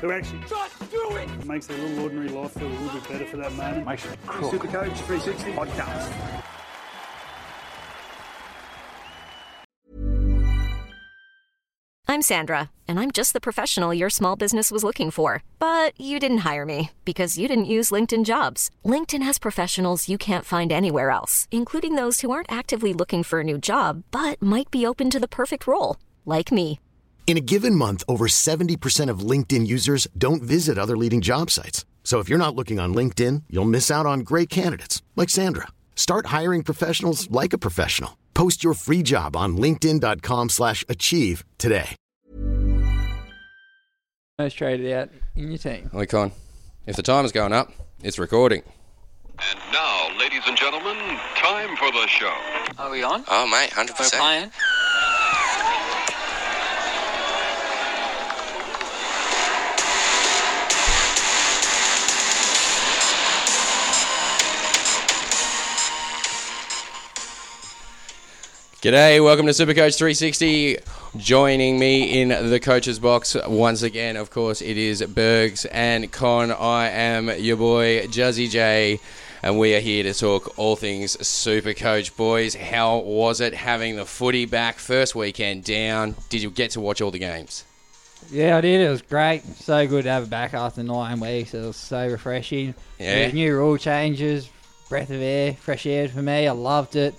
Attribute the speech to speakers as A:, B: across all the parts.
A: who actually just do it, makes their little ordinary life feel a little bit better for that moment. Makes it cool. Super Coach 360 podcast.
B: I'm Sandra, and I'm just the professional your small business was looking for. But you didn't hire me because you didn't use LinkedIn jobs. LinkedIn has professionals you can't find anywhere else, including those who aren't actively looking for a new job but might be open to the perfect role, like me.
C: In a given month, over 70% of LinkedIn users don't visit other leading job sites. So if you're not looking on LinkedIn, you'll miss out on great candidates like Sandra. Start hiring professionals like a professional. Post your free job on linkedin.com/achieve slash achieve today.
D: no, traded out in your team.
E: Look on. If the time's going up, it's recording.
F: And now, ladies and gentlemen, time for the show.
G: Are we on? Oh, mate, hundred percent. We're playing.
E: G'day, welcome to Supercoach 360. Joining me in the coach's box once again, of course, it is Bergs and Con. I am your boy Juzzy J, and we are here to talk all things Supercoach. Boys, how was it having the footy back first weekend down? Did you get to watch all the games?
D: Yeah, I did. It was great. So good to have it back after nine weeks. It was so refreshing.
E: Yeah.
D: With new rule changes, breath of air, fresh air for me. I loved it.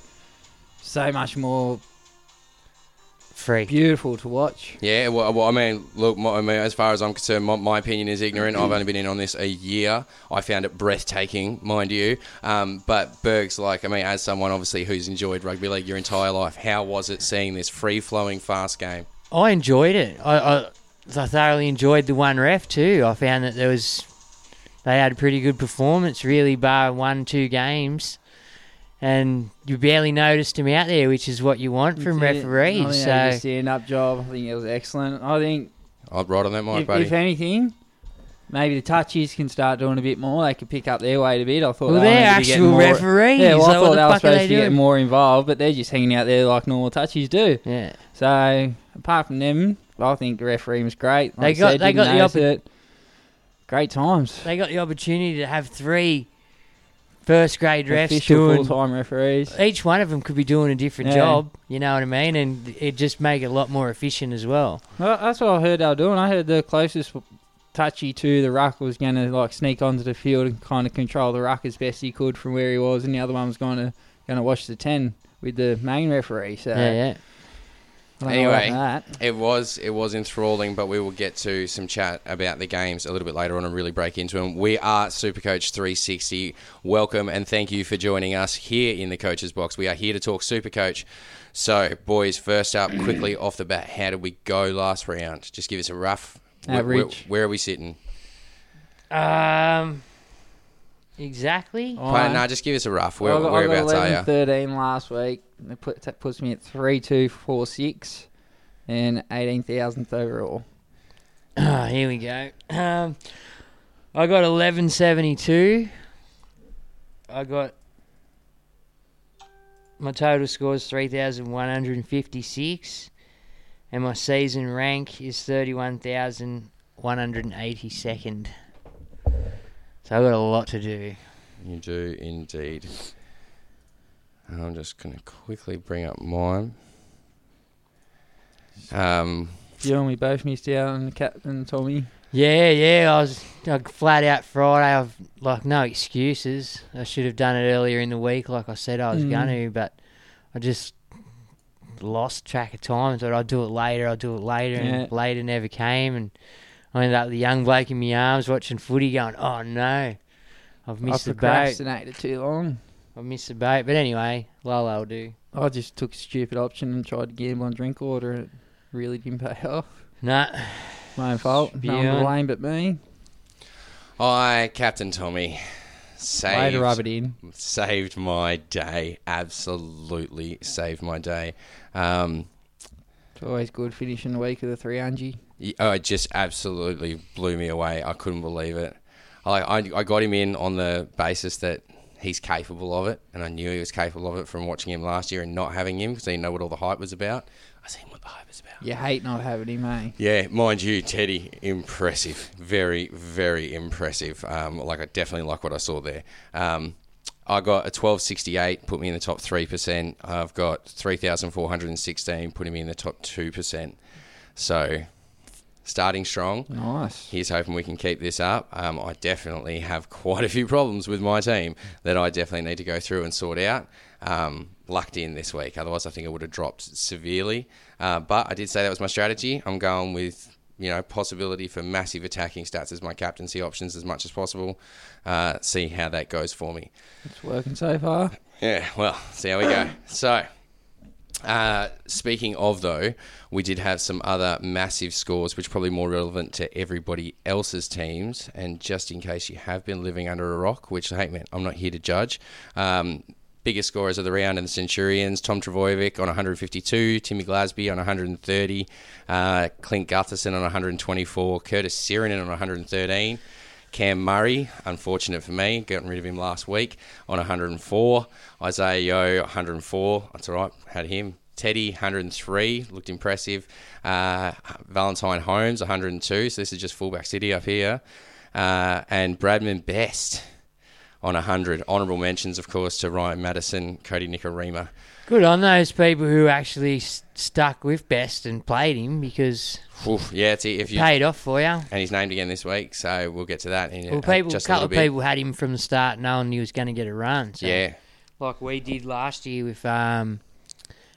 D: So much more
H: Free.
D: beautiful to watch.
E: Yeah, well, well I mean, look, my, I mean, as far as I'm concerned, my, my opinion is ignorant. I've only been in on this a year. I found it breathtaking, mind you. Um, but Berg's like, I mean, as someone obviously who's enjoyed rugby league your entire life, how was it seeing this free flowing, fast game?
H: I enjoyed it. I, I I thoroughly enjoyed the one ref too. I found that there was they had a pretty good performance, really, bar one two games, and you barely noticed him out there, which is what you want from
D: That's it. Oh, I think
H: referees.
D: they did a
H: So
D: stand-up job. I think it was excellent. I think
E: I'd ride on that mic,
D: if,
E: buddy.
D: if anything, maybe the touchies can start doing a bit more. They could pick up their weight a bit. Oh, I thought
H: Well,
D: they
H: they're
D: wanted to get
H: actual
D: more,
H: referees.
D: Yeah, well, I
H: Like, what
D: thought
H: the
D: they were
H: fuck are
D: supposed
H: they
D: to get
H: doing?
D: more involved, but they're just hanging out there like normal touchies do.
H: yeah,
D: So apart from them, I think the referee was great. Like
H: They got-
D: I said,
H: they
D: didn't
H: got the
D: notice
H: oppo-
D: it. Great times.
H: they got the opportunity to have three first grade refs
D: Official
H: doing.
D: full-time referees.
H: Each one of them could be doing a different
D: Yeah.
H: job. You know what I mean, and it just make it a lot more efficient as well.
D: Well, that's what I heard they were doing. I heard the closest touchy to the ruck was going to like sneak onto the field and kind of control the ruck as best he could from where he was, and the other one was going to going to watch the ten with the main referee. So
H: Yeah, yeah.
D: I don't know
E: Anyway.
D: about that.
E: It was it was enthralling, but we will get to some chat about the games a little bit later on and really break into them. We are Supercoach 360. Welcome and thank you for joining us here in the coach's box. We are here to talk Supercoach. So, boys, first up, quickly off the bat, how did we go last round? Just give us a rough where- where-
D: Average.
E: Where, are we sitting?
H: Um, exactly.
E: Pardon, nah, just give us a rough. Where,
D: I got, I got
E: whereabouts
D: 11,
E: are you?
D: 13 last week. and It put, that puts me at three two four six and eighteen thousandth overall.
H: Oh, here we go. Um, I got eleven seventy two. I got my total score is three thousand one hundred and fifty six, and my season rank is thirty one thousand one hundred and eighty second. So I got a lot to do.
E: You do indeed. I'm just going to quickly bring up mine. Um,
D: You and we both missed out on the captain Tommy.
H: Yeah, yeah. I was I flat out Friday. I've like no excuses. I should have done it earlier in the week, like I said I was
D: Mm.
H: going to, but I just lost track of time. Thought I'll do it later. I'll do it later,
D: Yeah.
H: and later never came. And I ended up with the young bloke in my arms watching footy, going, "Oh no,
D: I've missed
G: I
D: the boat.
G: procrastinated too long.
D: I've missed the boat. But anyway, Lala will do.
G: I just took a stupid option and tried to gamble on drink order, and it really didn't pay off.
D: Nah.
G: My own fault. No one to
D: Beyond.
G: blame but me.
E: I, Captain Tommy, saved.
G: Way to rub it in.
E: Saved my day. Absolutely saved my day. Um,
G: It's always good finishing the week with a 300.
E: y- oh, it just absolutely blew me away. I couldn't believe it. I, I, I got him in on the basis that he's capable of it, and I knew he was capable of it from watching him last year and not having him because I didn't know what all the hype was about. I seen what the hype is about.
G: You hate not having him, eh?
E: Yeah, mind you, Teddy, impressive. Very, very impressive. Um, like I definitely like what I saw there. Um, I got a twelve sixty eight, put me in the top three percent. I've got three thousand four hundred and sixteen, putting me in the top two percent. So starting strong.
G: Nice.
E: Here's hoping we can keep this up. Um, I definitely have quite a few problems with my team that I definitely need to go through and sort out. Um, lucked in this week, otherwise I think it would have dropped severely. Uh, but I did say that was my strategy. I'm going with you know possibility for massive attacking stats as my captaincy options as much as possible. Uh, see how that goes for me.
G: It's working so far.
E: Yeah, well, see how we go. So, uh, speaking of though, we did have some other massive scores, which are probably more relevant to everybody else's teams. And just in case you have been living under a rock, which hey man, I'm not here to judge. Um, biggest scorers of the round in the Centurions: Tom Travojevic on 152, Timmy Glasby on 130, uh, Clint Gutherson on 124, Curtis Sirinen on 113. Cam Murray, unfortunate for me, getting rid of him last week on 104. Isaiah Yo, 104. That's all right, had him. Teddy, 103, looked impressive. Uh, Valentine Holmes, 102. So this is just fullback city up here. Uh, and Bradman Best on 100. Honourable mentions, of course, to Ryan Madison, Cody Nicarima.
D: Good on those people who actually s- stuck with Best and played him because
E: Oof, yeah, it's, if you
D: paid off for you.
E: And he's named again this week, so we'll get to that in
D: Well,
E: uh,
D: people,
E: just a
D: a
E: little
D: couple of
E: bit.
D: people had him from the start, knowing he was going to get a run. So.
E: Yeah.
D: like we did last year with um,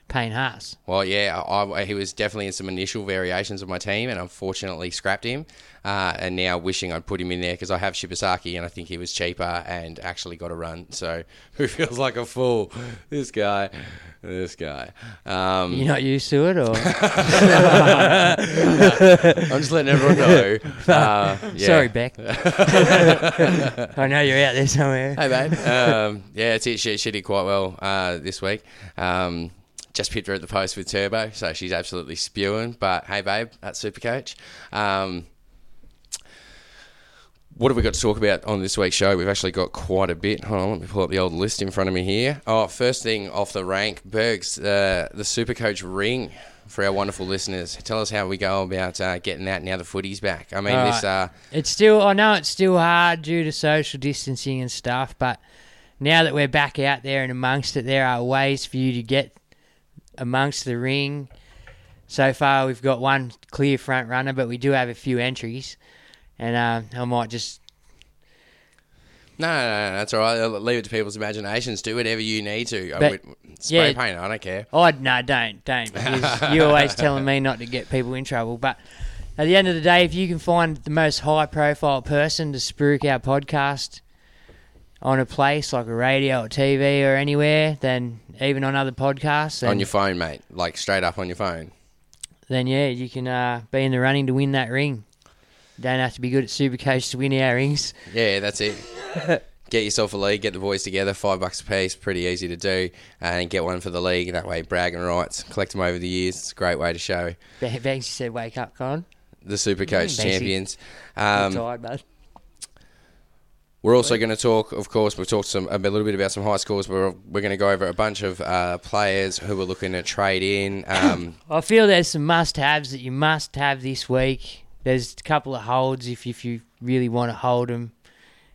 D: Payne Haas.
E: Well, yeah, I, I- he was definitely in some initial variations of my team, and unfortunately scrapped him. Uh, and now wishing I'd put him in there because I have Shibasaki, and I think he was cheaper and actually got a run. So who feels like a fool? This guy, this guy.
G: Mm.
E: Um,
D: You're not used to it, or
E: I'm just letting everyone know. Uh, yeah.
D: Sorry, Beck. I know you're out there somewhere.
E: Hey, mate. um, yeah, it's it. She, she did quite well uh, this week. Um, just pipped her at the post with Turbo, so she's absolutely spewing. But hey, babe, that's super coach. Um, what have we got to talk about on this week's show? We've actually got quite a bit. Hold on, let me pull up the old list in front of me here. Oh, first thing off the rank, Bergs, uh, the Supercoach ring for our wonderful listeners. Tell us how we go about uh, getting that now the footy's back. I mean,
D: All
E: this.
D: right.
E: Uh,
D: It's still, I know it's still hard due to social distancing and stuff, but now that we're back out there and amongst it, there are ways for you to get amongst the ring. So far, we've got one clear front runner, but we do have a few entries, and uh, I might just
E: No, no, no, no, that's all right. I'll Leave it to people's imaginations. Do whatever you need to. I
D: But-
E: would- spray
D: yeah.
E: paint. I don't care.
D: Oh no, don't, don't. Because you're always telling me not to get people in trouble. But at the end of the day, if you can find the most high-profile person to spruik our podcast on a place like a radio or TV or anywhere, then even on other podcasts, then,
E: on your phone, mate. Like straight up on your phone.
D: then yeah, you can uh, be in the running to win that ring. Don't have to be good at Supercoach to win our rings.
E: Yeah, that's it. get yourself a league. Get the boys together. Five bucks a piece. Pretty easy to do. And get one for the league. That way, bragging rights. Collect them over the years. It's a great way to show
D: Ba- Banksy said, "Wake up, Con."
E: the super coach
D: Basically,
E: champions.
D: I'm
E: Um,
D: tired, bud.
E: We're also going to talk, of course, we've talked some, a little bit about some high scores. We're, we're going to go over a bunch of uh, players who are looking to trade in. Um,
D: I feel there's some must-haves that you must have this week. There's a couple of holds if if you really want to hold them,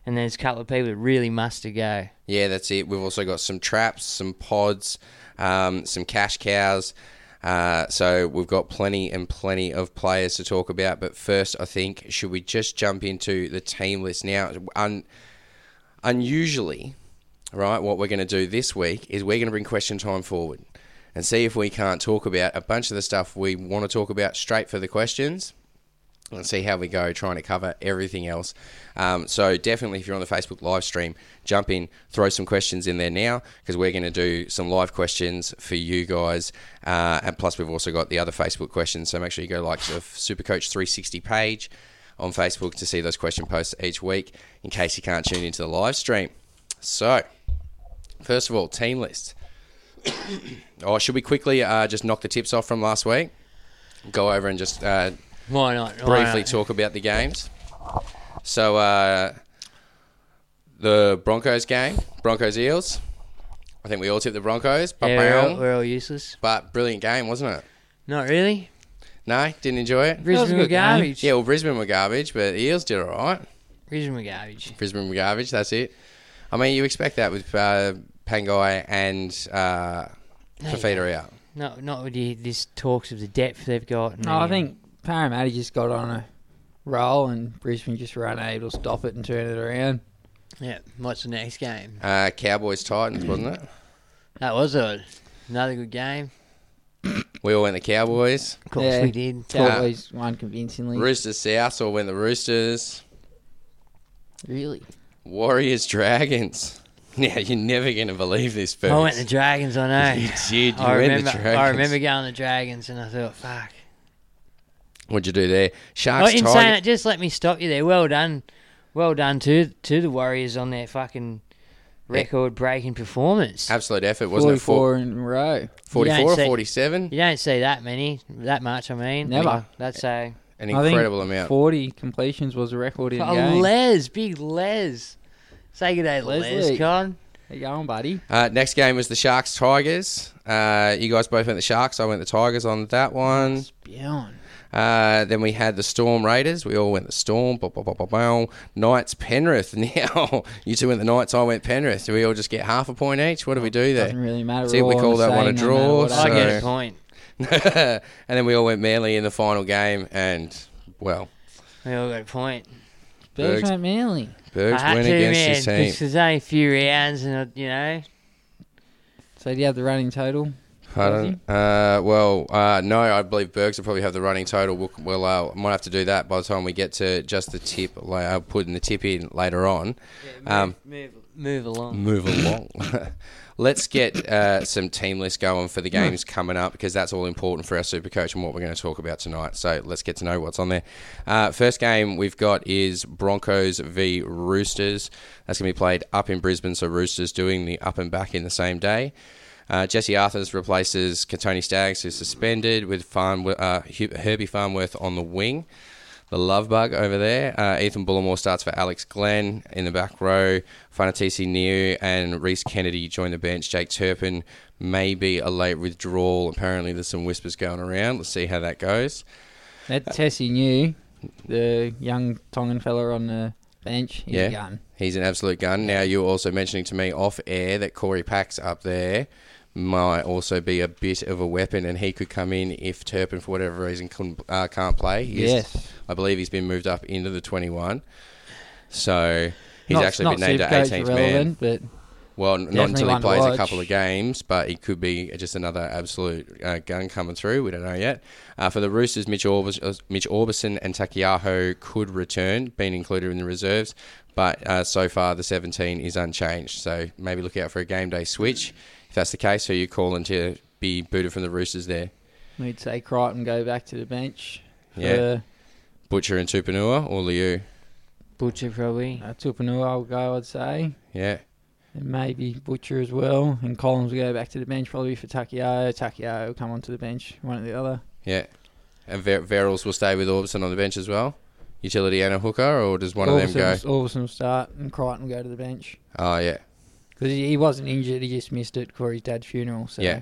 D: and there's a couple of people that really must to go.
E: Yeah, that's it. We've also got some traps, some pods, um, some cash cows. Uh, so we've got plenty and plenty of players to talk about. But first, I think should we just jump into the team list now? Un- unusually, right? What we're going to do this week is we're going to bring question time forward and see if we can't talk about a bunch of the stuff we want to talk about straight for the questions and see how we go trying to cover everything else. Um, so definitely, if you're on the Facebook live stream, jump in, throw some questions in there now because we're going to do some live questions for you guys. Uh, and plus, we've also got the other Facebook questions. So make sure you go like the Supercoach 360 page on Facebook to see those question posts each week in case you can't tune into the live stream. So, first of all, team list. oh, should we quickly uh, just knock the tips off from last week? Go over and just uh,
D: Why not? Why
E: briefly
D: not?
E: talk about the games. So, uh, the Broncos game, Broncos Eels. I think we all tipped the Broncos. But
D: Yeah, we're all, we're all useless.
E: But brilliant game, wasn't it?
D: Not really.
E: No, didn't enjoy it.
D: Brisbane That was a were good game. garbage.
E: Yeah, well, Brisbane were garbage, but the Eels did all right.
D: Brisbane were garbage.
E: Brisbane were garbage. That's it. I mean, you expect that with uh, Pangai and uh,
D: Hey,
E: Fafita out.
D: No, not with the, this talks of the depth they've got. and um,
G: No, I
D: the-
G: think Parramatta just got on a roll and Brisbane just were unable to stop it and turn it around.
D: Yeah, what's the next game?
E: Uh, Cowboys Titans, wasn't it?
D: That was a another good game.
E: We all went the Cowboys.
D: Of course
G: Yeah.
D: we did.
G: Cowboys won
D: Mm.
G: convincingly.
E: Roosters South all went the Roosters.
G: Really?
E: Warriors Dragons. Now you're never gonna believe this, but
G: Oh,
D: I went the Dragons. I know.
E: You did, you
D: I
E: went the
D: remember. I
E: Dragons.
D: remember going the Dragons, and I thought, fuck.
E: What'd you do there?
D: Oh,
E: Sharks
D: in saying
E: Tigers.
D: it, just let me stop you there. Well done, well done to to the Warriors on their fucking record-breaking performance.
E: Absolute effort, wasn't it?
G: 44
E: Four,
G: in a row.
D: You
E: 44
D: don't
E: or
D: see-
E: 47?
D: You don't see that many, that much. I mean,
G: Never.
D: That's a
E: An
G: I think
E: incredible amount.
G: 40 completions was a record in the
D: oh,
G: game.
D: Les, big Les. Say good day,
G: Leslie.
D: Les, Con.
G: How you going, buddy?
E: Uh, next game was the Sharks Tigers. Uh, you guys both went the Sharks. I went the Tigers on that one.
G: Beyond.
E: Uh, then we had the Storm Raiders. We all went the Storm. Bow, bow, bow, bow, bow. Knights Penrith. Now you two went the Knights. I went Penrith. Do we all just get half a point each? What do we do there?
G: Doesn't really matter.
E: See, we
G: all
E: call
G: I'm
E: that one a
G: saying, no matter
E: draw,
G: what
E: so-
D: I
G: happens.
D: get a point.
E: and then we all went Manly in the final game, and well,
D: We all got a point.
G: Bergs
E: Bergs-
G: went Manly.
E: Bergs
D: I had
E: went
D: to,
E: against
D: man,
E: his team.
D: because there's only a few rounds, and uh, you know,
G: So do you have the running total?
E: I don't, uh, well, uh, no, I believe Bergs will probably have the running total. We'll, we'll uh, might have to do that by the time we get to just the tip, like uh, putting the tip in later on. Um,
D: move, move along.
E: move along. Let's get uh, some team lists going for the games coming up because that's all important for our super coach and what we're going to talk about tonight. So let's get to know what's on there. Uh, first game we've got is Broncos v Roosters. That's going to be played up in Brisbane. So Roosters doing the up and back in the same day. Uh, Jesse Arthurs replaces Katoni Staggs, who's suspended, with Farn, uh, Hu- Herbie Farnworth on the wing the love bug over there. Uh, Ethan Bullimore starts for Alex Glenn in the back row. Fanatisi Niu and Reese Kennedy join the bench. Jake Turpin may be a late withdrawal. Apparently, there's some whispers going around. Let's see how that goes.
G: That
E: uh,
G: Tessie knew, the young Tongan fella on the bench. He's
E: yeah,
G: a gun.
E: he's an absolute gun. Now, you were also mentioning to me off air that Corey Pax up there might also be a bit of a weapon, and he could come in if Turpin, for whatever reason, couldn't, uh, can't play. He is-
G: Yes.
E: I believe he's been moved up into the 21. So. He's
G: Not-
E: actually
G: not
E: been named
G: Supercoach
E: 18th man.
G: relevant, but
E: Well, n- not
G: Definitely
E: until he
G: one to
E: plays a
G: watch.
E: couple of games, but he could be just another absolute uh, gun coming through. We don't know yet. Uh, for the Roosters, Mitch, Orbis, uh, Mitch Orbison and Takiaho could return, being included in the reserves, but uh, so far the 17 is unchanged. So maybe look out for a game day switch. If that's the case, who you calling to be booted from the Roosters there?
G: we'd say Crichton go back to the bench. For
E: Yeah. Butcher and Tupanua or Liu?
D: Butcher probably.
G: uh, Tupanua, I'll go, I'd say.
E: Yeah.
G: And maybe Butcher as well. And Collins will go back to the bench, probably for Takio. Takio will come onto the bench, one or the other.
E: Yeah. And Ver- Verrills will stay with Orbison on the bench as well? Utility and a hooker, or does one of them
G: Orbison-
E: go?
G: Orbison will start and Crichton will go to the bench.
E: Oh, yeah.
G: Because he, he wasn't injured, he just missed it. Corey's dad's funeral. So
E: Yeah.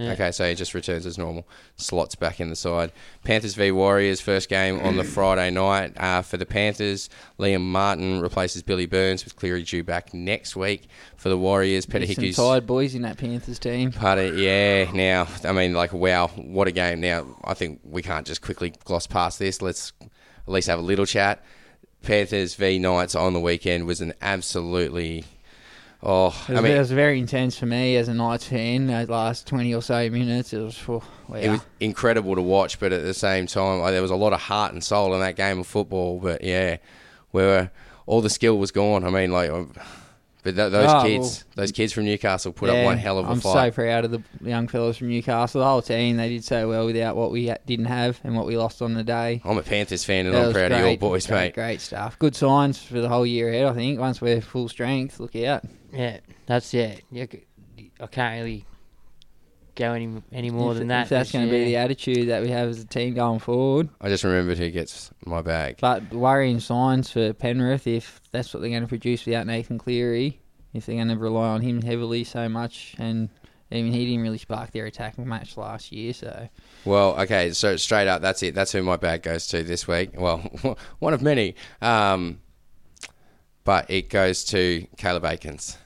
D: Yeah.
E: Okay, so he just returns as normal. Slots back in the side. Panthers v Warriors, first game on the Friday night. Uh, for the Panthers, Liam Martin replaces Billy Burns with Cleary due back next week. For the Warriors, Peter
G: there's some
E: Hickey's
G: tired boys in that Panthers team.
E: Part of, yeah, now, I mean, like, wow, what a game. Now, I think we can't just quickly gloss past this. Let's at least have a little chat. Panthers v Knights on the weekend was an absolutely Oh,
D: It was,
E: I mean,
D: it was very intense for me as a Knights fan. That last twenty or so minutes, it was for wow.
E: it was incredible to watch, but at the same time, like, there was a lot of heart and soul in that game of football. But yeah, where uh, all the skill was gone. I mean, like, um, but th- those
D: Ah,
E: kids, those kids from Newcastle put
D: Yeah,
E: up one hell of a
D: I'm
E: fight.
D: so proud of the young fellas from Newcastle. The whole team, they did so well without what we ha- didn't have and what we lost on the day.
E: I'm a Panthers fan, and
D: That
E: I'm
D: was
E: proud of your
D: great,
E: boys,
D: great,
E: mate.
D: Great stuff. Good signs for the whole year ahead. I think once we're full strength, look out.
B: Yeah, that's it. Yeah, c- I can't really go any any more
D: If-
B: than that.
D: If that's going to be the attitude that we have as a team going forward.
E: I just remembered who gets my bag.
D: But worrying signs for Penrith if that's what they're going to produce without Nathan Cleary, if they're going to rely on him heavily so much, and even he didn't really spark their attacking match last year, so
E: Well, okay, so straight up, that's it. That's who my bag goes to this week. Well, one of many. Um, but it goes to Caleb Akins.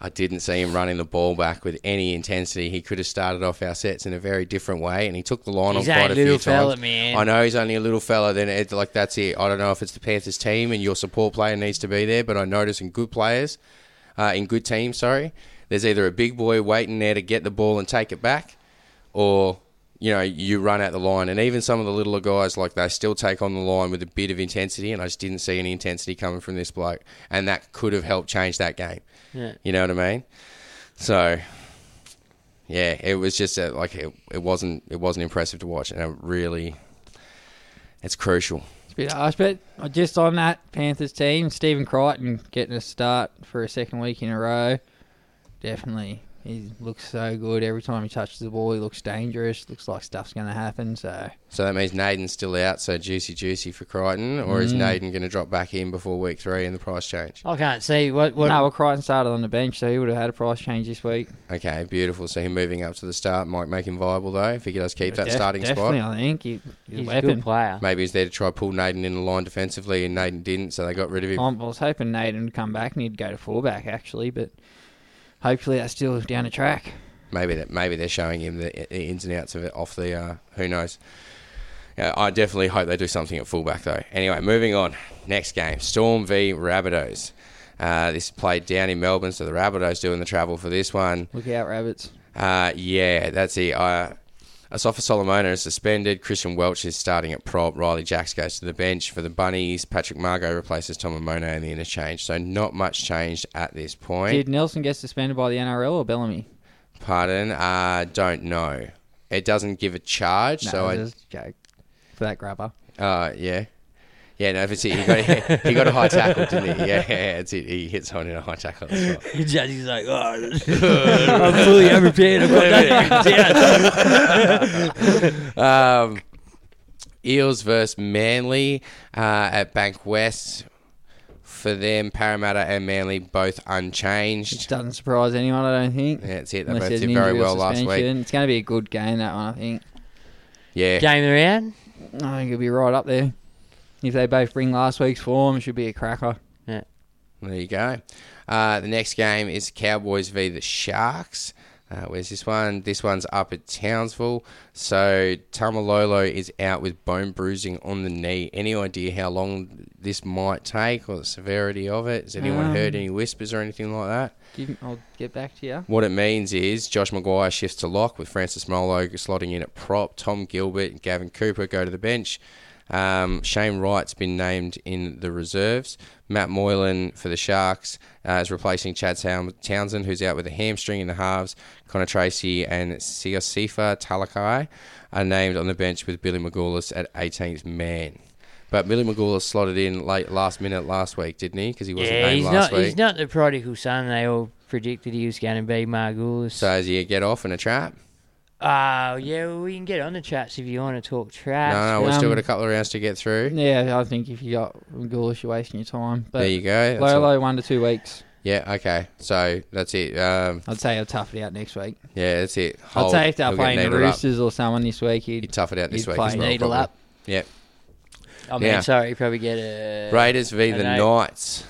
E: I didn't see him running the ball back with any intensity. He could have started off our sets in a very different way, and he took the line
B: He's
E: on quite
B: only
E: a
B: a little
E: few
B: fella,
E: times.
B: man.
E: I know he's only a little fella. Then it, like that's it. I don't know if it's the Panthers team and your support player needs to be there, but I notice in good players, uh, in good teams, sorry, there's either a big boy waiting there to get the ball and take it back, or you know you run out the line. And even some of the littler guys, like they still take on the line with a bit of intensity, and I just didn't see any intensity coming from this bloke, and that could have helped change that game.
B: Yeah.
E: You know what I mean? So, yeah, it was just a, like it, it wasn't it wasn't impressive to watch, and it really, it's crucial.
D: it's a bit harsh. But just on that Panthers team, Stephen Crichton getting a start for a second week in a row, definitely. He looks so good every time he touches the ball. He looks dangerous. Looks like stuff's going to happen. So
E: So that means Naden's still out. So juicy, juicy for Crichton, or is
D: Mm.
E: Naden going to drop back in before week three and the price change?
B: I can't see what what.
D: no, well, Crichton started on the bench, so he would have had a price change this week.
E: Okay, beautiful. So him moving up to the start might make him viable though if he does keep that
D: Def-
E: starting
D: definitely,
E: spot.
D: I think he, he's,
B: He's
D: a
B: a good
D: weapon.
B: player.
E: Maybe he's there to try pull Naden in the line defensively, and Naden didn't, so they got rid of him.
D: I'm- I was hoping Nathan would come back and he'd go to fullback actually, but hopefully that's still down the track.
E: Maybe that maybe they're showing him the i- ins and outs of it off the. Uh, who knows? Yeah, I definitely hope they do something at fullback though. Anyway, moving on. Next game, Storm v Rabbitohs. Uh, this played down in Melbourne, so the Rabbitohs doing the travel for this one.
D: Look out, rabbits!
E: Uh, yeah, that's it. Uh, Asafa Solomona is suspended. Christian Welch is starting at prop. Riley Jacks goes to the bench for the Bunnies. Patrick Margot replaces Tom Amona in the interchange. So not much changed at this point.
D: Did Nelson get suspended by the NRL or Bellamy?
E: Pardon? Uh, don't know. It doesn't give a charge.
D: No,
E: so
D: it
E: I,
D: was a joke for that grabber.
E: Uh, yeah. Yeah, no, if it's it, he got, he got a high tackle, didn't he? Yeah, yeah, it's it. He hits on in a high tackle. That's right.
B: Judge's like, oh, I'm fully overpaid. I've got nothing
E: um, Eels versus Manly uh, at Bank West. For them, Parramatta and Manly both
D: Which
E: unchanged.
D: doesn't surprise anyone, I don't think.
E: That's it. They
D: Unless
E: both
D: there's
E: did
D: an
E: very
D: injury or
E: well last week.
D: suspension. It's going to be a good game that one. I think.
E: Yeah,
B: Game of the round.
D: I think it'll be right up there. If they both bring last week's form, it should be a cracker.
E: there you go. Uh, the next game is Cowboys v the Sharks. Uh, where's this one? This one's up at Townsville. So Tamalolo is out with bone bruising on the knee. Any idea how long this might take or the severity of it? Has anyone
D: Um,
E: heard any whispers or anything like that?
D: Give, I'll get back to you.
E: What it means is Josh Maguire shifts to lock with Francis Molo slotting in at prop. Tom Gilbert and Gavin Cooper go to the bench. Um, Shane Wright's been named in the reserves. Matt Moylan for the Sharks uh, is replacing Chad Town- Townsend, who's out with a hamstring in the halves. Connor Tracy and Siosifa Talakai are named on the bench with Billy Magoulis at 18th man. But Billy Magoulis slotted in late last minute last week, didn't he? Because he wasn't
B: Yeah,
E: named
B: he's
E: last
B: not.
E: week.
B: He's not the prodigal son they all predicted he was going to be. Margulis.
E: So is he a get off and a trap?
B: Oh, yeah. Well, we can get on the chats if you want to talk trash.
E: No, no, we've
D: Um,
E: still got a couple of rounds to get through.
D: Yeah, I think if you got Gulish, you're wasting your time. But
E: there you go. That's
D: low,
E: all.
D: low, one to two weeks.
E: Yeah, okay. So that's it. Um,
D: I'd say he'll tough it out next week.
E: yeah, that's it.
D: I'd
E: Hold.
D: say if they're
E: He'll get
D: playing the
E: needled up.
D: Roosters or someone this week,
E: He'd
D: he'd,
E: tough it out this
D: he'd
E: week.
D: play
E: as well,
B: needle
E: probably.
B: up.
E: Yeah.
B: I mean,
E: Yeah.
B: Oh, sorry, probably get a
E: Raiders v.
B: I
E: the
B: know.
E: Knights.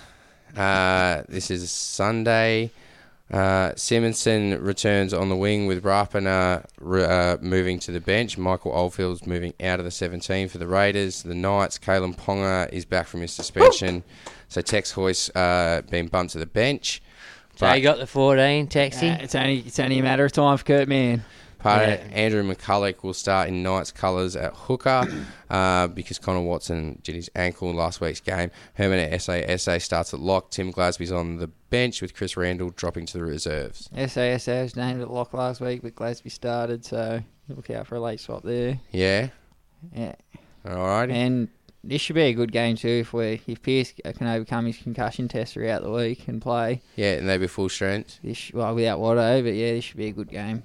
E: Uh, this is Sunday. Uh, Simonson returns on the wing with Rapana uh, moving to the bench. Michael Oldfield's moving out of the 17 for the Raiders. The Knights, Kalen Ponga is back from his suspension. So Tex Hoyce uh, being bumped to the bench.
I: So he got the 14, taxi.
D: Nah, it's only it's only a matter of time for Kurt Mann.
E: Partner Andrew McCulloch will start in Knights colours at hooker uh, because Connor Watson did his ankle in last week's game. Herman at SASA starts at lock. Tim Glasby's on the bench with Chris Randall dropping to the reserves.
D: SASA was named at lock last week, but Glasby started, so look out for a late swap there.
E: Yeah?
D: Yeah.
E: Alrighty.
D: And this should be a good game too if we if Pierce can overcome his concussion test throughout the week and play
E: Yeah, and they'll be full strength.
D: this well without Watto, but yeah, this should be a good game.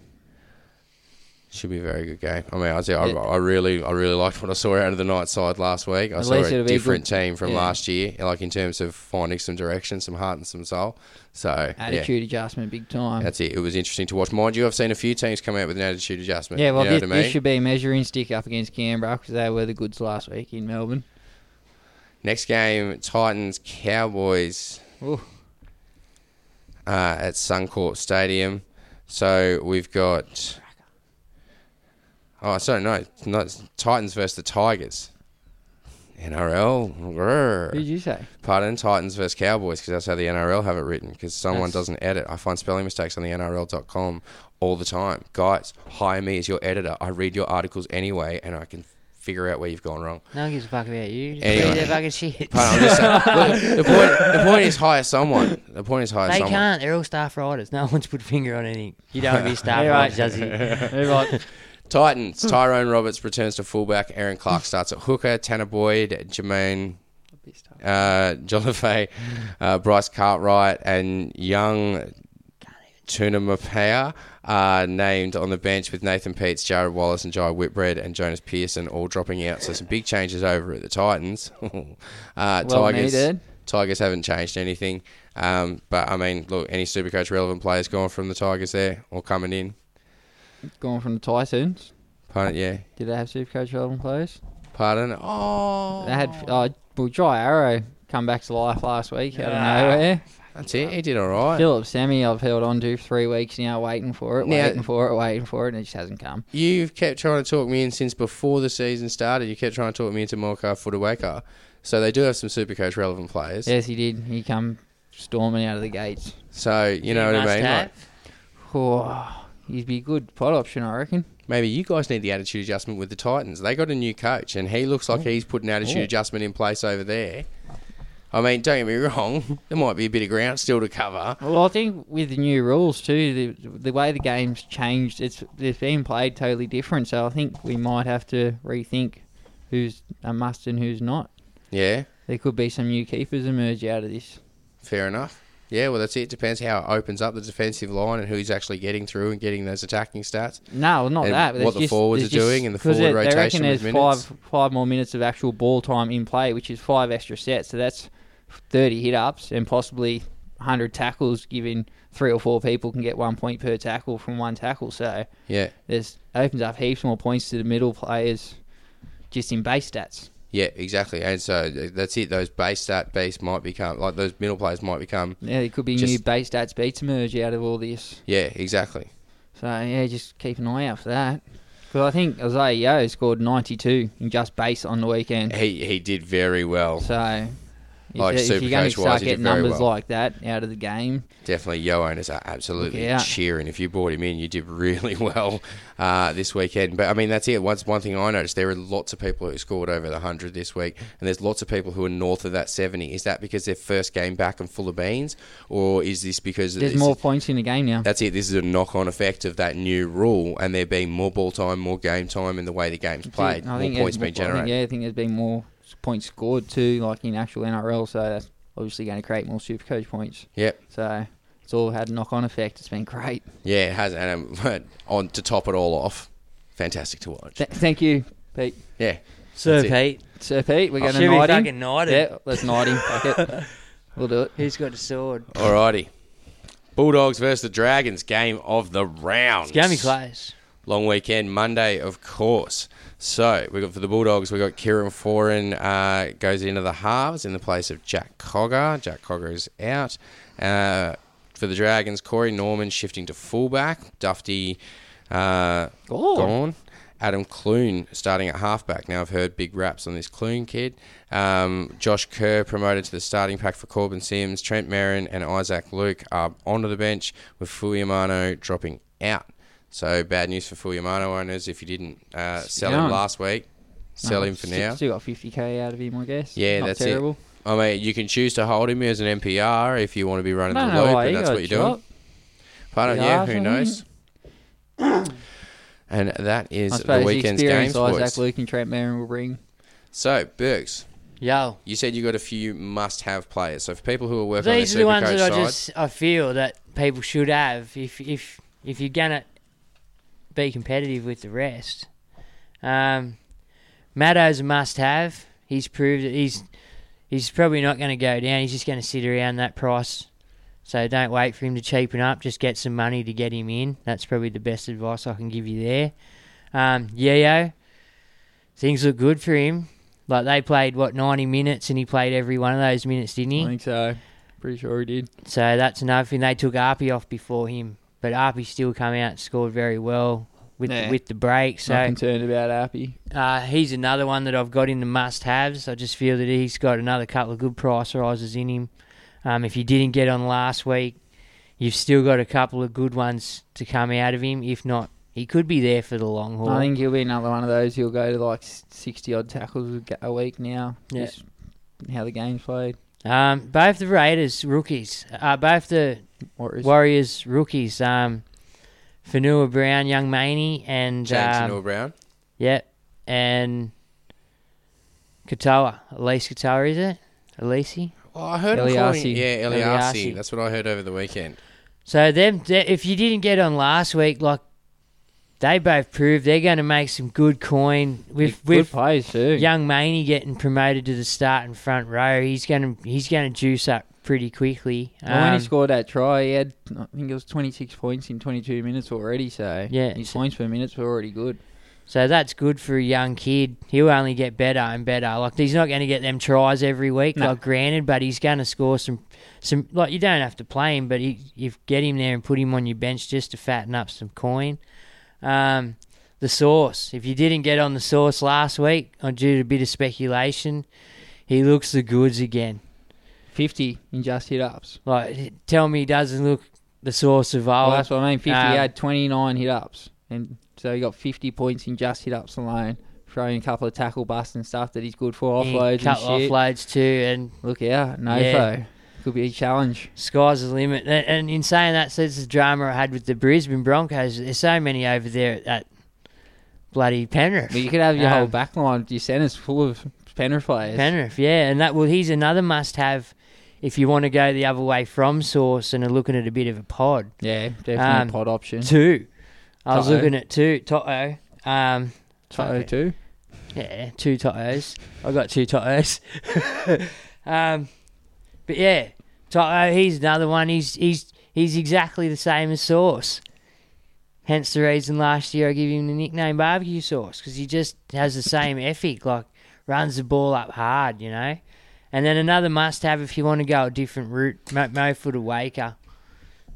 E: Should be a very good game. I mean, I, see, I, I really, I really liked what I saw out of the night side last week. I
D: At
E: saw
D: least
E: a
D: it'll be a
E: different
D: good-
E: team from
D: yeah.
E: last year, like in terms of finding some direction, some heart, and some soul. So yeah.
D: Attitude adjustment big time.
E: That's it. It was interesting to watch. Mind you, I've seen a few teams come out with an attitude adjustment.
D: yeah, well,
E: you know
D: this,
E: what I mean?
D: this should be a measuring stick up against Canberra because they were the goods last week in Melbourne.
E: Next game, Titans Cowboys
D: Ooh.
E: uh, at Suncorp Stadium. So we've got. Oh, sorry, no, no, it's Titans versus the Tigers. NRL. grr.
D: Who did you say?
E: Pardon, Titans versus Cowboys, because that's how the NRL have it written, because someone
D: That's-
E: doesn't edit. I find spelling mistakes on the NRL.com all the time. Guys, hire me as your editor. I read your articles anyway, and I can figure out where you've gone wrong.
I: No one gives a fuck about you. Just
E: Anyway.
I: read their fucking shit.
E: Pardon, I'm just saying, look, the, point, the point is hire someone. The point is hire
I: They
E: someone.
I: can't. They're all staff writers. No one's put a finger on anything. You don't want to be a staff
D: Yeah,
I: right,
D: right.
I: Juzzy.
D: Move on. Hmm.
E: Titans, Tyrone Roberts returns to fullback. Aaron Clark starts at hooker. Tanner Boyd, Jermaine uh, Joliffe, uh, Bryce Cartwright, and young Tuna Mapea are named on the bench with Nathan Peets, Jared Wallace, and Jai Whitbread and Jonas Pearson all dropping out. So some big changes over at the Titans. uh,
D: Well
E: Tigers,
D: needed.
E: Tigers haven't changed anything. Um, but I mean, look, any Supercoach relevant players gone from the Tigers there or coming in?
D: Going from the Titans.
E: Pardon, yeah.
D: Did they have Supercoach relevant players?
E: Pardon. Oh,
D: They had uh, well, Dry Arrow come back to life last week out of nowhere.
E: that's it. He did all right.
D: Philip Sammy, I've held on to for three weeks now, waiting for it,
E: Now-
D: waiting for it, waiting for it, and it just hasn't come.
E: You've kept trying to talk me in since before the season started. You kept trying to talk me into Morcar Futawaka. So they do have some Supercoach relevant players.
D: Yes, he did. He come storming out of the gates.
E: So you know what I
I: Must
E: mean.
I: have.
E: Like,
D: Oh, he'd be a good pot option, I reckon.
E: maybe you guys need the attitude adjustment with the Titans. They got a new coach, and he looks like he's put an attitude
D: Oh.
E: adjustment in place over there. I mean, don't get me wrong. There might be a bit of ground still to cover.
D: Well, I think with the new rules too, the the way the game's changed, it's it's being played totally different. So I think we might have to rethink who's a must and who's not.
E: Yeah,
D: There could be some new keepers emerge out of this.
E: fair enough. Yeah, well, that's it. Depends how it opens up the defensive line and who he's actually getting through and getting those attacking stats.
D: No, not
E: And
D: that. But
E: what
D: it's
E: the
D: just,
E: forwards
D: it's
E: are
D: just-
E: doing and the
D: 'cause
E: forward
D: they- they reckon
E: rotation with
D: there's
E: minutes.
D: five five more minutes of actual ball time in play, which is five extra sets. So that's thirty hit ups and possibly hundred tackles, giving three or four people can get one point per tackle from one tackle. So
E: Yeah.
D: there's opens up heaps more points to the middle players just in base stats.
E: Yeah, exactly. And so th- that's it. Those base stat base might become like those middle players might become.
D: Yeah, there could be new
E: Just-
D: base stats beats emerge out of all this.
E: Yeah, exactly.
D: So yeah, just keep an eye out for that. Because I think Isaiah Yo scored 92 in just base on the weekend.
E: He he did very well.
D: So if,
E: Like
D: you- if you're going
E: Supercoach-wise,
D: to start
E: he did
D: getting
E: very
D: numbers
E: well.
D: like that out of the game,
E: Definitely, Yo owners are absolutely
D: Look out.
E: cheering. If you brought him in, you did really well uh, this weekend. But I mean, that's it. Once one thing I noticed, there are lots of people who scored over the hundred this week, and there's lots of people who are north of that seventy. Is that because their first game back and full of beans, or is this because
D: there's
E: this
D: more
E: is-
D: points in the game now.
E: That's it. This is a knock-on effect of that new rule, and there being more ball time, more game time, and the way the game's played, more
D: there's
E: points being
D: I think,
E: generated.
D: yeah, I think there's been more s- points scored too, like in actual NRL. So that's obviously going to create more Supercoach points.
E: Yep.
D: So it's all had a knock-on effect. It's been great.
E: Yeah, it has. And um, on to top it all off, fantastic to watch.
D: Th- thank you, Pete.
E: Yeah.
I: So,
E: That's it.
I: Pete,
D: Sir Pete, we're going to
I: should be
D: knight him.
I: fucking knighted.
D: Yeah, let's knight him. Fuck it. We'll do it.
I: who's got a sword?
E: Alrighty. Bulldogs versus the Dragons, game of the round.
I: It's going to be close.
E: Long weekend, Monday, of course. So we got for the Bulldogs, we got Kieran Foran uh, goes into the halves in the place of Jack Cogger. Jack Cogger is out. Uh, for the Dragons, Corey Norman shifting to fullback. Dufty uh,
D: Gone.
E: gone. Adam Clune starting at halfback. Now I've heard big raps on this Clune kid. Um, Josh Kerr promoted to the starting pack for Corbin Sims. Trent Merrin and Isaac Luke are onto the bench with Fuyamano dropping out. So bad news for Fuyamano owners. If you didn't uh, sell
D: down.
E: him last week, sell him for
D: Still-
E: now.
D: Still got 50k out of him, I guess.
E: Yeah,
D: Not
E: that's
D: terrible.
E: it. I mean, you can choose to hold him as an NPR if you want to be running
D: I don't
E: the
D: know
E: loop,
D: why
E: and
D: he
E: that's
D: got
E: what you're doing.
D: dropped.
E: Pardon,
D: Yeah,
E: yeah,
D: I
E: who
D: think-
E: knows? and that
D: I
E: is the
D: suppose the
E: weekend's
D: experience
E: games,
D: Isaac
E: boys.
D: Luke and Trent Merrin will bring.
E: So, Burks.
H: Yo.
E: You said you got a few must-have players. So, for people who are working
H: These
E: on
H: are the
E: the
H: ones
E: Supercoach
H: that
E: side,
H: I just I feel that people should have if if if you're gonna be competitive with the rest. Um, Maddo's a must-have. He's proved that he's he's probably not going to go down. He's just going to sit around that price. So don't wait for him to cheapen up. Just get some money to get him in. That's probably the best advice I can give you there. Um, Yayo, things look good for him. Like they played what ninety minutes, and he played every one of those minutes, didn't he?
D: I think so. Pretty sure he did.
H: So that's another thing. They took Arpy off before him, but Arpy still come out and scored very well with
D: Yeah.
H: the, with the eh? break. So
D: Not concerned about Appy.
H: uh, he's another one that I've got in the must haves. I just feel that he's got another couple of good price rises in him. Um, if you didn't get on last week, you've still got a couple of good ones to come out of him. If not, he could be there for the long haul.
D: I think he'll be another one of those. He'll go to like sixty odd tackles a ga- a week now.
H: Yeah.
D: Just how the game's played.
H: Um, both the Raiders rookies, uh, both the
D: Warriors,
H: rookies, um, Fanua Brown, Young Maney, and
E: James
H: um,
E: Noel Brown.
H: Yep, and Katoa, Elise Katoa, is it? Elise.
E: Oh, I heard him calling.
D: Eliassi.
E: Yeah, Eliassi.
H: Eliassi.
E: That's what I heard over the weekend.
H: So them, they, if you didn't get on last week, like they both proved they're going to make some good coin with
D: good
H: with
D: plays too.
H: young Maney getting promoted to the start and front row. He's going to he's going to juice up pretty quickly.
D: And when he
H: Um,
D: scored that try, he had I think it was twenty six points in twenty two minutes already. So
H: Yeah.
D: his points per minutes were already good.
H: So that's good for a young kid. He'll only get better and better. Like he's not going to get them tries every week,
D: No.
H: like granted, but he's going to score some, some. Like you don't have to play him, but he, you get him there and put him on your bench just to fatten up some coin. Um, the source. If you didn't get on the source last week, on due to a bit of speculation, he looks the goods again.
D: Fifty in just hit ups.
H: Like tell me, he doesn't look the source of
D: Oh,
H: old.
D: that's what I mean. Fifty
H: um,
D: he had twenty nine hit ups, and so he got fifty points in just hit ups alone. Throwing a couple of tackle busts and stuff that he's good for
H: Yeah,
D: offloads and
H: couple
D: shit.
H: offloads too, and
D: Look out, no
H: Yeah.
D: foe. Could be a challenge.
H: Sky's the limit. And, and in saying that, so this is the drama I had with the Brisbane Broncos. There's so many over there at that bloody Penrith.
D: But you could have your whole
H: Um,
D: back line, your centre's full of Penrith players.
H: Penrith, yeah. And that well, he's another must-have if you want to go the other way from Source and are looking at a bit of a pod.
D: Yeah, definitely
H: Um,
D: a pod option.
H: Two. I was
D: Toto.
H: looking at two. Toto. Um,
D: Toto too.
H: Yeah, two Totos. I got two Totos. um, but yeah, Toto, he's another one. He's he's he's exactly the same as Sauce. Hence the reason last year I gave him the nickname Barbecue Sauce because he just has the same ethic. Like runs the ball up hard, you know. And then another must-have if you want to go a different route, Mo, Mo Footer Waker.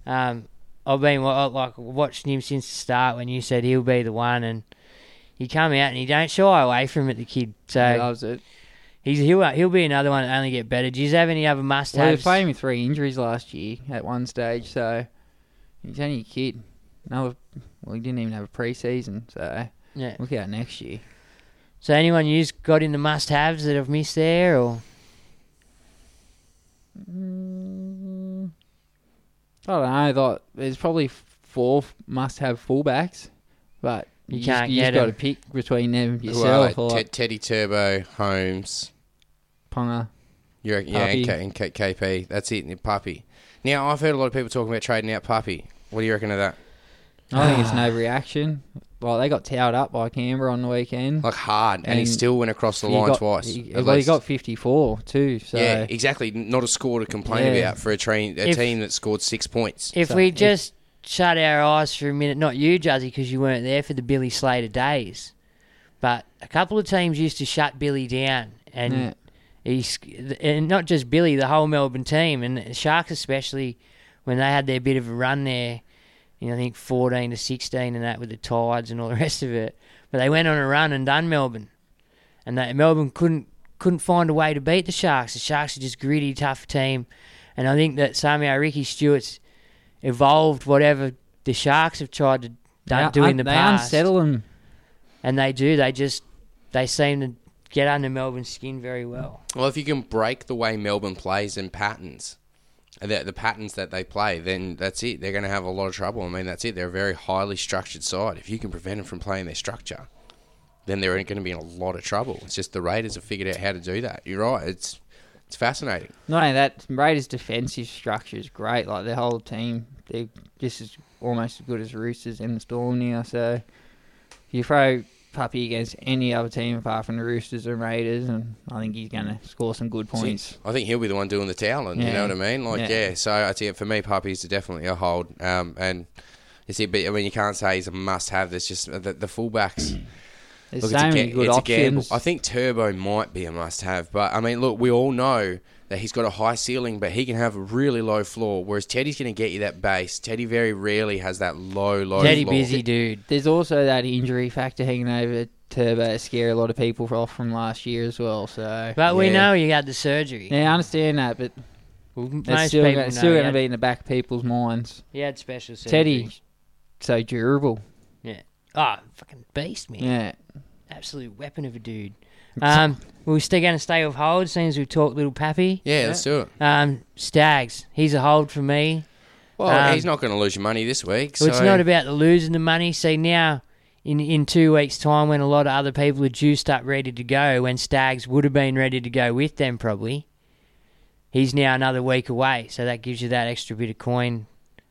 H: Um, I've been wa- like watching him since the start when you said he'll be the one, and you come out and you don't shy away from it. The kid,
D: He
H: so
D: loves it.
H: he's he'll he'll be another one that only get better. Do you have any other
D: Well, he
H: must-haves?
D: was playing with three injuries last year at one stage, so he's only a kid. No, well, he didn't even have a pre-season, so
H: yeah.
D: look out next year.
H: So anyone you've got in the must-haves that I've missed there, or
D: Mm, I don't know. Like, there's probably four f- must-have fullbacks, but
H: You
D: you,
H: can't
D: just, you
H: get
D: just got to
H: 'em.
D: pick between them
E: Who are
D: yourself. or
E: they?
D: like
E: Te- Teddy Turbo, Holmes.
D: Ponga.
E: You reckon, yeah, and,
D: Puppy.
E: K, and K, KP. That's it, and puppy. Now, I've heard a lot of people talking about trading out puppy. What do you reckon of that?
D: I think it's an overreaction. Well, they got towed up by Canberra on the weekend.
E: Like hard, and, he
D: And
E: still went across the
D: He
E: line
D: got-
E: twice.
D: He,
E: at
D: well, he
E: least.
D: got 54 too. So
E: yeah, exactly. Not a score to complain
D: Yeah.
E: about for a, train, a
H: If-
E: team that scored six points.
H: if
D: So
H: we
D: if-
H: just shut our eyes for a minute, not you, Juzzy, because you weren't there for the Billy Slater days, but a couple of teams used to shut Billy down, and
D: Yeah.
H: he's and not just Billy, the whole Melbourne team, and the Sharks especially when they had their bit of a run there, you know, I think fourteen to sixteen and that with the Tides and all the rest of it. But they went on a run and done Melbourne, and they, Melbourne couldn't couldn't find a way to beat the Sharks. The Sharks are just gritty, tough team, and I think that somehow Ricky Stewart's evolved whatever the Sharks have tried to done,
D: un-
H: do in the
D: they
H: past.
D: unsettle them.
H: and they do. They just they seem to get under Melbourne's skin very well.
E: Well, if you can break the way Melbourne plays and patterns, uh, the, the patterns that they play, then that's it. They're going to have a lot of trouble. I mean, that's it. They're a very highly structured side. If you can prevent them from playing their structure, then they're going to be in a lot of trouble. It's just the Raiders have figured out how to do that. You're right. It's it's fascinating.
D: Not only that, Raiders' defensive structure is great. Like their whole team, they're just as almost as good as Roosters and the Storm now. So if you throw Puppy against any other team apart from the Roosters and Raiders, and I think he's going to score some good points.
E: I think he'll be the one doing the toweling. You
D: Yeah.
E: know what I mean? Like, yeah.
D: Yeah.
E: so I think for me, Puppies are definitely a hold. Um, and you see, but I mean, you can't say he's a must-have. There's just the, the fullbacks.
D: There's
E: it's
D: so
E: a,
D: many
E: ga-
D: good
E: it's a gamble.
D: options.
E: I think Turbo might be a must-have, but I mean, look, we all know that he's got a high ceiling, but he can have a really low floor. Whereas Teddy's going to get you that base. Teddy very rarely has that low, low. floor.
H: dude.
D: There's also that injury factor hanging over Turbo to uh, scare a lot of people off from last year as well. So,
H: But we know he had the surgery.
D: Yeah, I understand that, but
H: most
D: it's still,
H: people
D: gonna- it's
H: know
D: still
H: he
D: going to
H: had-
D: be in the back of people's minds.
H: He had special surgery.
D: Teddy, so durable.
H: Yeah. Oh, fucking beast, man.
D: Yeah.
H: Absolute weapon of a dude. Um, we're still going to stay with hold, seeing as we've talked little Pappy.
E: Yeah, let's do it.
H: Um, Stags, he's a hold for me.
E: Well,
H: Um,
E: he's not going to lose your money this week.
H: Well, it's
E: so-
H: not about the losing the money. See now, in in two weeks' time, when a lot of other people are juiced up, ready to go, when Stags would have been ready to go with them, probably. He's now another week away, so that gives you that extra bit of coin,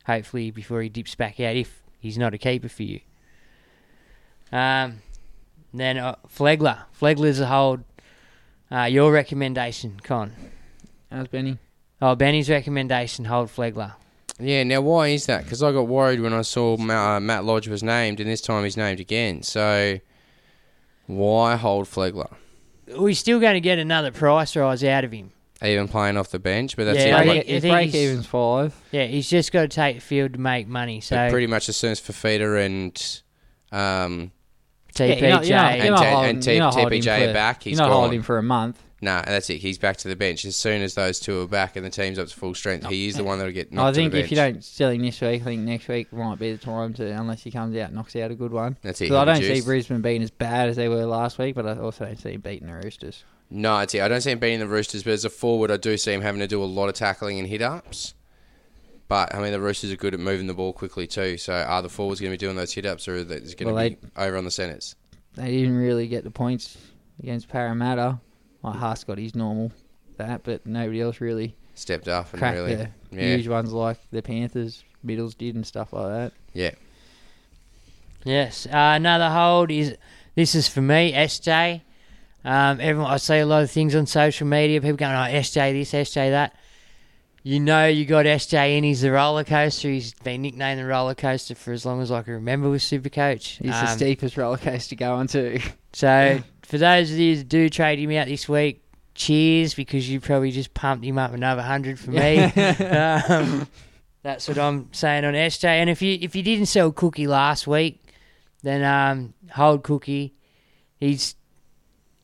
H: hopefully before he dips back out. If he's not a keeper for you, um, then uh, Flegler, Flegler's a hold. Uh, your recommendation, Con.
D: How's Benny?
H: Oh, Benny's recommendation, hold Flegler.
E: Yeah, now why is that? Because I got worried when I saw Ma- uh, Matt Lodge was named, and this time he's named again. So why hold Flegler?
H: We're still going to get another price rise out of him.
E: Even playing off the bench, but that's
H: Yeah,
E: it.
H: I
E: Like,
H: think- I
D: His
H: think
D: break
H: he's-
D: even's five.
H: Yeah, he's just got to take the field to make money. So
E: but pretty much as soon as Fafita and um,
H: TPJ.
D: Yeah, you're not- you're not- you're
E: and,
D: not
E: T-
D: holding-
E: and T-
D: you're not holding
E: TPJ
D: him
E: are
D: for-
E: back, he's
D: you're not
E: gone.
D: holding for a month.
E: Nah, that's it. He's back to the bench as soon as those two are back and the team's up to full strength. He is the one that'll get knocked.
D: I think
E: to the
D: if you
E: bench.
D: don't sell him this week, I think next week might be the time to, unless he comes out and knocks out a good one.
E: That's it,
D: Because I
E: he'll
D: don't
E: be
D: see
E: juiced.
D: Brisbane being as bad as they were last week, but I also don't see him beating the Roosters.
E: No, it's it. I don't see him beating the Roosters, but as a forward, I do see him having to do a lot of tackling and hit ups. But I mean, the Roosters are good at moving the ball quickly too. So are the forwards going to be doing those hit ups, or is it going
D: Well,
E: to
D: they-
E: be over on the centres?
D: They didn't really get the points against Parramatta. Like Haas got his normal that, but nobody else really
E: Stepped up and
D: cracked
E: really,
D: the
E: yeah,
D: huge ones like the Panthers, Middles did and stuff like that.
E: yeah.
H: Yes. Uh, another hold is this is for me, SJ. Um, everyone, I see a lot of things on social media. People going, "Oh, SJ this, SJ that." You know, you got SJ in. He's the roller coaster. He's been nicknamed the roller coaster for as long as I can remember with Supercoach.
D: He's the
H: Um,
D: steepest roller coaster to go on to.
H: So for those of you that do trade him out this week, cheers because you probably just pumped him up another hundred for me. um, that's what I'm saying on SJ. And if you if you didn't sell Cookie last week, then um, hold Cookie. He's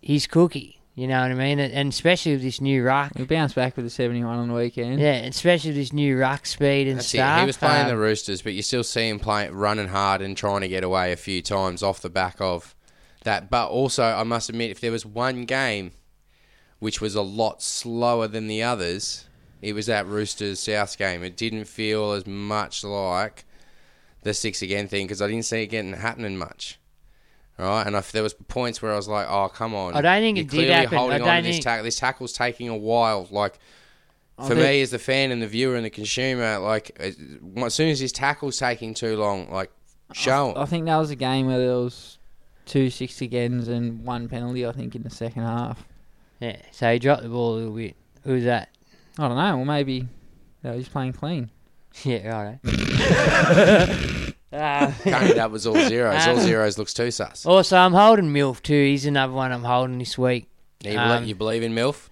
H: he's Cookie. You know what I mean? And- And especially with this new ruck.
D: We bounced back with a 71 on the weekend.
H: Yeah, and especially with this new ruck speed and
E: That's
H: stuff.
E: it. He was playing
H: um,
E: the Roosters, but you still see him playing, running hard and trying to get away a few times off the back of that. But also, I must admit, if there was one game which was a lot slower than the others, it was that Roosters South game. It didn't feel as much like the six again thing because I didn't see it getting happening much. Right, and if there was points where I was like, "Oh, come on!"
H: I don't think
E: You're
H: it did
E: clearly
H: happen. I
E: holding on
H: don't
E: to this
H: think-
E: tackle. This tackle's taking a while. Like,
D: I
E: for
D: think-
E: me as the fan and the viewer and the consumer, like as as soon as his tackle's taking too long, like show
H: Oh.
E: him.
D: I think that was a game where there was two six agains and one penalty, I think, in the second half.
H: Yeah, so he dropped the ball a little bit. Who was that?
D: I don't know, or maybe they were just playing clean.
H: Yeah, right.
E: Apparently that was all zeros. all
H: oh. Um,
E: zeros looks too sus.
H: Also, Oh, I'm holding Milf too. He's another one I'm holding this week.
E: You,
H: um,
E: believe, you believe in MILF?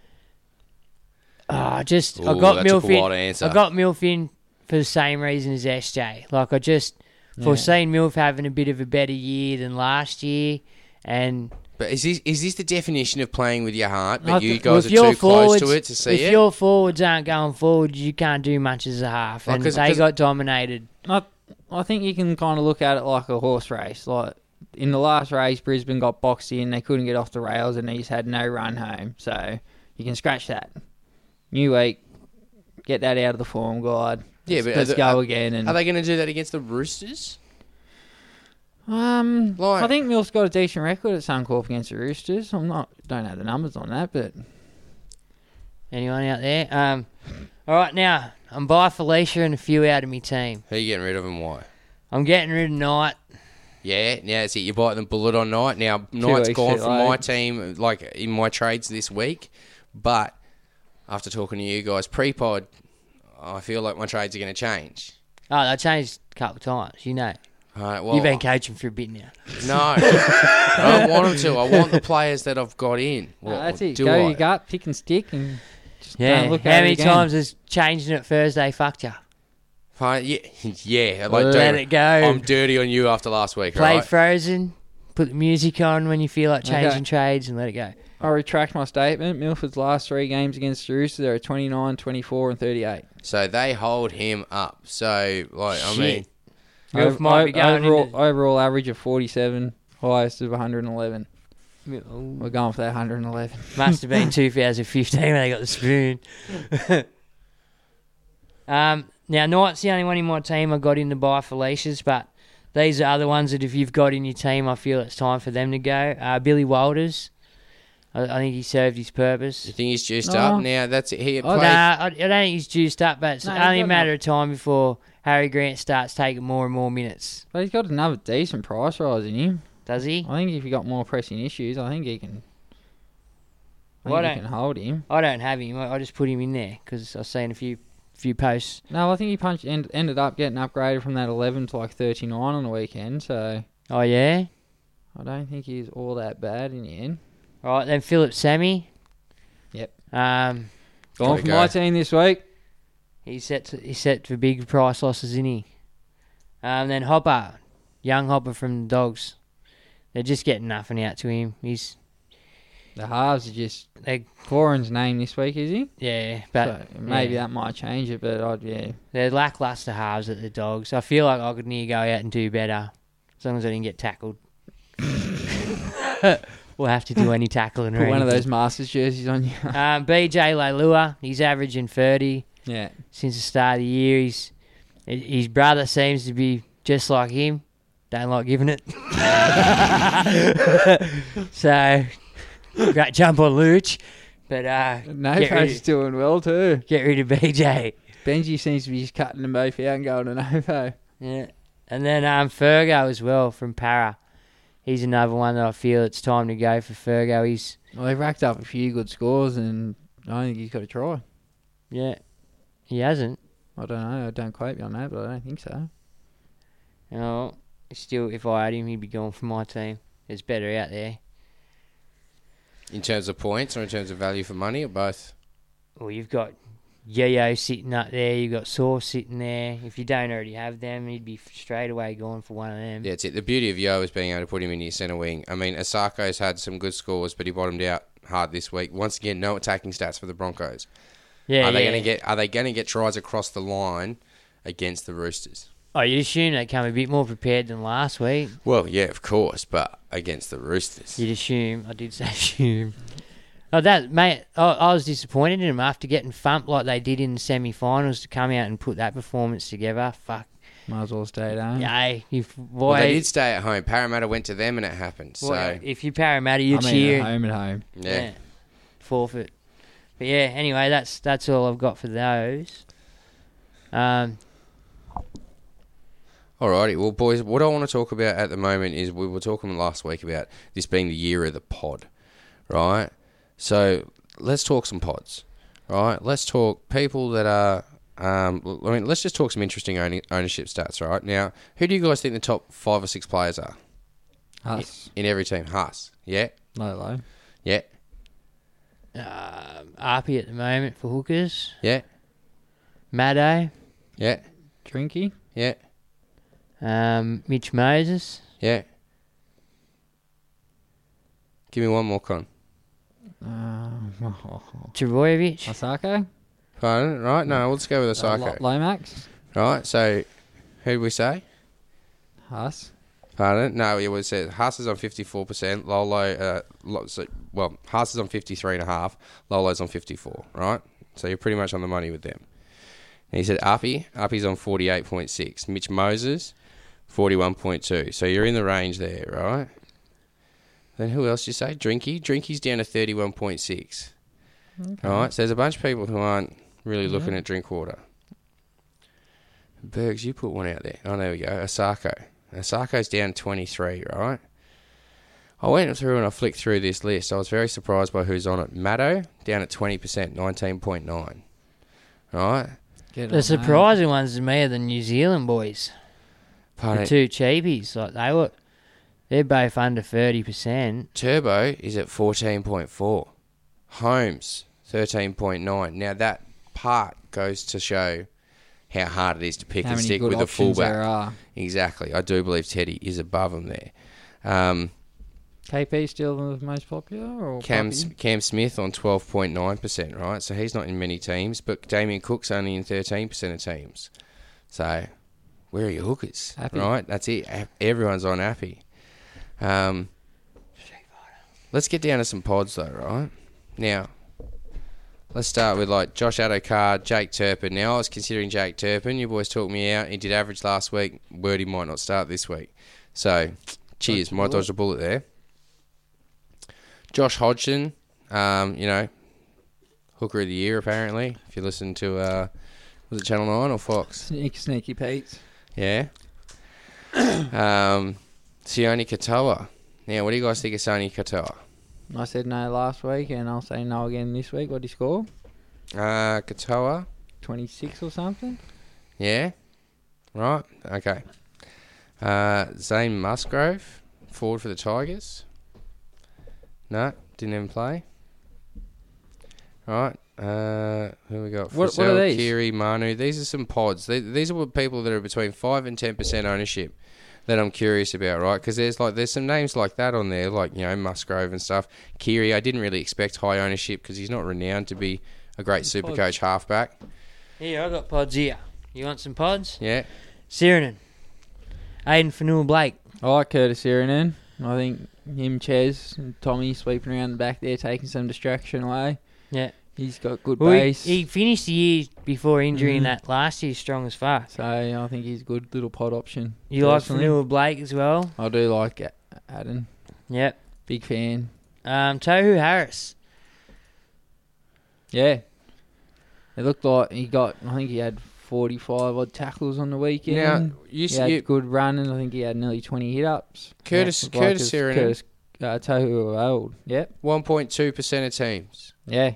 H: Ah, just I
E: Ooh,
H: got
E: that took
H: Milf
E: a
H: in.
E: while to answer.
H: I got Milf in for the same reason as SJ. Like I just
D: Yeah.
H: foreseen Milf having a bit of a better year than last year. And
E: but is this is this the definition of playing with your heart?
H: I
E: But you
H: th-
E: guys
H: if
E: are
H: your
E: too close to
H: forwards-
E: it to see
H: if
E: it.
H: your forwards aren't going forward, you can't do much as a half,
E: Oh,
H: and
E: 'cause-
H: they
E: 'cause-
H: got dominated.
D: I, I think you can kind of look at it like a horse race. Like in the last race, Brisbane got boxed in, they couldn't get off the rails, and they just had no run home. So you can scratch that. New week, get that out of the form guide.
E: Yeah,
D: let's,
E: but are
D: let's
E: the-
D: go
E: are-
D: again. And
E: Are they going to do that against the Roosters?
D: Um, I think Mills got a decent record at Suncorp against the Roosters. I'm not don't have the numbers on that, but
H: Anyone out there? Um, all right, now I'm by Felicia and a few out of my team.
E: Who are you getting rid of and why?
H: I'm getting rid of Knight.
E: Yeah, yeah, that's it. You bite the bullet on Knight. Now,
H: weeks
E: Knight's gone
H: too eh?
E: from
H: late.
E: my team, like in my trades this week. But after talking to you guys pre pod, I feel like my trades are going to change.
H: Oh, they changed a couple of times. You know,
E: Alright, well,
H: you've been coaching for a bit now.
E: No, I don't want them to. I want the players that I've got in. Well,
D: No, that's it.
E: Do
D: Go
E: I?
D: your gut, pick and stick, and just
H: Yeah.
D: don't look
H: How
D: at
H: many
D: it again.
H: times has changing it Thursday fucked you?
E: Huh? yeah, yeah. Like,
H: Let
E: don't-
H: it go.
E: I'm dirty on you after last week.
H: Play
E: alright?
H: Frozen. Put the music on when you feel like
D: Okay.
H: changing trades and let it go.
D: I retract my statement. Milford's last three games against the Roosters are 29, 24, and 38.
E: so they hold him up. So, like, I
D: Shit.
E: mean,
H: Milf
D: Ov-
H: might
D: ov-
H: be going
D: overall,
H: into-
D: overall average of 47, highest of 111. We're going for that 111.
H: Must have been 2015 when they got the spoon. um, now, Knight's the only one in my team I got in to buy Felicia's, but these are other ones that if you've got in your team, I feel it's time for them to go. Uh, Billy Walters. I, I think he served his purpose. You
E: think he's juiced
H: No. Oh,
E: up now? That's it. He
H: Nah,
E: played-
H: I, I don't think he's juiced up, but it's
D: No, he's
H: only a
D: got
H: matter of time before Harry Grant starts taking more and more minutes.
D: But he's got another decent price rise in him.
H: Does he?
D: I think if you got more pressing issues, I think he can. I
H: Why
D: think
H: don't-
D: you can hold him.
H: I don't have him. I I just put him in there because I've seen a few few posts.
D: No, I think he punched end, ended up getting upgraded from that 11 to like 39 on the weekend. So
H: Oh yeah.
D: I don't think he's all that bad in the end.
H: All right then, Philip Sammy.
D: Yep.
H: Um,
D: Gone for my team this week.
H: He's set. To, he's set for big price losses, isn't he? Um, then Hopper, young Hopper from the Dogs. They're just getting nothing out to him. He's
D: The halves are just
H: they
D: Corin's name this week, is he?
H: Yeah, but-
D: So maybe
H: yeah.
D: that might change it. But I'd yeah.
H: they're lackluster halves at the Dogs. I feel like I could near go out and do better, as long as I didn't get tackled. we'll have to do any tackling. or
D: Put one of
H: anything.
D: those Masters jerseys on you.
H: um, BJ Leilua, he's averaging 30.
D: Yeah.
H: Since the start of the year, he's his brother seems to be just like him. Don't like giving it. so great jump on Luch, but uh,
D: No
H: get rid
D: Nopo's
H: of-
D: doing well too.
H: Get rid of BJ.
D: Benji seems to be just cutting them both out and going to Nopo.
H: Yeah. And then um, Fergo as well from Para. He's another one that I feel it's time to go for Fergo. He's
D: Well, he racked up a few good scores, and I think he's got to try.
H: yeah, he hasn't.
D: I don't know. I don't quote me on that, but I don't think so.
H: Oh, still, if I had him, he'd be gone from my team. There's better out there.
E: in terms of points or in terms of value for money, or both.
H: Well, you've got Yo-Yo sitting up there. You've got Saw sitting there. If you don't already have them, he'd be straight away gone for one of them.
E: Yeah, it's it. The beauty of Yo is being able to put him in your centre wing. I mean, Asako's had some good scores, but he bottomed out hard this week. Once again, no attacking stats for the Broncos.
H: Yeah,
E: are they
H: yeah.
E: going to get? Are they going to get tries across the line against the Roosters?
H: Oh, you'd assume they come a bit more prepared than last week.
E: Well, yeah, of course, but against the Roosters,
H: you'd assume. I did say assume. Oh, that mate, I, I was disappointed in them after getting thumped like they did in the semi-finals to come out and put that performance together. Fuck.
D: Might as well stay down.
H: Yay! If why
E: Well, they did stay at home. Parramatta went to them, and it happened. So
H: Well, if you Parramatta, you
E: I mean, at
H: cheer.
E: home, at home. Yeah.
H: Forfeit. But yeah, anyway, that's that's all I've got for those. Um,
E: Alrighty, well, boys, what I want to talk about at the moment is we were talking last week about this being the year of the pod, right? So let's talk some pods, right? Let's talk people that are. Um, l- I mean, let's just talk some interesting owni- ownership stats, right? Now, who do you guys think the top five or six players are?
D: Us.
E: In every team, Haas. Yeah.
D: Lolo.
E: Yeah.
H: um, RP at the moment for hookers.
E: Yeah.
H: Maddo.
E: Yeah.
D: Drinky.
E: Yeah.
H: Um, Mitch Moses.
E: Yeah. Give me one more con.
B: Trebojevic.
D: Osako.
E: Pardon? Right? No, let's go with
D: Uh,
E: Osako.
D: Lo- Lomax.
E: Right? So, who do we say?
D: Haas.
E: Pardon? No, it was said Haas is on 54%. Lolo, uh, Lo- so, well, Haas is on 53.5. Lolo's on 54, right? So you're pretty much on the money with them. And he said Uppy. Uppy's on 48.6. Mitch Moses, 41.2. So you're in the range there, right? Then who else you say? Drinky. Drinky's down to 31.6. All right, so there's a bunch of people who aren't really looking at drink water. Bergs, you put one out there. Oh, there we go. Asako. Asako's down 23, right? I went through and I flicked through this list. I was very surprised by who's on it. Matto, down at 20%, 19.9. Right?
D: Get
B: The surprising ones to me are the New Zealand boys.
E: Pardon?
B: The two cheapies, like they were, they're both under thirty percent.
E: Turbo is at 14.4. Holmes, 13.9. Now, that part goes to show how hard it is to pick
D: How
E: and
D: many
E: stick
D: good
E: with a
D: options
E: fullback.
D: there are.
E: Exactly. I do believe Teddy is above him there. Um,
D: KP still the most popular? Or
E: Cam
D: Poppy?
E: Cam Smith on twelve point nine percent, right? So he's not in many teams, but Damien Cook's only in thirteen percent of teams. So where are your hookers?
D: Appy.
E: Right, that's it. Ap- Everyone's on Appy. Um, let's get down to some pods though, right? Now, let's start with like Josh Adokar, Jake Turpin. Now I was considering Jake Turpin. Your boys talked me out. He did average last week. Word he might not start this week. So cheers, might dodge a bullet there. Josh Hodgson, um, you know, hooker of the year apparently. If you listen to uh, was it Channel Nine or Fox?
D: Sneaky, sneaky Pete.
E: Yeah. um, Sione Katoa. Now, what do you guys think of Sione Katoa?
D: I said no last week, and I'll say no again this week. What did he score?
E: Uh, Katoa.
D: 26 or something?
E: Yeah. Right. Okay. Uh, Zane Musgrove, forward for the Tigers. No, didn't even play. Right. Uh, who we got?
D: What- what are
E: Frisell,
D: these?
E: Kiri, Manu. These are some pods. These, these are what people that are between five and ten percent ownership that I'm curious about, right? Because there's like there's some names like that on there, like you know Musgrove and stuff. Kiri, I didn't really expect high ownership because he's not renowned to be a great super coach halfback.
B: Here, I got pods here. You want some pods?
E: Yeah.
B: Sirenin, Aiden Fanua Blake.
D: I like Curtis Irinen. I think him, Ches, and Tommy sweeping around the back there, taking some distraction away.
B: Yeah.
D: He's got good
B: Well, he,
D: base.
B: he finished the year before injury in
D: Mhm.
B: that last year strong as fuck.
D: so I think he's a good little pod option.
B: You like
D: personally.
B: Fanua Blake as well?
D: I do like A- Adam.
B: Yep.
D: Big fan.
B: Um, Tohu Harris.
D: Yeah. It looked like he got, I think he had 45 odd tackles on the weekend.
E: Now, you
D: he
E: s-
D: had
E: you-
D: good running. I think he had nearly 20 hit ups.
E: Curtis-
D: Yeah, like
E: Curtis
D: his-
E: Irinen.
D: Curtis uh, Tohu Old. Yep.
E: 1.2% of teams.
D: Yeah.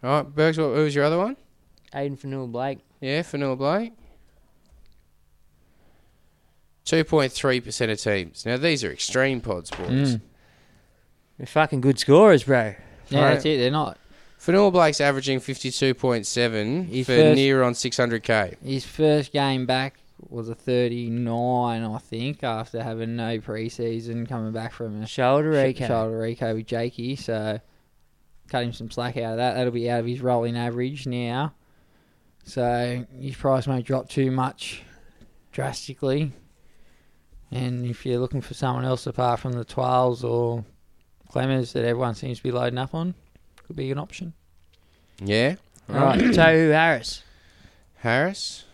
E: All right, Bergs, what, who was your other one?
B: Aiden Fanua Blake.
E: Yeah, Fanua Blake. 2.3% of teams. Now, these are extreme pods, boys.
D: Mm.
B: They're fucking good scorers, bro.
D: Yeah,
E: Right.
D: that's it. They're not.
E: Fanua Blake's averaging 52.7
D: His
E: for
D: first-
E: near on 600k.
D: His first game back was a 39, I think, after having no preseason, coming back from a sh-
B: Shoulder recap.
D: shoulder reco with Jakey. So cut him some slack out of that. That'll be out of his rolling average now. So his price may drop too much drastically. And if you're looking for someone else apart from the 12s or Clemmers that everyone seems to be loading up on, could be an option.
E: Yeah.
B: All right, Tohu Harris.
E: Harris.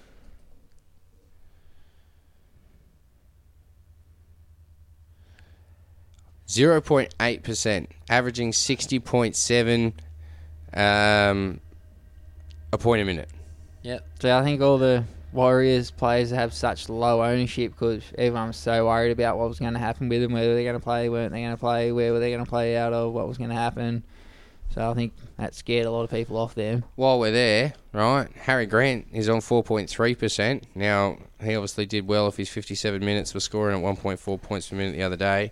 E: Zero point eight percent, averaging sixty point seven um, a point a minute.
D: Yep. So I think all the Warriors players have such low ownership because everyone was so worried about what was going to happen with them, whether they're going to play, weren't they going to play, where were they going to play out of, what was going to happen. So I think that scared a lot of people off them.
E: While we're there, right, Harry Grant is on four point three percent. Now he obviously did well if his fifty seven minutes were scoring at one point four points per minute the other day.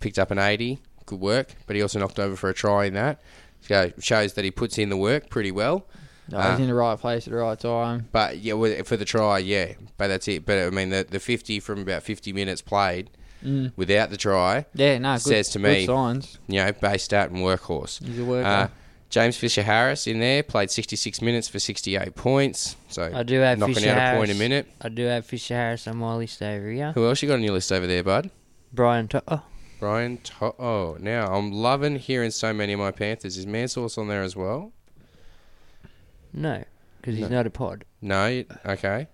E: Picked up an eighty, good work, but he also knocked over for a try in that. So shows that he puts in the work pretty well. Ah.
D: I was in the right place at the right time.
E: But yeah, with- for the try, yeah. But that's it. But I mean, the the fifty from about fifty minutes played
G: Mm.
E: without the try.
G: Yeah, no, good-
E: says to
G: good
E: me,
G: signs.
E: you know, based out and workhorse. Uh,
G: He's a worker.
E: James Fisher Harris in there played 66 minutes for 68 points. So
D: I do have
E: knocking
D: Fisher
E: out
D: Harris.
E: a point a minute.
D: I do have Fisher Harris on my list over here.
E: Who else you got on your list over there, bud?
D: Brian oh, To'o.
E: Brian To'o. Now I'm loving hearing so many of my Panthers. Is Mansauce on there as well?
D: No, because he's
E: No.
D: not a pod.
E: No. you- Okay.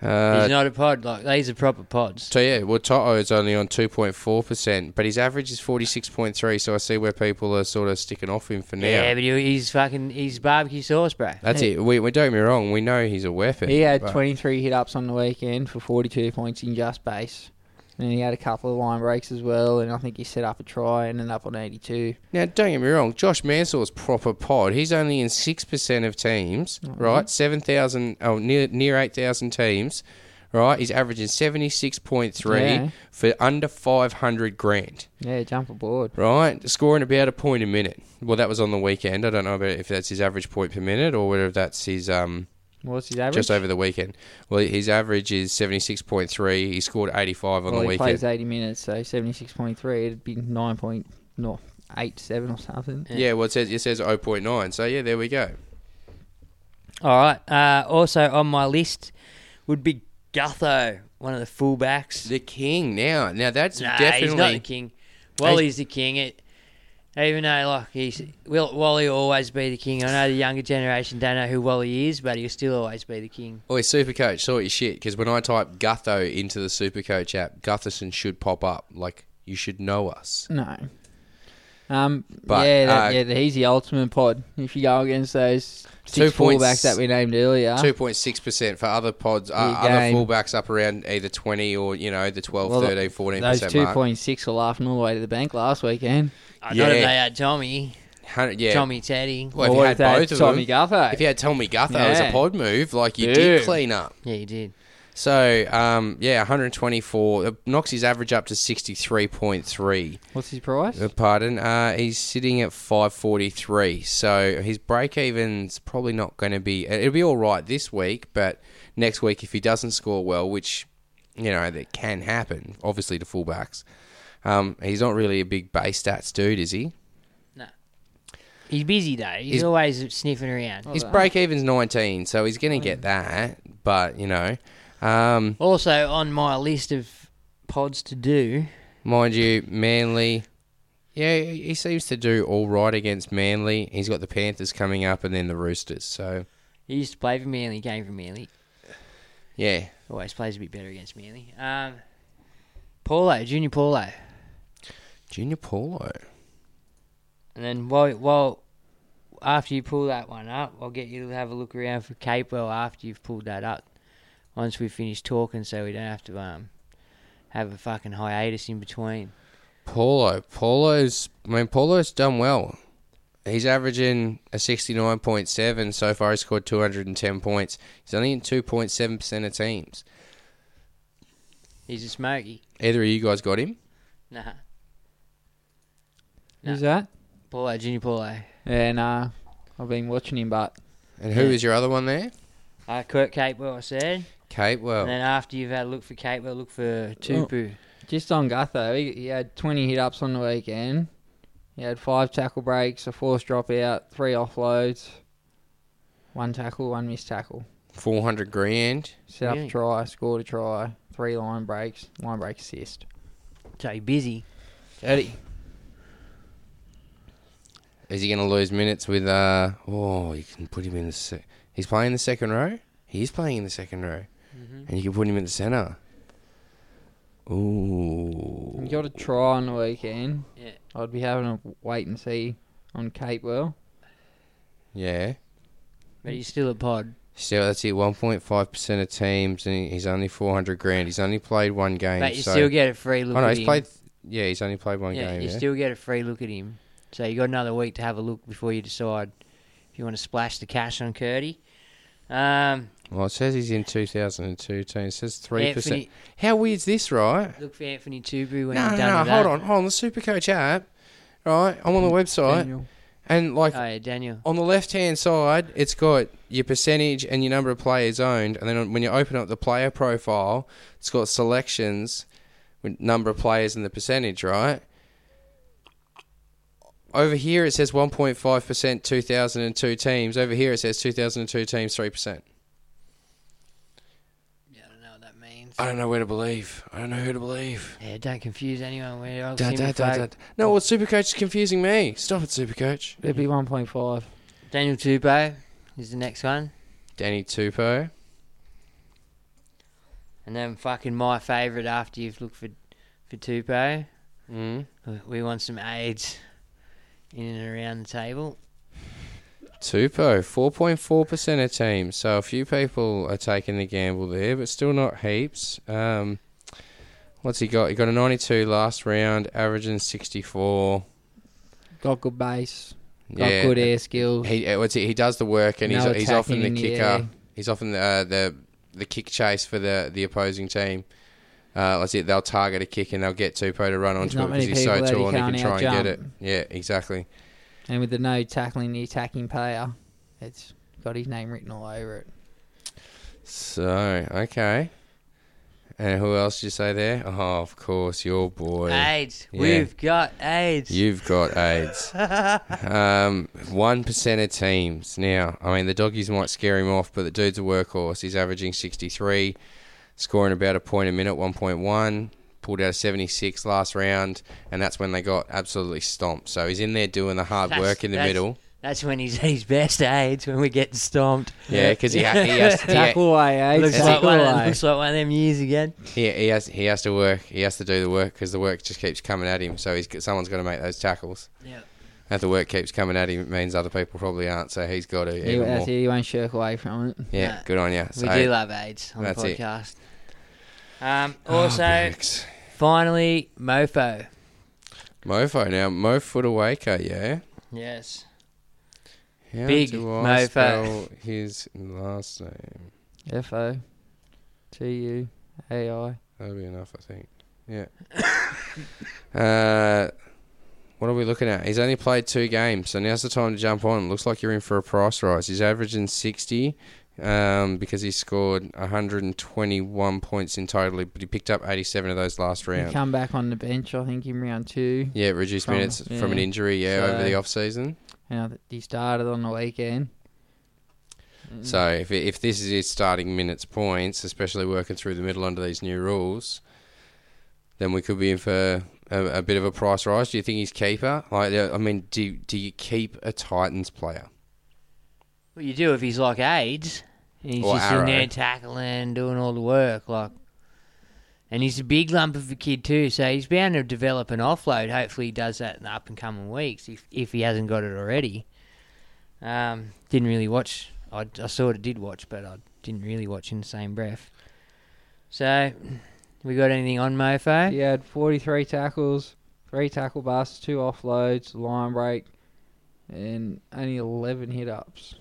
D: He's
E: Uh,
D: not a pod. Like these are proper pods.
E: so yeah, well To'o's only on 2.4 percent, but his average is 46.3. So I see where people are sort of sticking off him for now.
D: Yeah, but he- he's fucking he's barbecue sauce, bro.
E: That's it. We, we don't get me wrong. We know he's a weapon.
G: He had
E: but-
G: 23 hit ups on the weekend for 42 points in just base. And he had a couple of line breaks as well. And I think he set up a try and ended up on 82.
E: Now, don't get me wrong. Josh Mansell's proper pod. He's only in six percent of teams, right? Seven thousand, oh, near near eight thousand teams, right? He's averaging seventy six point three
G: Yeah.
E: for under five hundred grand,
G: Yeah, jump aboard.
E: right? Scoring about a point a minute. Well, that was on the weekend. I don't know about if that's his average point per minute or whether that's his um
G: What's his average?
E: just over the weekend. Well, his average is seventy six point three. He scored eighty five on
G: well,
D: Oh,
E: the
G: he
E: weekend.
G: plays 80 minutes, so 76.3. It'd be 9.87 or something.
E: Yeah, well, it says it says 0.9. So yeah, there we go.
D: All right. Uh, also on my list would be Gutho, one of the fullbacks.
E: The king now. Now that's
D: Nah,
E: definitely
D: he's not the king.
E: He's-
D: Wally's the king. It, even though like he's will Wally will always be the king. I know the younger generation don't know who Wally is, but he'll still always be the king.
E: Oi, Oh, Supercoach, sort your shit. Because when I type Gutho into the Supercoach app, Gutherson should pop up. Like you should know us.
G: No. Um,
E: But,
G: yeah, that,
E: uh,
G: yeah, he's the ultimate pod. If you go against those six fullbacks
E: 2.6
G: that we named earlier,
E: Two point six percent for other pods, uh,
G: Your
E: other
G: game.
E: fullbacks up around either twenty or you know the 12,
G: Well,
E: 13, 14
G: those
E: percent mark.
G: 2.6 were laughing all the way to the bank last weekend.
D: I yeah. they
E: Yeah.
D: had Tommy,
E: Hundred- yeah.
D: Tommy Teddy.
E: Well, if
G: Or
E: you
G: if
E: had
G: they had
E: both of
G: Tommy
E: them,
G: Gutho.
E: if you had Tommy Gutho as a
G: Yeah.
E: pod move, like you
G: Dude.
E: did clean up.
D: yeah, he did.
E: So um, yeah, 124 It knocks his average up to 63.3.
G: What's his price?
E: Uh, Pardon. Uh, he's sitting at 543. So his break even's probably not going to be. uh, It'll be all right this week, but next week if he doesn't score well, which you know that can happen, obviously to fullbacks. Um, he's not really a big base stats dude, is he?
D: He's busy though. He's,
E: He's-
D: always sniffing around.
E: His break even's 19, so he's going to get that. But you know, um,
D: Also on my list of pods to do.
E: mind you, Manly. Yeah, he seems to do all right against Manly. He's got the Panthers coming up and then the Roosters. So,
D: He used to play for Manly. He came from Manly.
E: yeah,
D: Always plays a bit better against Manly. Um, Paulo, Junior Paulo,
E: Junior Paulo.
D: and then while while after you pull that one up, I'll get you to have a look around for Capewell after you've pulled that up. Once we finish talking, so we don't have to um have a fucking hiatus in between.
E: Paulo. Paulo's. I mean, Paulo's done well. He's averaging a 69.7 so far. He scored 210 points. He's only in 2.7% of teams.
D: He's a smoky.
E: Either of you guys got him?
D: Nah,
G: Who's that?
D: Paulo, Junior Paulo.
G: Yeah, nah. I've been watching him, but
E: And who is your other one there?
D: Uh, Kurt Capewell, I said.
E: Kate Well.
D: And then after you've had a look for Capewell, look
E: Oh.
D: for Tupu.
G: just on Gutho, he, he had 20 hit ups on the weekend. He had five tackle breaks, a forced dropout, three offloads, one tackle, one missed tackle.
E: 400 grand.
G: Set up
D: Really?
G: a try, scored a try, three line breaks, line break assist.
D: So he's busy.
G: Eddie.
E: Is he going to lose minutes with. uh Oh, you can put him in the. Se- he's playing in the second row? He is playing in the second row. And you can put him in the centre. Ooh.
G: You got a try on the weekend.
D: Yeah.
G: I'd be having a wait and see on Capewell.
E: Yeah.
D: But he's still a pod.
E: Still, that's it. One point five percent of teams, and he's only four hundred grand. He's only played one game.
D: But you
E: so-
D: still get a free look
E: Oh no,
D: at
E: he's
D: him.
E: played. Yeah, he's only played one
D: yeah,
E: game.
D: you
E: yeah.
D: still get a free look at him. So you got another week to have a look before you decide if you want to splash the cash on Curdy. Um,
E: Well, it says he's in two thousand and two team. It says three percent.
D: Anthony-
E: How weird's this, right?
D: look for Anthony Tubu when
E: No,
D: you're
E: no,
D: done
E: no. Hold
D: with that. Mm,
E: on, hold on. The Supercoach app, right? I'm on the website,
G: Daniel.
E: and like
D: Oh yeah, Daniel.
E: on the left hand side, it's got your percentage and your number of players owned, and then when you open up the player profile, it's got selections, with number of players and the percentage, right? Over here it says 1.5% 2002 teams. Over here it says 2002 teams 3%. I don't know where to believe. I don't know who to believe.
D: Yeah, don't confuse anyone. We're all
E: Da,
D: human
E: da, da, da.
D: folk.
E: No, well, Supercoach is confusing me. Stop it, Supercoach.
G: It'd be 1.5.
D: Daniel Tupo is the next one.
E: Danny Tupo.
D: And then fucking my favourite after you've looked for for Tupo.
E: Mm.
D: We- We want some aids in and around the table.
E: Tupo, 4.4% of teams. So a few people are taking the gamble there, but still not heaps. Um, what's he got? He got a 92 last round, averaging 64.
G: Got good base. Got good air skills.
E: He uh, what's he, he does the work and
G: No
E: he's, he's often the
G: attacking in the
E: kicker.
G: air.
E: he's often the, uh, the the kick chase for the the opposing team. Uh, that's it. They'll target a kick and they'll get Tupo to run onto it
G: not
E: because
G: many
E: he's so
G: people that he
E: tall and he can
G: can't
E: try and get it.
G: outjump.
E: Yeah, exactly.
G: And with the no tackling the attacking player, it's got his name written all over it.
E: So okay. And who else did you say there? Oh, of course, your boy.
D: AIDS.
E: Yeah.
D: We've got AIDS.
E: You've got AIDS. um, one percent of teams now. I mean, the doggies might scare him off, but the dude's a workhorse. He's averaging sixty-three, scoring about a point a minute, one point one. Pulled out a seventy-six last round, and that's when they got absolutely stomped. So he's in there doing the hard
D: That's-
E: work in the
D: that's-
E: middle.
D: That's when he's at his best AIDS when we're getting stomped.
E: Yeah, 'cause he ha- he has to- he ha- Tackle
G: away, AIDS,
D: Looks like
G: tackle
D: one of,
G: away.
D: looks like one of them years again.
E: He, he has he has to work. He has to do the work because the work just keeps coming at him. So he's got- someone's got to make those tackles.
D: Yeah.
E: If the work keeps coming at him, it means other people probably aren't. So he's got to
G: He,
E: even
G: that's
E: more.
G: it, he won't E, shirk away from it.
E: Yeah,
D: Nah.
E: good on you.
D: We do love AIDS on the
E: that's it.
D: podcast. Um,
E: Oh,
D: also,
E: Briggs.
D: finally, Mofo.
E: Mofo now, Mofoot Awaker, yeah.
D: Yes.
E: How
D: Big
E: do I
D: mofo.
E: spell his last name?
G: F O T U A I.
E: That'll be enough, I think. Yeah. uh, what are we looking at? He's only played two games, so now's the time to jump on. Looks like you're in for a price rise. He's averaging 60 um, because he scored 121 points in total, but he picked up 87 of those last
G: He
E: round.
G: come back on the bench, I think, in round two.
E: Yeah, reduced
G: From-
E: minutes from an
G: yeah.
E: injury, yeah, over
G: So-
E: the off season.
G: You know, th- he started on the weekend.
E: So if if this is his starting minutes points, especially working through the middle under these new rules, then we could be in for a, a bit of a price rise. Do you think he's keeper? Like, I mean, do do you keep a Titans player?
D: What you do if he's like AIDS, and he's
E: Or
D: just
E: Arrow.
D: in there tackling, doing all the work, like. And he's a big lump of a kid too, so he's bound to develop an offload. Hopefully, he does that in the up and coming weeks if if he hasn't got it already. Um, didn't really watch. I, I sort of did watch, but I didn't really watch in the same breath. So, we got anything on Mofo?
G: He had 43 tackles, three tackle busts, two offloads, line break, and only 11 hit ups.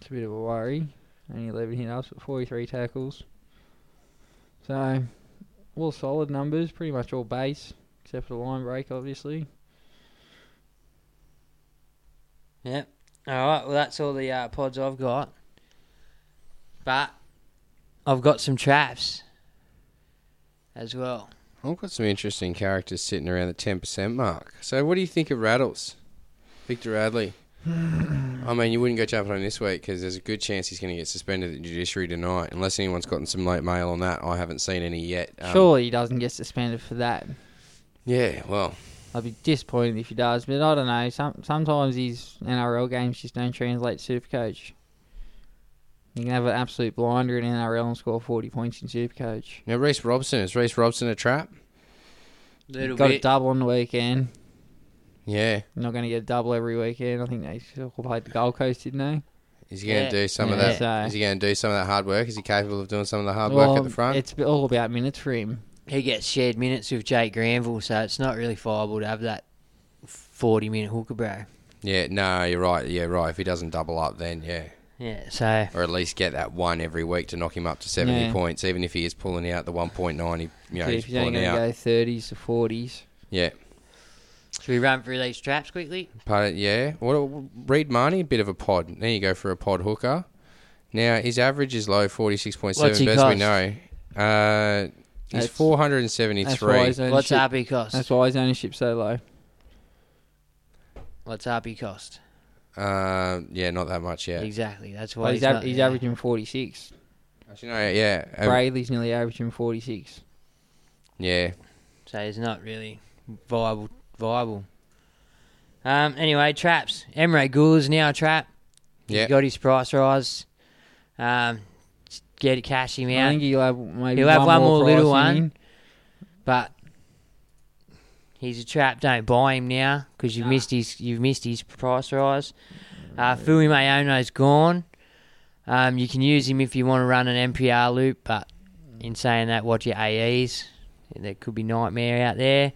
G: It's a bit of a worry. Only 11 hit ups, but 43 tackles. So, all solid numbers, pretty much all base, except for the line break, obviously.
D: Yep. All right. Well, that's all the uh, pods I've got. But I've got some traps as well.
E: I've got some interesting characters sitting around the ten percent mark. So what do you think of Rattles, Victor Radley? I mean, you wouldn't go jumping on him this week because there's a good chance he's going to get suspended at the judiciary tonight, unless anyone's gotten some late mail on that. I haven't seen any yet. Um,
G: Surely he doesn't get suspended for that.
E: Yeah. Well,
G: I'd be disappointed if he does, but I don't know. Some sometimes these NRL games just don't translate to Supercoach. You can have an absolute blinder in NRL and score forty points in Supercoach.
E: now Reese Robson is Reese Robson a trap?
D: Little
G: Got a
D: bit.
G: double on the weekend.
E: Yeah.
G: You're not going to get a double every weekend. I think they still played the Gold Coast, didn't they?
E: Is he going to
D: Yeah.
E: do some of
G: Yeah.
E: that?
G: So-
E: Is he going to do some of that hard work? Is he capable of doing some of the hard work at the front?
G: It's all about minutes for him.
D: He gets shared minutes with Jake Granville, so it's not really viable to have that forty-minute hooker, bro.
E: Yeah, no, you're right. Yeah, right. If he doesn't double up, then yeah,
D: Yeah. So
E: or at least get that one every week to knock him up to seventy
G: Yeah.
E: points, even if he is pulling out the one point nine. He, you know,
G: So
E: he's
G: if he's only
E: pulling
G: going to
E: out.
G: go thirties to forties,
E: Yeah,
D: should we run through these traps quickly?
E: Pardon, yeah. What? Reed Marnie, a bit of a pod. There you go for a pod hooker. Now his average is low, forty six point seven.
D: What's he
E: Best we
D: cost?
E: know. Uh, He's
G: That's-
E: 473.
G: that's why his
D: What's
G: ownership-
D: Arby cost?
G: That's why his ownership's so low.
D: What's Arby cost?
E: Uh, yeah, not that much yet.
D: Exactly. That's why
G: Well, he's,
D: he's,
G: av-
D: not
G: he's
D: there.
G: averaging 46.
E: Actually, no, yeah, um,
G: Brayley's nearly averaging 46.
E: yeah.
D: So he's not really viable. Viable. Um. Anyway, traps. Emre Gula's now a trap.
E: Yeah.
D: He's got his price rise. Um. Get cash him
G: I
D: out.
G: think he'll have maybe
D: He'll have one more
G: pricing
D: little one,
G: in.
D: but he's a trap. Don't buy him now because you've missed his you've missed his price rise. Uh, Fumi Mayono's gone. Um, you can use him if you want to run an MPR loop, but in saying that, watch your AEs. There could be nightmare out there.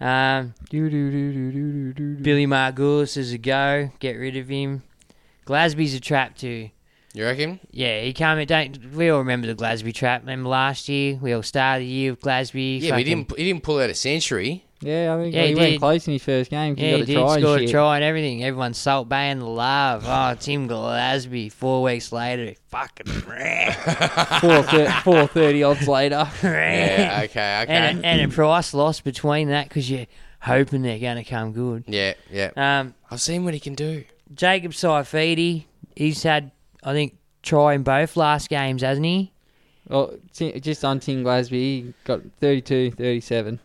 D: Um, Mm. Billy Margulis is a go. Get rid of him. Glasby's a trap too.
E: You reckon?
D: Yeah, he came. in- Don't we all remember the Glasby trap? Remember last year? We all started the year with Glasby.
E: Yeah, but he
D: fucking-
E: didn't. He didn't pull out a century.
G: Yeah, I think
D: Yeah,
G: well, he,
D: he
G: went
D: did.
G: close in his first game. 'cause
D: Yeah, he
G: he
D: did.
G: got a try
D: Scored
G: and
D: a
G: shit.
D: try and everything. Everyone salt bay and love. Oh, Tim Glasby. Four weeks later, fucking.
G: Four thir- 430 odds later.
E: Yeah, okay, okay.
D: And a, and a price loss between that because you're hoping they're going to come good.
E: Yeah, yeah.
D: Um,
E: I've seen what he can do.
D: Jacob Saifidi, he's had I think try in both last games, hasn't he?
G: Well, Ti- just on Tim Glasby, he got 32, 37.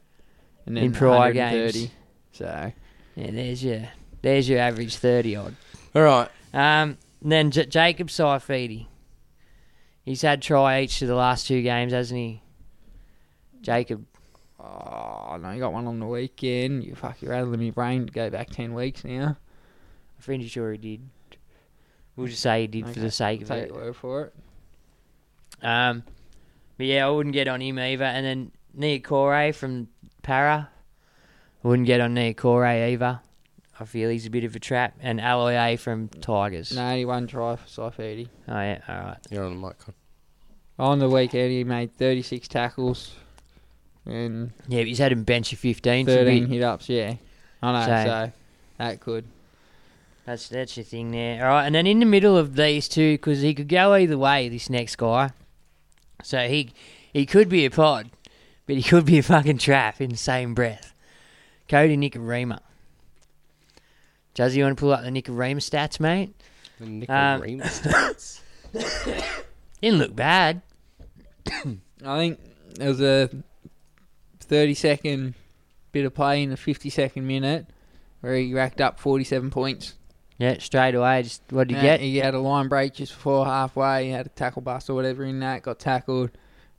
G: And then
D: in prior
G: 130.
D: games.
G: So
D: yeah, there's your there's your average thirty odd.
E: All right.
D: Um, and then J- Jacob Saifidi. He's had try each of the last two games, hasn't he? Jacob.
G: Oh, no, you got one on the weekend. You fuck, you're rattling my brain to go back 10 weeks now.
D: I'm pretty sure he did. We'll just say he did for
G: Okay,
D: the sake of
G: Take
D: it.
G: your word for it.
D: Um, but yeah, I wouldn't get on him either. And then Nia Corey from Para. I wouldn't get on Nia Corey either. I feel he's a bit of a trap. And Aloy A from Tigers.
G: No, he won try for Saifidi.
D: Oh, yeah, all right.
E: You're on the mic. Con.
G: On the weekend, he made 36 tackles and
D: Yeah, but he's had him bench of 15 for a
G: 13
D: bit.
G: hit ups, yeah. I know,
D: So-
G: so, that could.
D: That's that's your thing there. All right, and then in the middle of these two, because he could go either way. This next guy, so he he could be a pod, but he could be a fucking trap in the same breath. Cody Nicarima. Does he want to pull up the Nicarima stats, mate? Um, Didn't look bad.
G: I think there was a 30 second bit of play in the 50 second minute where he racked up 47 points.
D: Yeah, straight away. Just what did he
G: Uh,
D: get?
G: He had a line break just before halfway. He had a tackle bust or whatever in that, got tackled.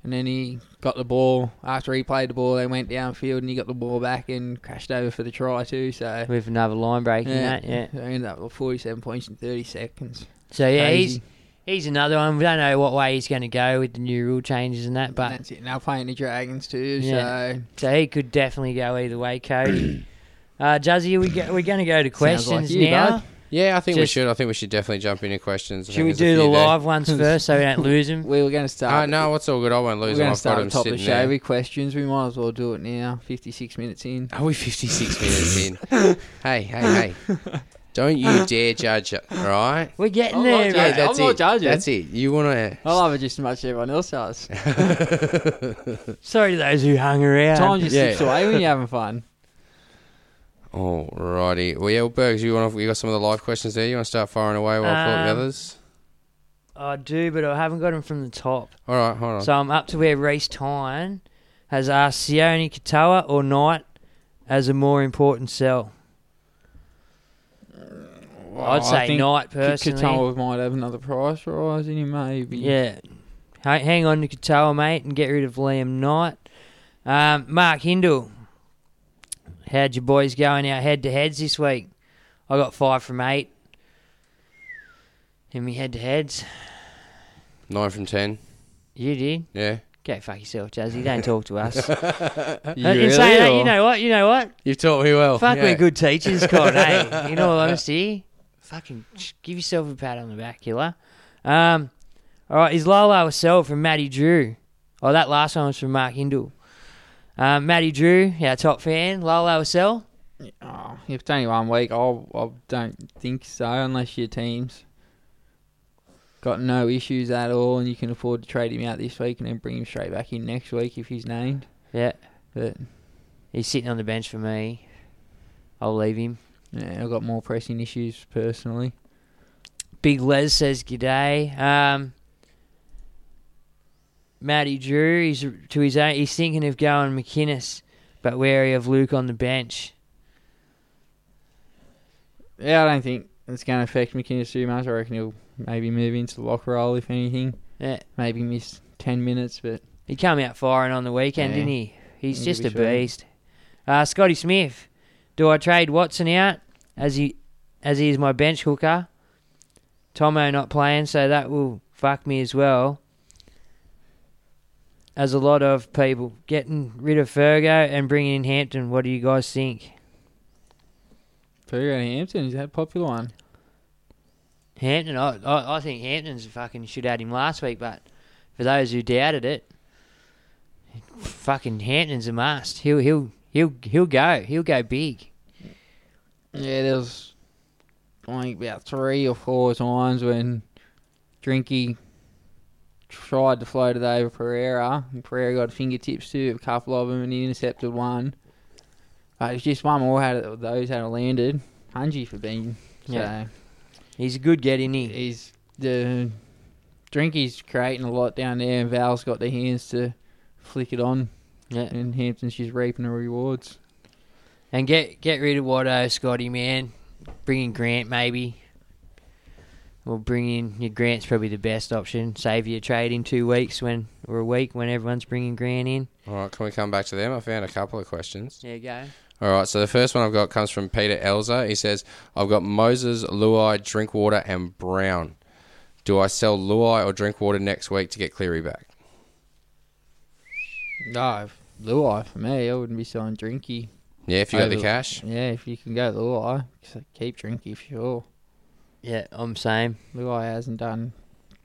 G: And then he got the ball. After he played the ball, they went downfield and he got the ball back and crashed over for the try too. So
D: With another line break in that. Yeah.
G: They ended up with 47 points in 30 seconds.
D: So yeah,
G: Crazy.
D: he's he's another one. We don't know what way he's going to go with the new rule changes and that, but
G: And that's it. Now playing the Dragons too.
D: Yeah.
G: So
D: So he could definitely go either way, Cody. uh, Juzzy, we go, we're going to go to questions
G: Sounds like you,
D: now.
G: bud.
E: Yeah, I think
D: Just-
E: we should. I think we should definitely jump into questions. I
D: Should
E: think
D: we
E: there's a
D: do the
E: few there.
D: live ones first so we don't lose them?
G: we were going to
E: Uh,
G: start.
E: no, what's all good? I won't
G: we're
E: lose them.
G: going to
E: I've got
G: start at
E: them
G: the top of the
E: sitting
G: show
E: there.
G: with questions. We might as well do it now. 56 minutes in.
E: Are we 56 minutes in? hey, hey, hey. Don't you dare judge it, all right?
D: We're getting
G: I'm not
D: there.
G: judging.
D: mate.
E: that's
G: I'm not
E: it.
G: judging.
E: That's it. You want to.
G: I love it just as much as everyone else does.
D: Sorry to those who hung around.
G: Time just
E: Yeah.
G: slips away when you're having fun.
E: Alrighty. Well, yeah, well, Bergs, you want to, you got some of the live questions there. You want to start firing away while I pull up the
D: Um,
E: others?
D: I do, but I haven't got them from the top.
E: All right, hold on.
D: So I'm up to where Reese Tyne has asked Sione Katoa or Knight as a more important sell. I'd say Knight personally.
G: Katoa might have another price rise in him, maybe.
D: Yeah. Ha- Hang on to Katoa, mate, and get rid of Liam Knight. Um, Mark Hindle, how'd your boys go in our head to heads this week? I got five from eight. And we head to heads.
E: Nine from ten.
D: You did.
E: Yeah.
D: Go fuck yourself, Jazzy. Don't talk to us. Uh,
G: uh, you
D: in saying that, you know what? You know what?
E: You've taught me well.
D: Fuck,
E: Oh, yeah.
D: we're good teachers, Con, hey. In all honesty, fucking sh- give yourself a pat on the back, killer. Um, all right, is Lolo a sell from Matty Drew? Oh, that last one was from Mark Hindle. Um, Matty Drew, our top fan. Lolo a sell?
G: Oh, if it's only one week, I'll, I don't think so, unless your team's. got no issues at all, and you can afford to trade him out this week and then bring him straight back in next week if he's named.
D: Yeah.
G: But
D: he's sitting on the bench for me. I'll leave him.
G: Yeah, I've got more pressing issues personally.
D: Big Les says g'day. Um, Matty Drew, he's to his own, he's thinking of going McInnes, but wary of Luke on the bench.
G: Yeah, I don't think it's going to affect McInnes too much. I reckon he'll maybe move into the locker role if anything.
D: Yeah.
G: Maybe miss ten minutes, but
D: he came out firing on the weekend,
G: Yeah.
D: didn't he? He's
G: He'll
D: just
G: be
D: a
G: sure.
D: beast. Uh, Scotty Smith, do I trade Watson out as he as he is my bench hooker? Tomo not playing, so that will fuck me as well. As a lot of people getting rid of Fergo and bringing in Hampton, what do you guys think?
G: Fergo and Hampton is that a popular one?
D: Hampton, I, I, I think Hampton's fucking should had him last week, but for those who doubted it, fucking Hampton's a must. He'll he'll he'll he'll go. He'll go big.
G: Yeah, there was I think about three or four times when Drinky tried to float it over Pereira, and Pereira got fingertips to a couple of them, and he intercepted one. But it was just one more had it, those had it landed. Hungy for being so.
D: Yeah. He's a good get, isn't he?
G: He's the Drinky's creating a lot down there, and Val's got the hands to flick it on.
D: Yeah.
G: and Hampton's just reaping the rewards.
D: And get get rid of Watto, Scotty man. Bring in Grant maybe. Or bring in your Grant's probably the best option. Save your trade in two weeks when or a week when everyone's bringing Grant in.
E: All right, can we come back to them? I found a couple of questions.
D: There you go.
E: All right, so the first one I've got comes from Peter Elzer. He says, I've got Moses, Luai, Drinkwater, and Brown. Do I sell Luai or Drinkwater next week to get Cleary back?
G: No, Luai for me. I wouldn't be selling Drinky.
E: Yeah, if you got the
G: Over-
E: cash.
G: Yeah, if you can go Luai, so keep Drinky for sure.
D: Yeah, I'm same.
G: Luai hasn't done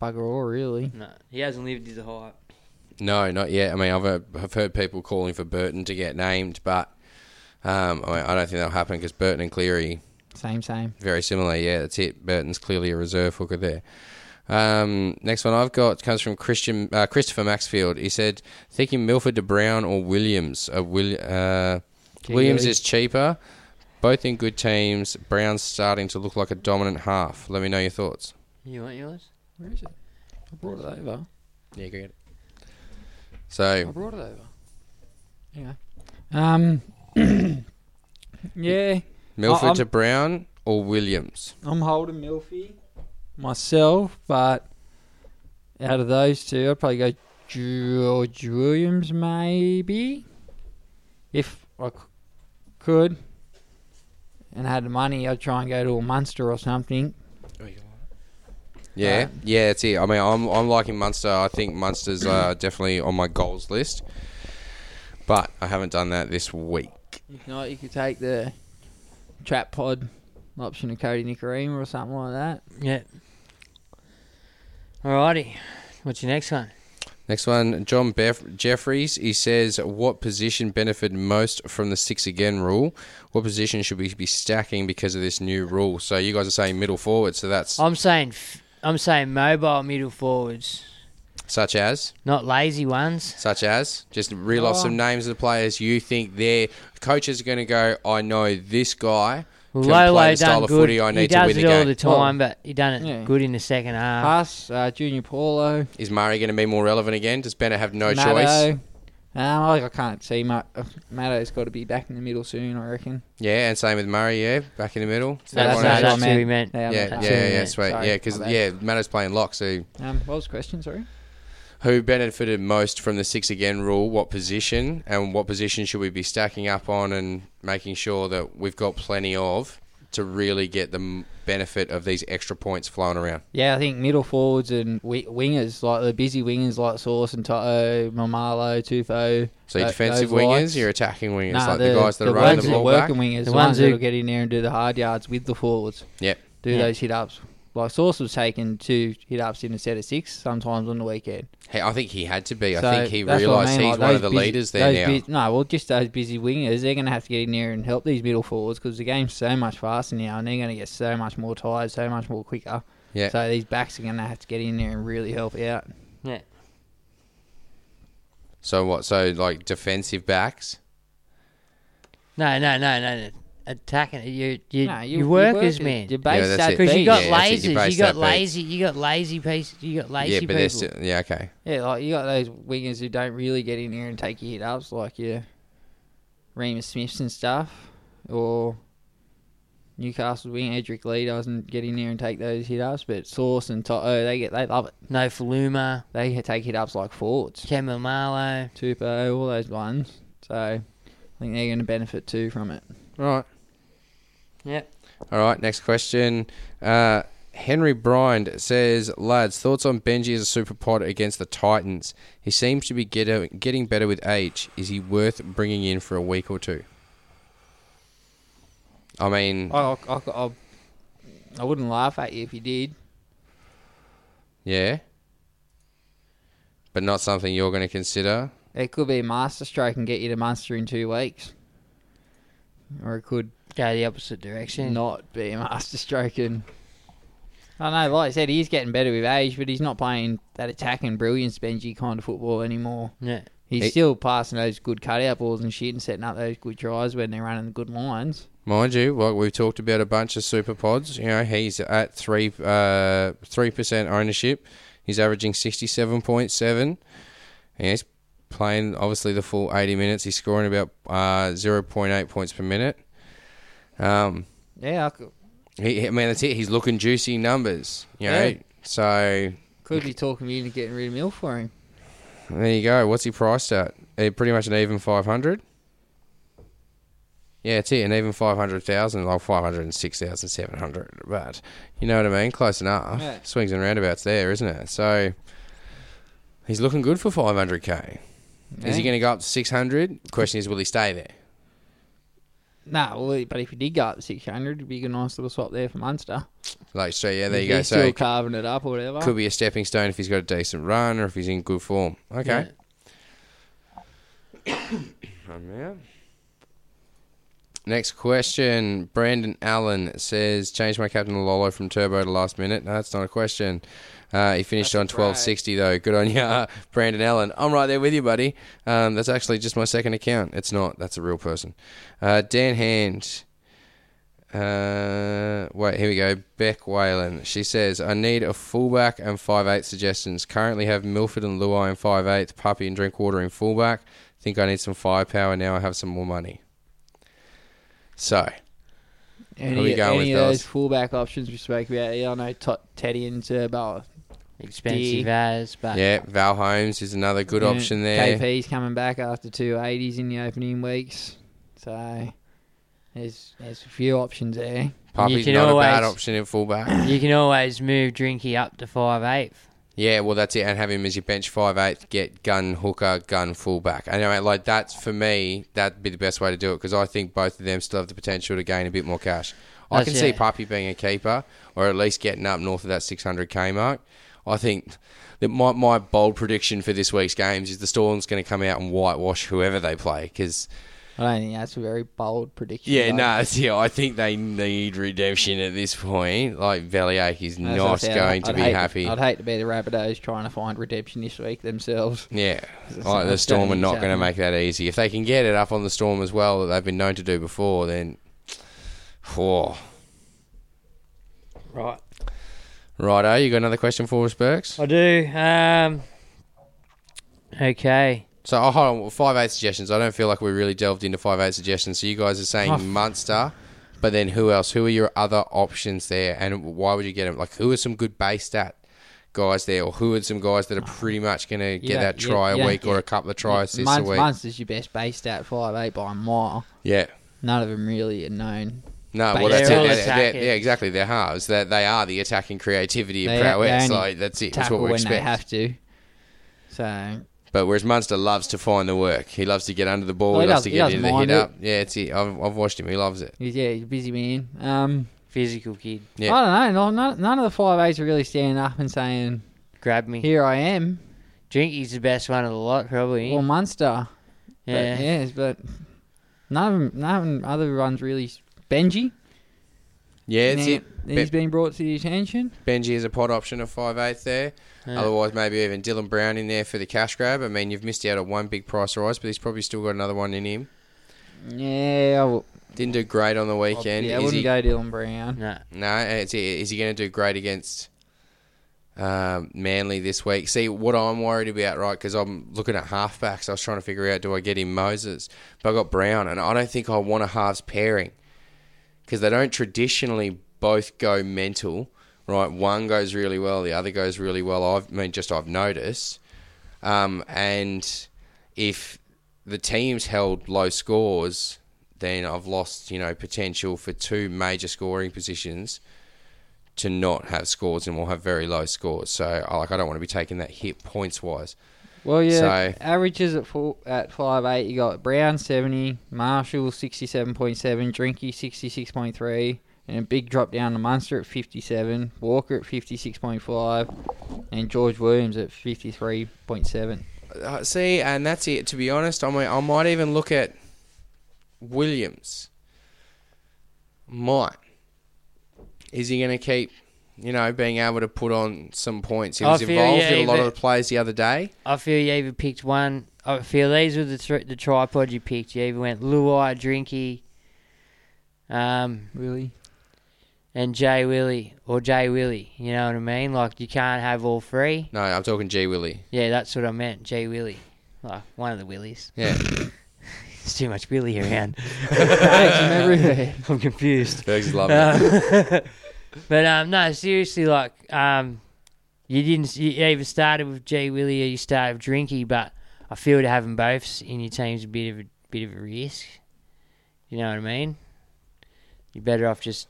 G: bugger all really.
D: No, he hasn't lived his hype.
E: No, not yet. I mean, I've heard, I've heard people calling for Burton to get named, but um, I, mean, I don't think that'll happen because Burton and Cleary
G: Same, same.
E: Very similar, yeah, that's it. Burton's clearly a reserve hooker there. Um, next one I've got comes from Christian uh, Christopher Maxfield. He said, thinking Milford to Brown or Williams. Uh, Will, uh,
G: Kiwi.
E: Williams is cheaper. Both in good teams. Brown's starting to look like a dominant half. Let me know your thoughts.
D: You want yours?
G: Where is it? I brought it over.
E: Yeah, go get it.
G: I
E: So,
G: brought it over. Yeah. Um. yeah.
E: Milford
G: I'm-
E: to Brown or Williams?
G: I'm holding Milfy myself, but out of those two, I'd probably go George Williams, maybe, if I c- could, and had the money. I'd try and go to a Munster or something.
E: Yeah, yeah, that's it. I mean, I'm I'm liking Munster. I think Munster's uh, definitely on my goals list, but I haven't done that this week.
G: If not, you could take the trap pod option of Cody Nicarima or something like that.
D: Yeah. Alrighty. What's your next one?
E: Next one, John Bef- Jeffries. He says, "What position benefited most from the six again rule? What position should we be stacking because of this new rule?" So you guys are saying middle forward. So that's
D: I'm saying f- I'm saying mobile middle forwards,
E: such as
D: not lazy ones.
E: such as just reel off
D: Oh.
E: some names of the players you think their coaches are going to go. I know this guy. Can play
D: Lolo
E: the style
D: done
E: of
D: good.
E: footy I
D: he
E: need to
D: does
E: win
D: it
E: the
D: all
E: game.
D: the time, but he done it
G: Yeah.
D: good in the second
E: Ah.
D: half.
G: Us, uh, Junior Paulo,
E: Is Murray going to be more relevant again? Does Bennett have no
G: Maddo.
E: choice?
G: Um, I, I can't see. Ma- Maddo's got to be back in the middle soon, I reckon.
E: Yeah, and same with Murray. Yeah, back in the middle. Is that
D: That's
E: what
D: not-
E: I
D: that's
E: meant?
D: who we meant.
G: Yeah,
E: yeah, yeah,
G: that's
E: yeah,
G: who we
E: yeah,
G: meant.
E: sweet.
G: Sorry,
E: yeah, because
G: my bad.
E: yeah, Maddo's playing lock. So
G: Um, what was the question? Sorry.
E: who benefited most from the six again rule? What position and what position should we be stacking up on and making sure that we've got plenty of to really get the m- benefit of these extra points flowing around?
G: Yeah, I think middle forwards and wi- wingers, like the busy wingers like Sauce and Toto, Mamalo, Tufo.
E: So your
G: tho-
E: defensive
G: those
E: wingers,
G: lights.
E: your attacking wingers,
G: Nah,
E: like the, guys that are running
G: ones
E: the
G: that
E: ball back.
G: working wingers, the,
D: ones
G: ones,
D: who-
G: that'll get in there and do the hard yards with the forwards,
E: Yep.
G: do
D: Yeah.
G: those hit ups. Like Sauce was taking two hit ups in a set of six sometimes on the weekend.
E: Hey, I think he had to be. I
G: So
E: think he
G: that's what I
E: realised
G: mean,
E: he's
G: like,
E: one
G: those
E: of the
G: busy-
E: leaders there
G: those
E: now.
G: bu- no, well, just those busy wingers, they're going to have to get in there and help these middle forwards because the game's so much faster now, and they're going to get so much more tired, so much more quicker.
E: Yeah.
G: So these backs are going to have to get in there and really help out.
D: Yeah.
E: So what? So like defensive backs.
D: No, no, no, no. no. Attacking you, you,
G: No, you-
D: you,
G: you
D: workers,
G: workers,
D: man.
G: you base Yeah, that's that it.
D: because you
G: beat.
D: got
G: Yeah, that's it,
D: lazy,
G: you
D: lasers,
G: base
D: you got
G: that beat.
D: lazy, you got lazy pieces, you got lazy
E: yeah, but they're
D: people.
E: still, yeah, okay.
G: Yeah, like you got those wingers who don't really get in there and take your hit ups, like your Remus Smiths and stuff, or Newcastle wing Edric Lee doesn't get in there and take those hit ups, but Source and Toto they get they love it.
D: No Faluma,
G: They take hit ups like forwards,
D: Kemba Marlow.
G: Tupo, all those ones. So I think they're going to benefit too from it.
D: Right. Yep.
E: All right, next question. Uh, Henry Brind says, lads, thoughts on Benji as a super pod against the Titans? He seems to be get, getting better with age. Is he worth bringing in for a week or two? I mean,
G: I I, I, I, I wouldn't laugh at you if you did.
E: yeah, but not something you're going to consider.
G: It could be a master stroke and get you to Munster in two weeks, or it could
D: Go the opposite direction.
G: not be a master stroke and I know, like I said, he's getting better with age, but he's not playing that attacking brilliance Benji kind of football anymore.
D: Yeah.
G: He's
E: He-
G: still passing those good cutout balls and shit and setting up those good tries when they're running the good lines.
E: Mind you, like we've talked about a bunch of super pods, you know, he's at three uh three percent ownership. He's averaging sixty seven point seven. And he's playing obviously the full eighty minutes. He's scoring about uh zero point eight points per minute. Um
G: Yeah, I could,
E: he, he- I mean that's it. He's looking juicy numbers. You know?
G: Yeah.
E: So
G: could be talking me into getting rid of Mill for him.
E: there you go. What's he priced at? Eh, pretty much an even five hundred. Yeah, it's it, an even five hundred thousand, like five hundred and six thousand seven hundred. But you know what I mean? Close enough.
G: Yeah.
E: Swings and roundabouts there, isn't it? So he's looking good for five hundred k. Is he
G: Yeah.
E: going to go up to six hundred? Question is, will he stay there?
G: Nah, well, he- but if he did go up to 600, it'd be a nice little swap there for Munster.
E: Like so, yeah, there
G: If
E: you go.
G: He's
E: So
G: still
E: he
G: carving it up or whatever.
E: could be a stepping stone if he's got a decent run or if he's in good form. Okay. I'm out. Next question. Brandon Allen says, changed my captain to Lolo from Turbo to last minute. No, that's not a question. Uh, he finished on 1260, though. Good on you, Brandon Allen. I'm right there with you, buddy. Um, that's actually just my second account. It's not. That's a real person. Uh, Dan Hand. Uh, wait, here we go. Beck Whalen. She says, I need a fullback and five eight suggestions. Currently have Milford and Luai in five eight, Puppy and Drinkwater in fullback. Think I need some firepower now. I have some more money. So,
G: any
E: Who are you going
G: any
E: with,
G: of
E: fellas?
G: those fullback options we spoke about, yeah, I know Tot, Teddy and Turbo.
D: Expensive
G: Dear.
D: as, but
E: yeah, Val Holmes is another good
G: Yeah,
E: option there.
G: KP's coming back after two eighties in the opening weeks, so there's there's a few options there.
E: Puppy's
D: You can
E: not a bad
D: always-
E: option in fullback.
D: you can always move Drinky up to five eighth.
E: yeah, well, that's it. And have him as your bench five eight. Get gun hooker, gun fullback. Anyway, like that's for me, that'd be the best way to do it because I think both of them still have the potential to gain a bit more cash. I
D: That's
E: can see
D: it.
E: Puppy being a keeper or at least getting up north of that 600k mark. I think that my, my bold prediction for this week's games is the Storm's going to come out and whitewash whoever they play because
G: I don't think that's a very bold prediction.
E: Yeah,
G: though.
E: no, it's- yeah, I think they need redemption at this point. Like Valiak is
G: As I
E: not
G: said,
E: going to
G: I'd
E: be
G: hate-
E: happy.
G: I'd hate to be the Rabbitohs trying to find redemption this week themselves.
E: yeah,
G: That's
E: like
G: not
E: the Storm are
G: gonna
E: not going to
G: happen.
E: make that easy. If they can get it up on the Storm as well, that they've been known to do before, then, whoa.
D: Right.
E: Righto, eh, you got another question for us, Burks?
D: I do. Um. Okay.
E: So, oh, hold on, five eight suggestions. I don't feel like we really delved into five eight suggestions. So you guys are
G: Oh.
E: saying Munster, but then who else? Who are your other options there, and why would you get them? Like, who are some good base stat guys there, or who are some guys that are pretty much going to get
G: Oh. Yeah,
E: that
G: yeah,
E: try
G: yeah,
E: a week or
G: yeah.
E: a couple of try assists
G: Munst-
E: a week?
G: Munster's your best base stat five eight by a mile.
E: Yeah.
G: None of them really are known.
E: No,
G: Base
E: well, that's it.
D: They're all
E: They're, they're-
D: attackers.
E: yeah, exactly. They're halves. They're, they are the attacking creativity of
G: They-
E: prowess.
G: they only
E: Like, that's it. That's
G: Tackle
E: what we
G: when they
E: expect.
G: have to. So
E: But whereas Munster loves to find the work, he loves to get under the ball.
G: Well,
E: he,
G: he
E: loves
G: does-
E: to
G: he
E: get
G: doesn't
E: in the hit
G: mind it.
E: up. Yeah, it's it. I've, I've watched him. He loves it.
G: he's yeah, he's a busy man. Um,
D: Physical kid.
E: Yeah.
G: I don't know. None, none of the five eights are really standing up and saying,
D: Grab me.
G: "Here I am."
D: Drinky's the best one of the lot, probably.
G: Well, Munster.
D: yeah.
G: But, yes, but none of them, none of them other ones really. Benji.
E: Yeah, it's
G: Nah.
E: it.
G: He's been brought to the attention.
E: Benji is a pod option of 5'8 there.
G: Yeah.
E: Otherwise, maybe even Dylan Brown in there for the cash grab. I mean, you've missed out on one big price rise, but he's probably still got another one in him.
G: Yeah, I will.
E: Didn't do great on the weekend.
G: yeah, I
E: Is
G: wouldn't
E: he-
G: go Dylan Brown.
D: No.
E: No, is he, is he going to do great against um, Manly this week? See, what I'm worried about, right, because I'm looking at halfbacks. I was trying to figure out, do I get him Moses? But I got Brown, and I don't think I want a halves pairing because they don't traditionally both go mental, right? One goes really well, the other goes really well. I've, I mean, just I've noticed. Um, and if the team's held low scores, then I've lost, you know, potential for two major scoring positions to not have scores and we'll have very low scores. So, I- like, I don't want to be taking that hit points wise.
G: Well, yeah,
E: So-
G: averages at four, at five eight. You got Brown seventy, Marshall sixty seven point seven, Drinky sixty six point three, and a big drop down to Munster at fifty seven, Walker at fifty six point five, and George Williams at fifty three point seven.
E: Uh, see, and that's it. To be honest, I might, I might even look at Williams. Might. Is he going to keep, you know, being able to put on some points? He
D: I
E: was
D: feel,
E: involved
D: yeah,
E: in a lot
D: but-
E: of the plays the other day.
D: I feel you either picked one. I feel these were the thr the tripod you picked. You either went Luai, Drinky, um,
G: Willie,
D: and Jay Willie or Jay Willie. You know what I mean? Like you can't have all three.
E: No, I'm talking G Willie.
D: Yeah, that's what I meant. Jay Willie, like one of the Willies.
E: Yeah.
D: It's too much Willie around.
G: everywhere.
D: I'm confused.
E: Bergs is loving it.
D: Um, but um, no, seriously, like um, you didn't. You either started with G Willie or you started with Drinky, but I feel to have them both in your team's a bit of a bit of a risk. You know what I mean? You're better off just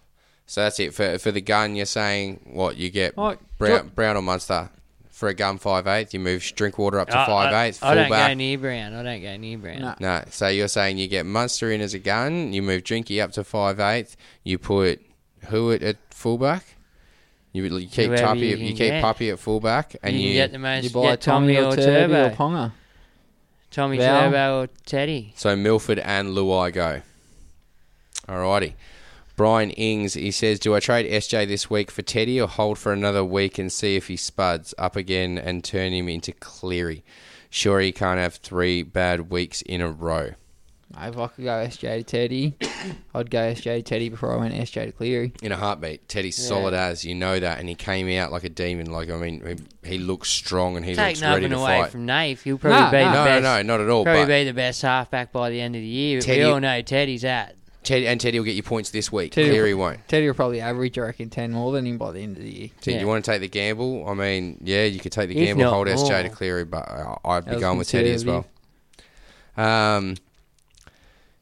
E: So that's it for for the gun. You're saying what you get
D: Like,
E: Brown, Brown or Munster for a gun five eighth. You move Drinkwater up to
D: I-
E: five
D: Uh, I,
E: eighth.
D: I don't go
E: Fullback.
D: near Brown. I don't go near Brown.
E: No, so you're saying you get Munster in as a gun, you move Drinky up to five eighth, you put Hewitt at fullback, you, you keep
D: Whoever
E: Tuppy,
D: you
E: you,
D: can
E: keep
D: get.
E: Puppy at fullback, and
D: You
E: you,
D: can get the most.
G: you
D: buy
G: buy
D: get
G: Tommy,
D: Tommy,
G: or
D: or
G: Turvey
D: Turbo.
G: or Ponga.
D: Tommy
G: Val.
D: Turbo or Teddy.
E: So Milford and Luai go. Alrighty. Brian Ings, he says, Do I trade SJ this week for Teddy or hold for another week and see if he spuds up again and turn him into Cleary? Sure, he can't have three bad weeks in a row.
G: If I could go SJ to Teddy, I'd go SJ to Teddy before I went SJ to Cleary.
E: in a heartbeat. Teddy's solid as you know that, and he came out like a demon. Like I mean, he, he looks strong and he
D: Take
E: looks ready
D: nothing
E: to
D: away
E: fight.
D: from Nave. He'll probably be the
E: no,
D: best.
E: no, not at all.
D: Probably
E: But
D: be the best halfback by the end of the year. But
E: Teddy-
D: we all know Teddy's at.
E: Teddy and Teddy will get you points this week.
G: Teddy-
E: Cleary won't.
G: Teddy will probably average, I reckon, 10 more than him by the end of the year.
E: So
G: Yeah.
E: you want to take the gamble? I mean, yeah, you could take the
G: If
E: gamble,
G: not
E: hold SJ to
G: more.
E: Cleary, but I, I'd be
G: That was
E: going with Teddy as well. Um,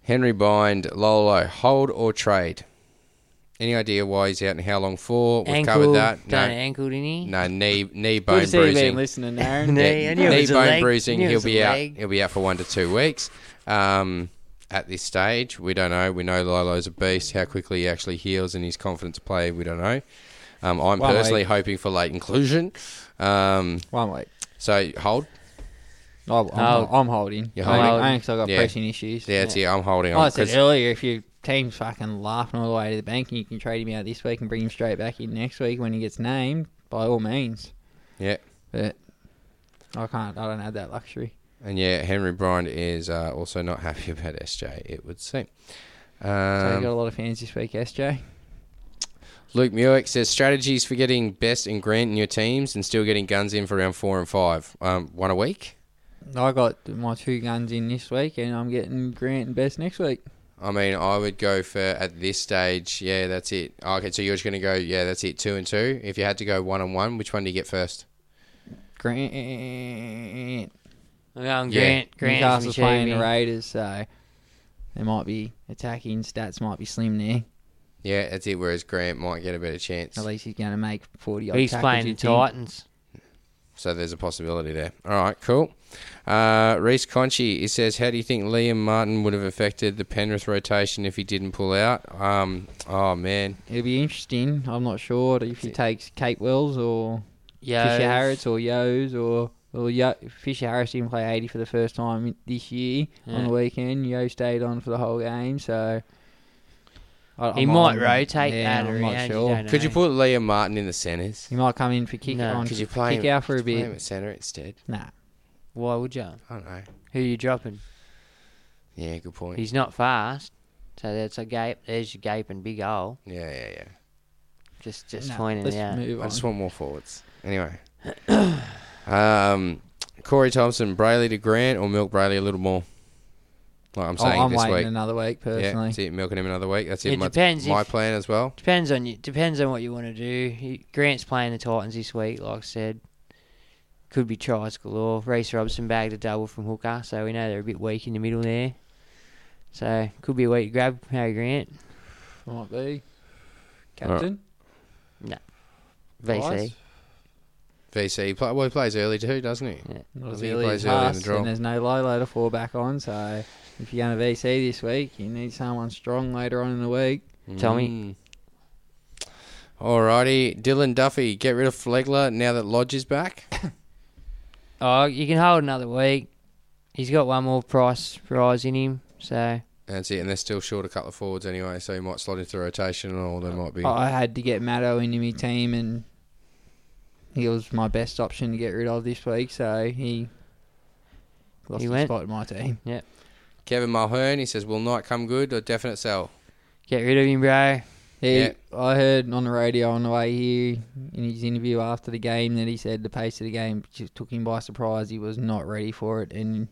E: Henry Bind, Lolo, hold or trade? Any idea why he's out and how long for? We've covered
D: Ankle.
E: that.
D: Done an ankle, didn't he?
E: No knee, knee bone
G: Good to see you
E: bruising.
G: being listening, Aaron.
D: Knee, I knew it
E: knee
D: was a
E: bone
D: leg.
E: bruising.
D: Knew it
E: He'll
D: was a
E: be out.
D: leg.
E: He'll be out for one to two weeks. Um, at this stage, we don't know. We know Lolo's a beast. How quickly he actually heals and his confidence play, we don't know. Um, I'm
G: One
E: personally
G: week.
E: hoping for late inclusion. Um,
G: One week.
E: so hold.
G: I- I'm,
D: Oh.
G: I'm holding.
E: You're
G: I think-
E: holding?
G: I think 'cause I got
E: Yeah.
G: pressing issues.
E: Yeah, that's it. I'm holding on.
G: Like I
E: 'cause-
G: said earlier, if your team's fucking laughing all the way to the bank and you can trade him out this week and bring him straight back in next week when he gets named, by all means.
E: yeah.
G: But I can't. I don't have that luxury.
E: And yeah, Henry Bryant is uh, also not happy about SJ, it would seem.
G: So you
E: Um,
G: got a lot of fans this week, SJ.
E: Luke Muick says strategies for getting best and Grant in your teams and still getting guns in for round four and five. Um, one a week.
G: I got my two guns in this week, and I'm getting Grant and Best next week.
E: I mean, I would go for at this stage. Yeah, that's it. Okay, so you're just gonna go. Yeah, that's it. Two and two. If you had to go one and one, which one do you get first?
G: Grant.
D: I'm going
E: Yeah.
D: Grant. Grant.
G: Newcastle's playing the
D: right.
G: Raiders, so they might be attacking stats might be slim there.
E: Yeah, that's it. Whereas Grant might get a better chance.
G: At least he's going to make forty. odd
D: He's
G: tackles,
D: playing the
G: you'd think.
D: Titans.
E: So there's a possibility there. All right, cool. Uh, Reese Conchi, he says, how do you think Liam Martin would have affected the Penrith rotation if he didn't pull out? Um, oh man,
G: It'll be interesting. I'm not sure if he takes Kate Wells or
D: Yeah.
G: Fisher Harris or Yos or well, Yo, Fisher Harris didn't play 80 for the first time in- this year on
D: Yeah.
G: the weekend. Yo stayed on for the whole game, so I-
D: He
G: I'm-
D: might
G: I'm-
D: rotate
G: yeah,
D: that
G: I'm
D: around,
G: not
D: you
G: sure.
D: don't
E: Could you put Liam Martin in the centres?
G: He might come in for kick
D: No.
G: on
E: Could you play
G: kick
E: him,
G: out for a
E: could you Play him
G: bit.
E: at centre instead.
G: Nah.
D: Why would you?
E: I don't know.
D: Who you dropping?
E: Yeah, good point.
D: He's not fast, so that's a gape. There's your gaping big hole.
E: yeah, yeah, yeah.
D: Just just
G: Nah,
D: pointing
G: let's
D: it out.
G: move
E: I
G: on.
E: just want more forwards. Anyway, um, Corey Thompson, Brayley to Grant, or milk Brayley a little more. Like I'm
G: Oh,
E: saying
G: I'm
E: this
G: waiting
E: week.
G: another week
E: Yeah,
G: personally.
E: that's it. Milking him another week. That's it.
D: It
E: my,
D: depends
E: My
D: if-
E: plan as well.
D: Depends on you. Depends on what you want to do. He, Grant's playing the Titans this week, like I said. Could be tries galore. Reese Robson bagged a double from hooker, so we know they're a bit weak in the middle there. So could be a week to grab Harry Grant.
G: Might be.
E: Alright.
G: Captain?
D: VC.
G: Vice?
E: VC. He play, well, he plays early too, doesn't he?
G: Not
E: I
G: as
E: think he
G: early as
E: plays early in the
G: us,
E: draw.
G: and there's no Lolo to fall back on. So if you're going to VC this week, you need someone strong later on in the week.
D: Mm.
G: Mm.
D: Tommy.
E: Mm. Alrighty, Dylan Duffy, get rid of Flegler now that Lodge is back.
D: Oh, you can hold another week. He's got one more price rise in him, so
E: That's it, and they're still short a couple of forwards anyway, so he might slot into rotation, or there might be.
G: Uh, I had to get Matto into my team, and he was my best option to get rid of this week. So he lost
D: He
G: his
D: went.
G: spot in my team.
D: yeah.
E: Kevin Mulhern, he says, will Knight come good or definite sell?
D: Get rid of him, bro.
G: He,
E: Yeah.
G: I heard on the radio on the way here in his interview after the game that he said the pace of the game just took him by surprise. He was not ready for it, and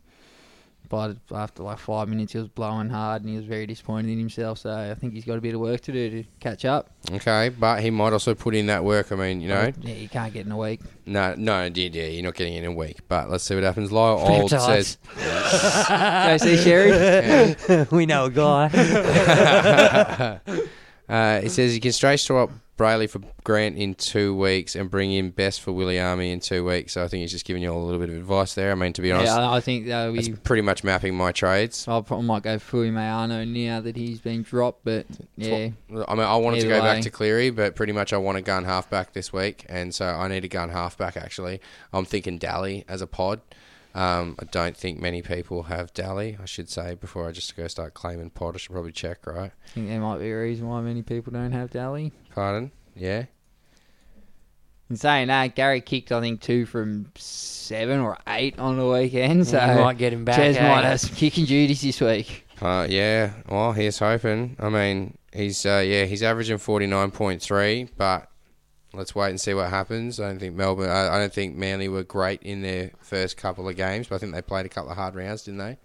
G: by the- after like five minutes, he was blowing hard and he was very disappointed in himself. So I think he's got a bit of work to do to catch up.
E: Okay, but he might also put in that work. I mean, you know,
G: Yeah, you can't get in a week.
E: no, no, yeah, yeah, you're not getting in a week, but let's see what happens. Lyle Old
D: Baptized.
E: says,
G: Go see Sherry.
D: we know a guy.
E: Uh, it says you can straight swap Brayley for Grant in two weeks and bring in Best for Willie Army in two weeks. So I think he's just giving you all a little bit of advice there. I mean, to be honest,
G: yeah, I I think that'll
E: it's
G: be.
E: pretty much mapping my trades.
G: I probably might go Fui Mayano now that he's been dropped, but yeah,
E: I mean, I wanted to
G: Either
E: go back
G: way.
E: to Cleary, but pretty much I want a gun halfback this week, and so I need a gun halfback. Actually, I'm thinking Dally as a pod. Um, I don't think many people have Dally. I should say before I just go start claiming pod, I should probably check. Right?
G: I think there might be a reason why many people don't have Daly.
E: Pardon? Yeah.
G: In saying that, Gary kicked I think two from seven or eight on the weekend, so
D: You might get him back,
G: Chaz
D: eh?
G: might have some kicking duties this week.
E: Uh, yeah. Well, he's hoping. I mean, he's uh, yeah, he's averaging forty nine point three, but let's wait and see what happens. I don't think Melbourne. I, I don't think Manly were great in their first couple of games, but I think they played a couple of hard rounds, didn't they?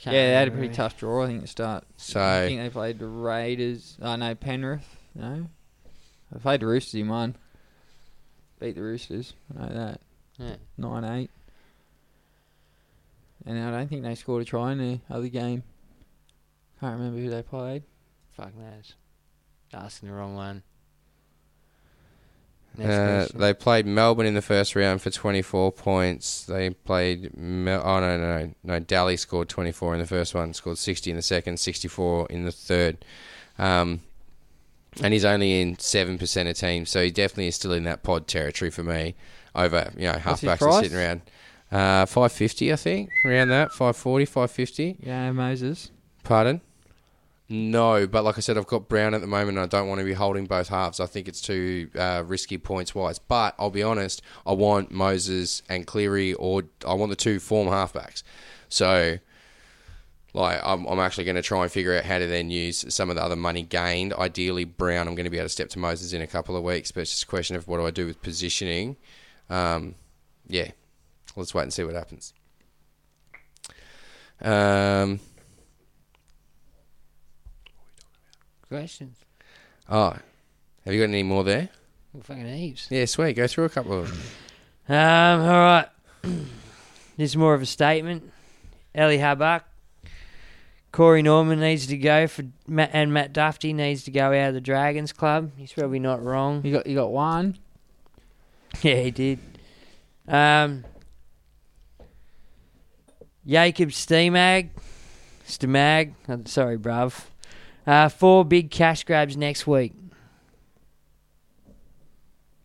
D: Can't
G: yeah, they had a
D: remember
G: pretty
D: who.
G: tough draw I think to start.
E: So-
G: I think they played the Raiders. I know Penrith. No, they played the Roosters in one. Beat the Roosters. I know that
D: Yeah.
G: nine eight. And I don't think they scored a try in the other game. Can't remember who they played.
D: Fuck knows. Asking the wrong one. Next
E: Uh,
D: question.
E: they played Melbourne in the first round for 24 points. They played. Mel- oh, no, no, no. No, Daly scored 24 in the first one, scored 60 in the second, 64 in the third. Um, and he's only in 7% of teams, so he definitely is still in that pod territory for me over, you know,
G: What's his
E: halfbacks are
G: price?
E: sitting around. Uh, 550, I think, around that. 540, 550.
G: Yeah, Moses.
E: Pardon? No, but like I said, I've got Brown at the moment, and I don't want to be holding both halves. I think it's too uh, risky points wise. But I'll be honest, I want Moses and Cleary, or I want the two form halfbacks. So, like, I'm, I'm actually going to try and figure out how to then use some of the other money gained. Ideally, Brown, I'm going to be able to step to Moses in a couple of weeks, but it's just a question of what do I do with positioning. Um, yeah, let's wait and see what happens. Um,
D: questions.
E: Oh, have you got any more there?
D: Well, fucking heaps.
E: Yeah, sweet. Go through a couple of them.
D: Um, all right. this is more of a statement. Ellie Harbach. Corey Norman needs to go for Matt, and Matt Duffy needs to go out of the Dragons Club. He's probably not wrong.
G: You got you got one.
D: Yeah, he did. Um, Jacob Stemag, Stemag, uh, sorry, bruv. Uh, four big cash grabs next week.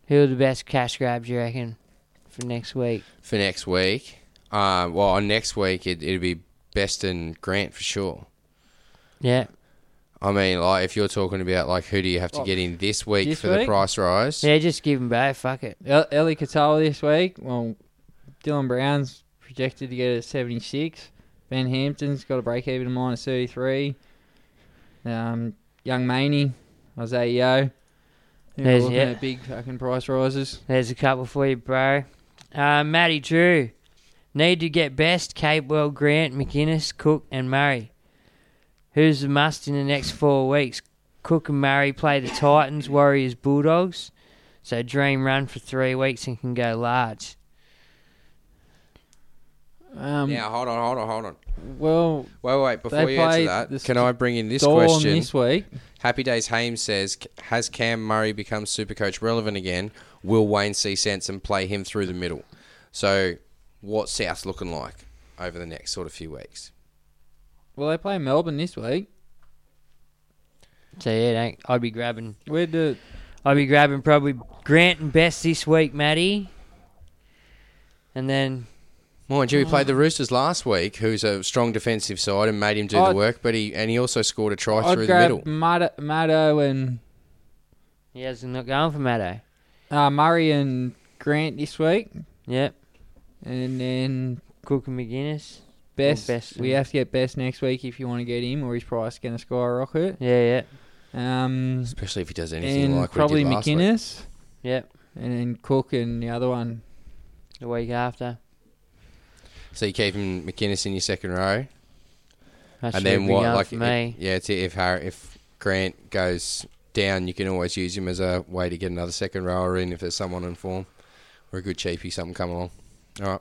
D: Who are the best cash grabs you reckon for next week?
E: for next week. Uh, well, on next week it, it'd be Best and Grant for sure.
D: Yeah,
E: I mean, like if you're talking about like who do you have to get in this week
G: Oh, this
E: for the
G: week?
E: price rise?
D: Yeah, just give him back. Fuck it.
G: El- Ellie Catala this week. Well, Dylan Brown's projected to get a 76. Ben Hampton's got a break even of minus 33. Um, Young Maney, Isaiah Yo. Think we're
D: There's-
G: looking
D: yeah.
G: at big fucking price rises.
D: There's a couple for you, bro. Uh, Matty Drew. Need to get best Capewell, Grant, McInnes, Cook, and Murray. Who's the must in the next four weeks? Cook and Murray play the Titans, Warriors, Bulldogs. So dream run for three weeks and can go large.
G: Um,
E: Now hold on, hold on, hold on.
G: Well,
E: Wait, wait. Before
G: They
E: you answer
G: played
E: that,
G: this
E: can I bring in this
G: Dawn
E: question?
G: this week.
E: Happy Days Hames says, "Has Cam Murray become Supercoach relevant again? Will Wayne see sense and play him through the middle? So, what's South looking like over the next sort of few weeks?
G: well, they play Melbourne this week.
D: So yeah, don't, I'd be grabbing.
G: Where do
D: I'd be grabbing probably Grant and Best this week, Matty. And then
E: Mind you, we
D: Mm.
E: played the Roosters last week, who's a strong defensive side, and made him do the
G: I'd-
E: work. But he and he also scored a try
G: I'd
E: through the middle.
G: grab Mad- Maddo and
D: he hasn't not going for Matto.
G: uh, Murray and Grant this week,
D: Yep.
G: and then
D: Cook and McGuinness.
G: Best,
D: Best,
G: we
D: yeah.
G: have to get Best next week if you want to get him, or his price going to skyrocket.
D: Yeah, yeah,
G: Um,
E: Especially if he does anything
G: and
E: like
G: probably
E: we did last week.
G: McInnes,
D: yep.
G: and then Cook and the other one.
D: The week after.
E: So you keep him McInnes in your second row,
D: That
E: and
D: should
E: then
D: be
E: what?
D: going
E: Like,
D: for
E: if-
D: me.
E: yeah, it's if Harry, if Grant goes down, you can always use him as a way to get another second rower in if there's someone in form or a good cheapie, something come along. All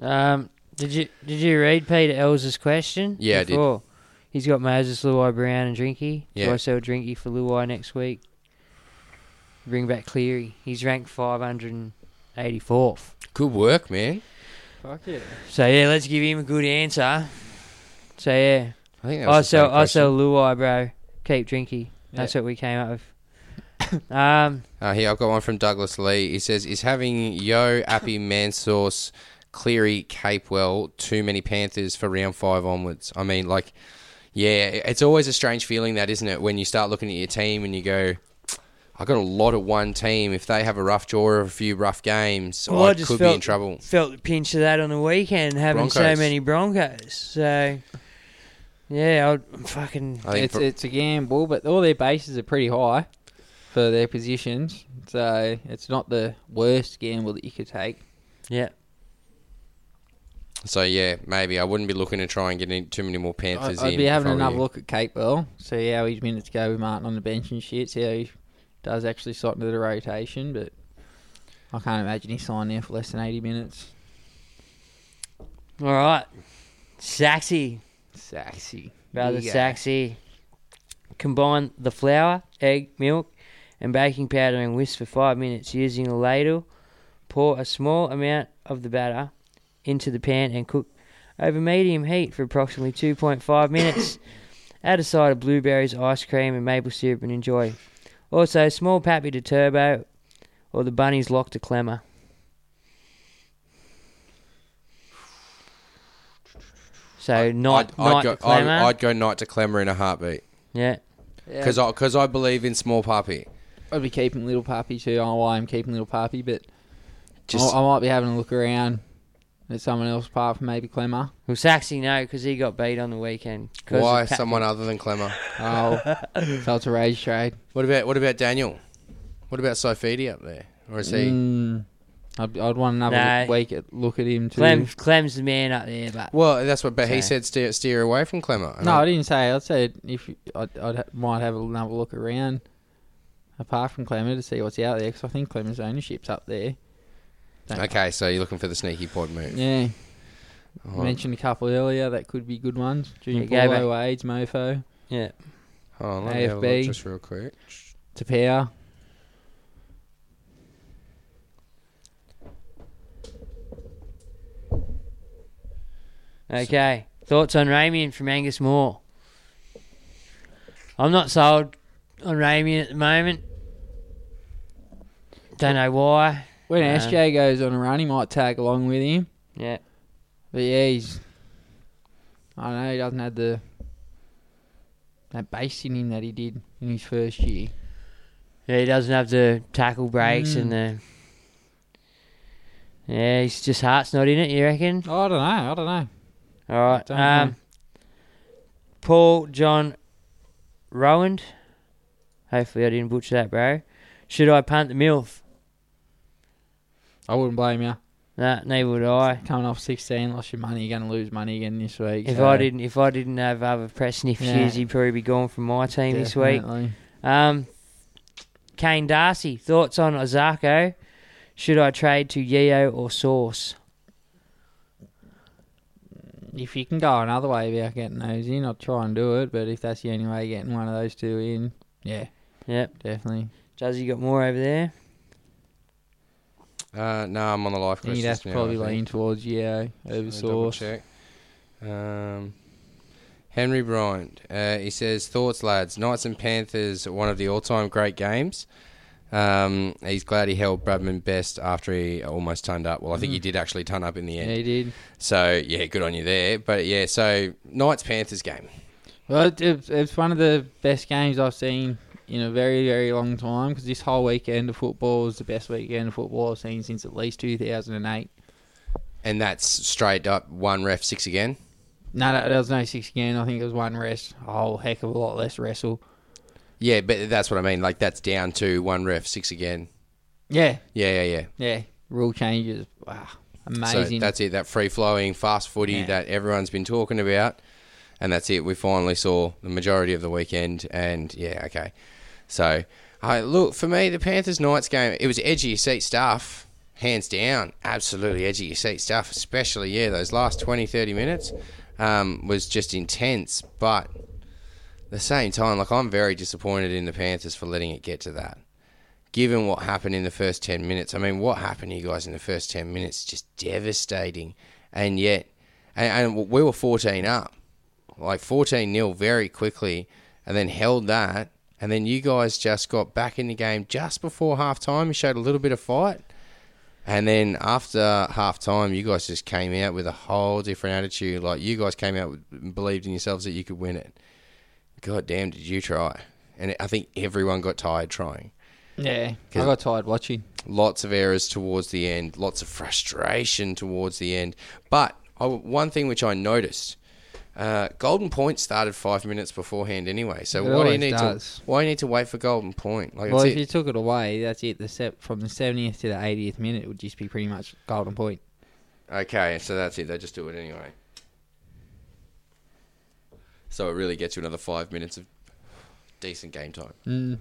E: right,
D: Um, did you did you read Peter Ells' question?
E: Yeah, I did.
D: before? He's got Moses, Luai, Brown, and Drinky.
E: Yeah.
D: Do I sell Drinky for Luai next week? Bring back Cleary. He's ranked 584th.
E: good work, man.
G: Fuck it.
D: So yeah, let's give him a good answer. So yeah,
E: I think that was
D: I
E: the same
D: sell I
E: question.
D: sell Luai, bro. Keep Drinky. That's what we came up with. um,
E: Uh, here, I've got one from Douglas Lee. He says, Is having Yo, Appy, Mansource, Cleary, Capewell too many Panthers for round five onwards? I mean, like, yeah, it's always a strange feeling, that, isn't it? When you start looking at your team and you go, i got a lot of one team. If they have a rough draw or a few rough games,
D: Well,
E: I,
D: I
E: could
D: just
E: be in
D: felt-
E: trouble.
D: felt the pinch of that on the weekend having so
E: Broncos.
D: many Broncos. So yeah, I'd fucking
E: I think
G: It's
E: for-
G: it's a gamble, but all their bases are pretty high for their positions, so it's not the worst gamble that you could take.
D: yeah.
E: so, yeah, maybe I wouldn't be looking to try and get in too many more
G: I-
E: Panthers
G: I'd
E: in.
G: be having
E: if I were
G: another
E: you.
G: look at Capewell, see how his minutes go with Martin on the bench and shit, see how he does actually slot into the rotation, but I can't imagine he signed there for less than 80 minutes.
D: All right, Saxy,
G: Sexy.
D: rather
G: Big, uh,
D: Saxy. Combine the flour, egg, milk, and baking powder and whisk for five minutes using a ladle. Pour a small amount of the batter into the pan and cook over medium heat for approximately 2.5 minutes. Add a side of blueberries, ice cream, and maple syrup and enjoy. Also, small pappy to turbo or the bunny's lock to clamor. So, night,
E: I'd,
D: night
E: I'd,
D: to
E: go, I'd,
D: clamor.
E: I'd go night to Clemmer in a heartbeat
D: yeah.
E: because I, 'cause I believe in small puppy.
G: I'd be keeping Little Puppy too. I don't know why I'm keeping Little Puppy, but
E: Just
D: Oh,
G: I, I might be having a look around at someone else apart from maybe Clemmer.
D: Well, Saxy, no, because he got beat on the weekend. 'cause
E: Why
D: of Pat-
E: someone other than Clemmer?
G: Oh, so it's a rage trade.
E: What about what about Daniel? What about Sofidi up there? Or is he?
G: Mm, I'd, I'd want another
D: No.
G: week at, look at him too.
D: Clem, Clem's the man up there, but
E: Well, that's what. But he
D: So-
E: said steer, steer away from Clemmer. And
G: No, I
E: I-
G: didn't say. I said if you- I'd, I'd ha- might have another look around, apart from Clemmer, to see what's out there because I think Clemmer's ownership's up there. don't-
E: Okay, so you're looking for the sneaky pod move.
G: Yeah,
E: All right.
G: mentioned a couple earlier that could be good ones. Junior
D: Yeah, go
G: Paulo, Aids, Mofo,
D: yeah.
E: Hold on, Oh, let me have a look
G: AFB.
E: just real quick.
G: Tapia.
D: Okay. Thoughts on Ramian from Angus Moore? I'm not sold on Ramian at the moment. Don't know why.
G: When
D: Yeah.
G: SJ goes on a run, he might tag along with him.
D: Yeah.
G: Ah, But yeah, he's. I don't know. He doesn't have the that base in eh, him that he did in his first year.
D: Yeah, he doesn't have the tackle breaks
G: Mm.
D: and the. Yeah, he's just heart's not in it. You reckon?
G: I don't know. I don't know.
D: All right.
G: Don't
D: Um,
G: know.
D: Paul John Rowand. Hopefully, I didn't butcher that, bro. Should I punt the milf?
G: I wouldn't blame you.
D: Nah, neither would I.
G: Coming off 16, lost your money. You're going to lose money again this week.
D: If
G: so-
D: I didn't, if I didn't have other press sniff
G: Yeah.
D: shoes, he'd probably be gone from my team this
G: Definitely.
D: week. Um, Kane Darcy, thoughts on Ozako? Should I trade to Yeo or Source?
G: If you can go another way about getting those in, I'll try and do it. But if that's the only way of getting one of those two in, yeah,
D: Yep.
G: definitely.
D: Does he got more over there?
E: Uh, no, I'm on the life
G: I think
E: questions
G: that's
E: now,
G: probably
E: I think.
G: leaning towards Yeo over
E: Let me double
G: Source.
E: Check. Um, Henry Bryant. Uh, he says, "Thoughts, lads. Knights and Panthers. One of the all-time great games." Um, he's glad he held Bradman best after he almost turned up. Well, I think he did actually turn up in the end.
G: Mm. Yeah, he did.
E: So yeah, good on you there. But yeah, so Knights Panthers game.
G: Well, it, it's it's one of the best games I've seen in a very, very long time because this whole weekend of football is the best weekend of football I've seen since at least 2008.
E: And that's straight up one ref six again.
G: No, no, there was no six again. I think it was one rest. A whole heck of a lot less wrestle.
E: Yeah, but that's what I mean. Like that's down to one ref six again.
G: Yeah,
E: Yeah, yeah, yeah.
G: yeah. Rule changes. Wow. Amazing.
E: So that's it. That free flowing, fast footy
G: Yeah.
E: that everyone's been talking about, and that's it. We finally saw the majority of the weekend, and yeah, okay. So, I look for me the Panthers Knights game. It was edgy of your seat stuff, hands down. Absolutely edgy of your seat stuff, especially yeah those last 20, 30 minutes um, was just intense. But at the same time, like I'm very disappointed in the Panthers for letting it get to that given what happened in the first 10 minutes. I mean, what happened to you guys in the first 10 minutes is just devastating. And yet, and, and we were 14 up, like 14 nil very quickly, and then held that. And then you guys just got back in the game just before half time. You showed a little bit of fight. And then after half time, you guys just came out with a whole different attitude. Like, you guys came out with, believed in yourselves that you could win it. God damn, did you try? And I think everyone got tired trying
G: yeah. I
E: 'Cause-
G: got tired watching.
E: lots of errors towards the end, lots of frustration towards the end. But I, one thing which I noticed, uh, Golden Point started five minutes beforehand anyway. So
G: It
E: why do you
G: always
E: need
G: does.
E: to? Why do you need to wait for Golden Point? Like
G: well,
E: it's
G: if you took it away, that's it. The set from the 70th to the 80th minute it would just be pretty much golden point.
E: Okay, so that's it. They just do it anyway. So it really gets you another five minutes of decent game time.
G: Mm,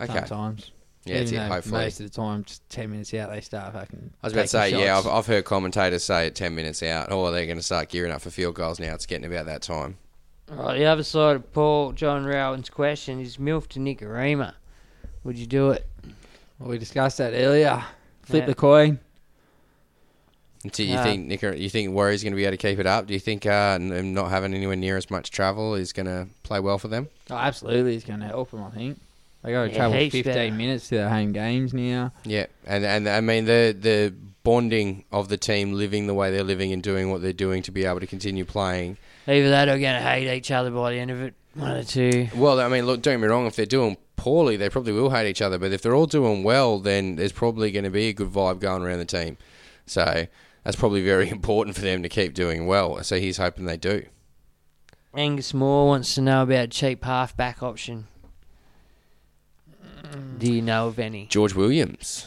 E: Okay.
G: Sometimes.
E: Yeah, that's
G: Even
E: it,
G: though
E: hopefully.
G: most of the time, just 10 minutes out, they start fucking.
E: I was about to say,
G: taking
E: yeah,
G: shots.
E: I've, I've heard commentators say at 10 minutes out, oh, they're going to start gearing up for field goals now. It's getting about that time.
D: Right, the other side of Paul John Rowan's question is milf to Nicarima. Would you do it?
G: Well, we discussed that earlier. Flip
D: Yeah.
G: the coin.
E: So you
D: Yeah.
E: think Nick, you think Warriors going to be able to keep it up? Do you think uh, n- them not having anywhere near as much travel is going to play well for them?
G: Oh, absolutely, it's going to help them. I think they got to
D: Yeah,
G: travel
D: heaps
G: 15
D: better.
G: minutes to their home games now.
E: Yeah, and and I mean the the bonding of the team, living the way they're living and doing what they're doing to be able to continue playing.
D: Either that or going to hate each other by the end of it. One of the two.
E: Well, I mean, look, don't get me wrong. If they're doing poorly, they probably will hate each other. But if they're all doing well, then there's probably going to be a good vibe going around the team. So that's probably very important for them to keep doing well. So he's hoping they do.
D: Angus Moore wants to know about cheap halfback option. Do you know of any?
E: George Williams.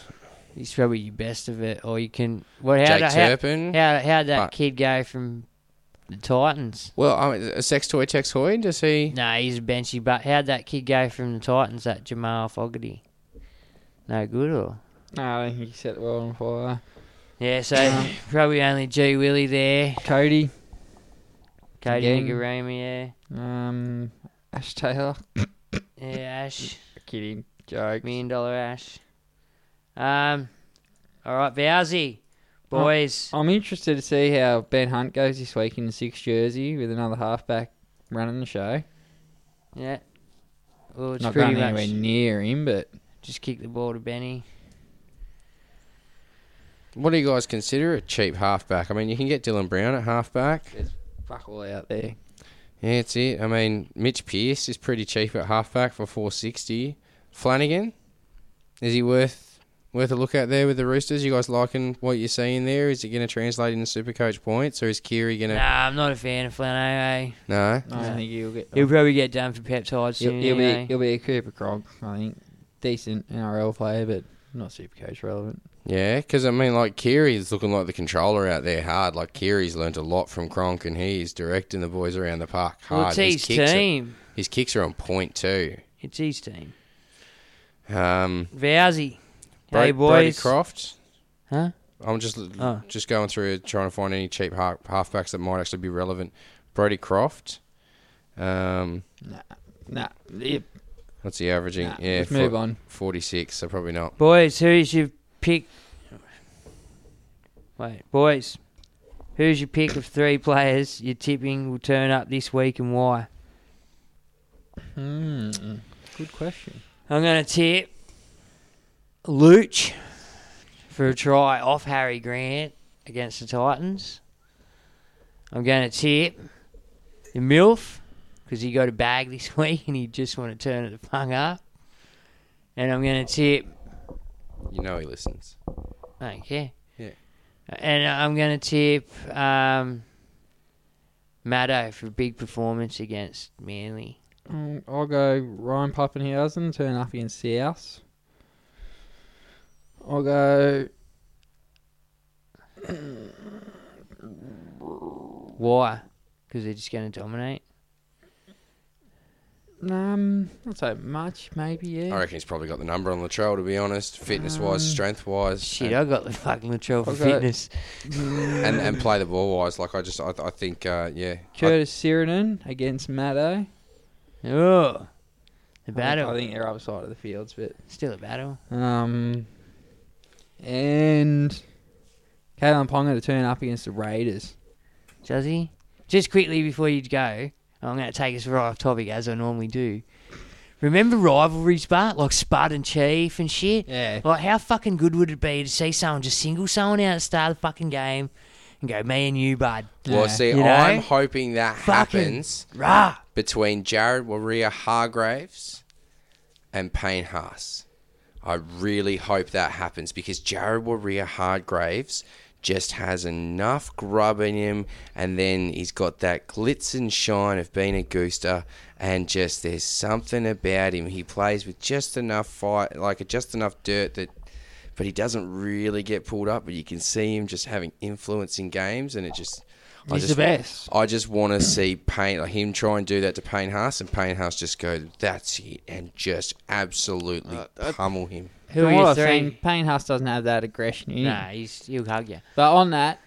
D: He's probably your best of it, or you can. What? How?
E: Jake
D: how,
E: Turpin?
D: How? How'd that
E: Right.
D: kid go from the Titans?
E: Well, I mean, a sex toy, Tex Hoy. Does he?
D: No, he's a benchy, but how'd that kid go from the Titans? That Jamal Fogarty. No good, or
G: No, I don't think he set the world on fire.
D: yeah. So probably only G Willie there.
G: Cody,
D: Cody
G: Again.
D: Nigarima,
G: um, Ash Taylor,
D: yeah. Yeah, Ash.
G: kidding, joke.
D: Million dollar Ash. Um, all right, Vowsy. Boys.
G: I'm interested to see how Ben Hunt goes this week in the six jersey with another halfback running the show.
D: Yeah. Well, it's
G: Not
D: pretty
G: going
D: much
G: anywhere near him, but
D: just kick the ball to Benny.
E: What do you guys consider a cheap halfback? I mean, you can get Dylan Brown at halfback.
G: fuck all out there.
E: Yeah, that's it. I mean, Mitch Pearce is pretty cheap at halfback for four sixty. Flanagan, is he worth worth a look at there with the Roosters? You guys liking what you're seeing there? Is it going to translate into Supercoach points, or is Kiri going to?
D: Nah, I'm not a fan of Flano. Eh?
E: No?
G: I don't think he'll get-
D: He'll probably get done for peptides
G: He'll,
D: soon.
G: he'll
D: anyway.
G: be he'll be a Cooper Crog, I think. Decent NRL player, but not super coach relevant.
E: Yeah, because I mean, like Kiri is looking like the controller out there hard. Like Kiri's learnt a lot from Cronk, and he's directing the boys around the park hard.
D: Well, it's his
E: Ah, kicks are-
D: team.
E: his kicks are on point too.
D: It's his team.
E: Um,
D: Vowsy.
E: Bro-
D: hey, boys.
E: Brody Croft.
D: Huh?
E: I'm just l-
D: Oh.
E: just going through trying to find any cheap half, halfbacks that might actually be relevant. Brody Croft. Um,
G: Nah. Yep.
E: what's he averaging?
G: Nah,
E: yeah,
G: let's move on.
E: Forty six, so probably not.
D: Boys, who is your pick? Wait, boys, who's your pick of three players you're tipping will turn up this week and why?
G: Hmm. Good question.
D: I'm going to tip Luch for a try off Harry Grant against the Titans. I'm going to tip the MILF because he got a bag this week and he just want to turn it the fuck up. And I'm going to tip
E: You know he listens.
D: Okay.
E: Yeah.
D: And I'm going to tip um, Maddo for a big performance against Manly.
G: Um, I'll go Ryan Pappenhausen, turn up against South. I'll go.
D: Why? Because they're just going to dominate.
G: Um, not so much, maybe, yeah.
E: I reckon he's probably got the number on Latrell, to be honest. Fitness wise,
G: Um,
E: strength wise.
D: Shit, I got the fucking Latrell for
G: Okay.
D: fitness.
E: and and play the ball wise. Like I just I, I think uh, yeah. I,
G: Curtis Sirinen against Maddo.
D: Oh, the
G: I think,
D: battle.
G: I think they're other side of the fields, but
D: Still a battle.
G: um, and Kalen Ponga to turn up against the Raiders.
D: Does he? Just quickly before you go, I'm going to take us right off topic as I normally do. Remember rivalries, Bart? Like Spud and Chief and shit?
G: Yeah.
D: Like, how fucking good would it be to see someone just single someone out at the start of the fucking game and go, me and you, bud.
E: well, see,
D: You know?
E: I'm hoping that
D: Fucking
E: happens
D: Rah!
E: between Jared Waria Hargraves and Payne Haas. I really hope that happens because Jared Waria Hargraves just has enough grub in him, and then he's got that glitz and shine of being a gooster, and just there's something about him. He plays with just enough fight, like just enough dirt that, but he doesn't really get pulled up. But you can see him just having influence in games, and it just. I
G: He's
E: just,
G: the best.
E: I just want to see Payne, like him try and do that to Payne Haas, and Payne Haas just go, that's it, and just absolutely pummel him.
D: Who
G: From
D: are
G: what
D: your
G: I've
D: three?
G: seen, Payne Huss doesn't have that aggression in him.
D: Nah, he's, he'll hug you.
G: But on that,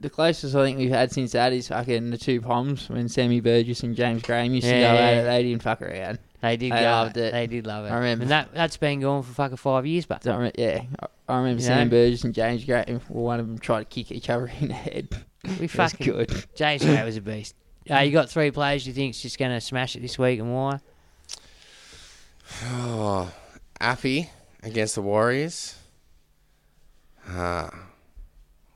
G: the closest I think we've had since that is fucking the two Poms when Sammy Burgess and James Graham used to
D: Yeah.
G: go at it. They didn't fuck around.
D: They did
G: They
D: go-
G: loved it.
D: They did love it.
G: I remember.
D: And that, that's been going for fucking five years, but.
G: Don't re- yeah, I, I remember
D: You
G: Sam
D: know?
G: Burgess and James Graham. Well, one of them tried to kick each other in the head.
D: We
G: It was
D: fucking.
G: good.
D: James Gray was a beast. Uh, you got three players you think's just going to smash it this week and why?
E: Oh, Appy against the Warriors. Uh,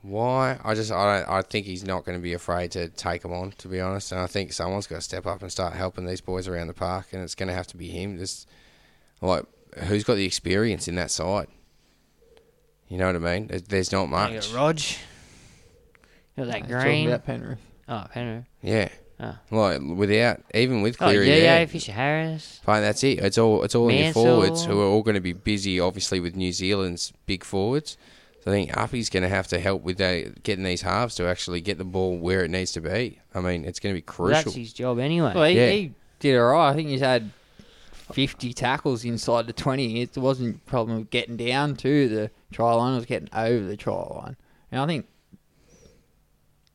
E: why? I just I don't, I think he's not going to be afraid to take him on. To be honest, and I think someone's got to step up and start helping these boys around the park, and it's going to have to be him. This like who's got the experience in that side? You know what I mean? There- There's not
D: You got
E: much.
D: Rog. You got that
G: Talking
D: green.
G: about Penrith.
D: Oh, Penrith.
E: Yeah.
D: Ah.
E: Like without even with
D: Oh,
E: Cleary,
D: yeah,
E: there,
D: Fisher Harris.
E: Fine, that's it. It's all it's all in your
D: Mansell.
E: forwards who are all going to be busy, obviously, with New Zealand's big forwards. So I think Uppy's going to have to help with that, getting these halves to actually get the ball where it needs to be. I mean, it's going to be
D: Well,
E: crucial.
D: that's his job anyway.
G: Well, he,
E: Yeah.
G: he did alright. I think he's had 50 tackles inside the 20. It wasn't a problem of getting down to the try line. It was getting over the try line. And I think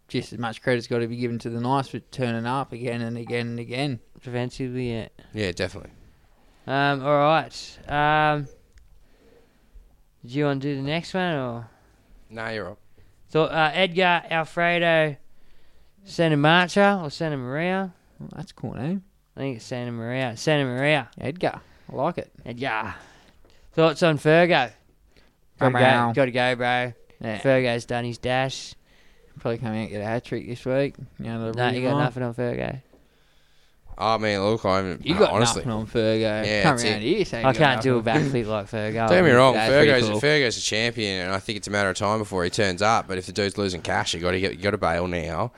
G: just as much credit's got to be given to the Knights for turning up again and again and again.
D: Defensively, yeah.
E: yeah, definitely.
D: Um, all right. Um, do you want to do the next one or?
E: No, you're up.
D: So uh, Edgar Alfredo, Santa Marcha or Santa Maria?
G: Well, that's a cool name.
D: I think it's Santa Maria. Santa Maria.
G: Edgar. I like it.
D: Edgar. Thoughts on Fergo?
G: Come
D: Gotta go,
G: out.
D: gotta go, bro.
G: Yeah.
D: Fergo's done his dash.
G: Probably coming out and get a hat trick this week. You know, the
D: No, you got
G: rewind.
D: eh? nothing on Fergo.
E: I mean, Ah, look, I'm
G: You got
E: honestly,
G: nothing on Fergo.
E: Yeah,
G: Come
E: that's
G: around
E: it.
G: here saying
D: I
G: you got
D: can't do a
G: nothing.
D: backflip like Fergo.
E: Don't get me
G: Um,
E: wrong,
G: That's pretty
E: Fergo's,
G: cool.
E: Fergo's a champion, and I think it's a matter of time before he turns up. But if the dude's losing cash, you got to get you got to bail now.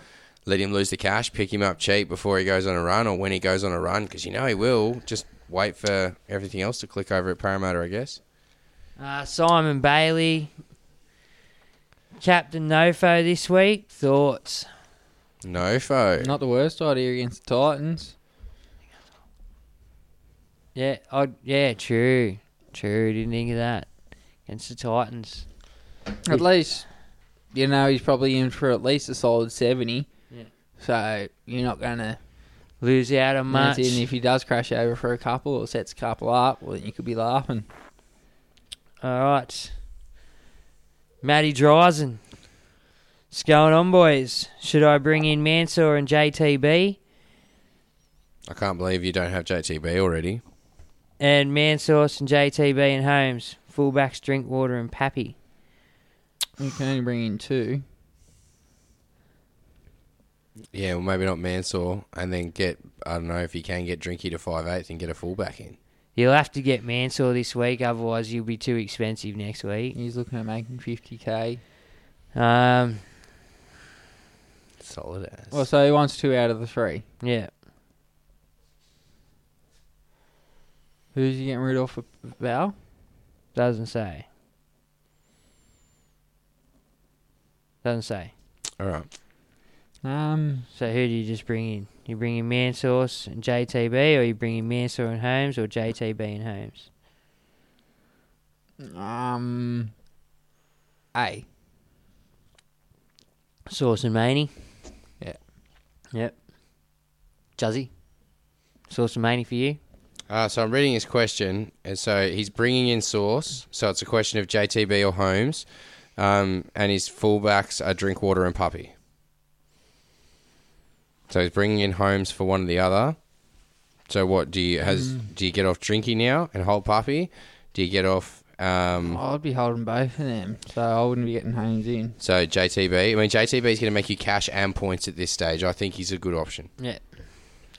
E: Let him lose the cash, pick him up cheap before he goes on a run, or when he goes on a run, because you know he will. Just wait for everything else to click over at Parramatta, I guess.
D: Uh, Simon Bailey, Captain Nofo this week. Thoughts?
E: No foe.
G: Not the worst idea against the Titans.
D: Yeah, I, yeah, true, true. Didn't think of that against the Titans.
G: At least, you know, he's probably in for at least a solid 70.
D: Yeah.
G: So you're not going to
D: Lose out on
G: mince
D: much.
G: in. If he does crash over for a couple or sets a couple up, well, then you could be laughing.
D: All right, Matty Dryzen. What's going on, boys? Should I bring in Mansour and JTB?
E: I can't believe you don't have JTB already.
D: And Mansour and JTB and Holmes. Fullbacks Drinkwater and Pappy.
G: You can only bring in two.
E: Yeah, well, maybe not Mansour, and then get I don't know if you can get Drinky to five eighth and get a fullback in.
D: You'll have to get Mansour this week, otherwise you'll be too expensive next week.
G: He's looking at making 50k.
D: Um,
E: Solid ass.
G: Well, so he wants two out of the three.
D: yeah.
G: Who's he getting rid of for Val?
D: Doesn't say. Doesn't say.
E: All right.
G: Um,
D: So who do you just bring in? You bring in Mansour and JTB, or you bring in Mansour and Holmes, or JTB and Holmes?
G: um, A.
D: Sauce and Maney.
G: Yeah.
D: Yep. Juzzy. Sauce and Maney for you.
E: Uh, so I'm reading his question, and so he's bringing in Source. So it's a question of JTB or Holmes, um, and his fullbacks are Drinkwater and Puppy. So he's bringing in Holmes for one or the other. So what do you has? Do you get off Drinky now and hold Puppy? Do you get off? Um,
G: oh, I'd be holding both of them, so I wouldn't be getting Holmes in.
E: so JTB. I mean JTB is going to make you cash and points at this stage. I think he's a good option.
D: Yeah.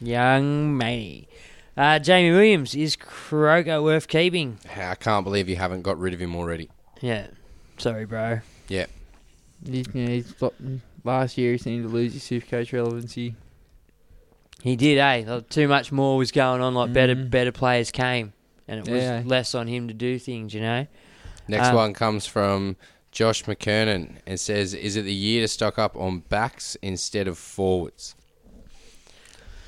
D: Young Maney. Uh, Jamie Williams is Kroger worth keeping?
E: I can't believe you haven't got rid of him already.
D: Yeah. Sorry, bro.
E: Yeah.
G: He's, you know, he's got- last year he seemed to lose his super coach relevancy.
D: He did, eh? Like, Too much more was going on. Like better,
G: Mhm.
D: better players came, and it was
G: Yeah.
D: less on him to do things. You know.
E: Next
G: Ah.
D: Um,
E: one comes from Josh McKernan and says, "Is it the year to stock up on backs instead of forwards?"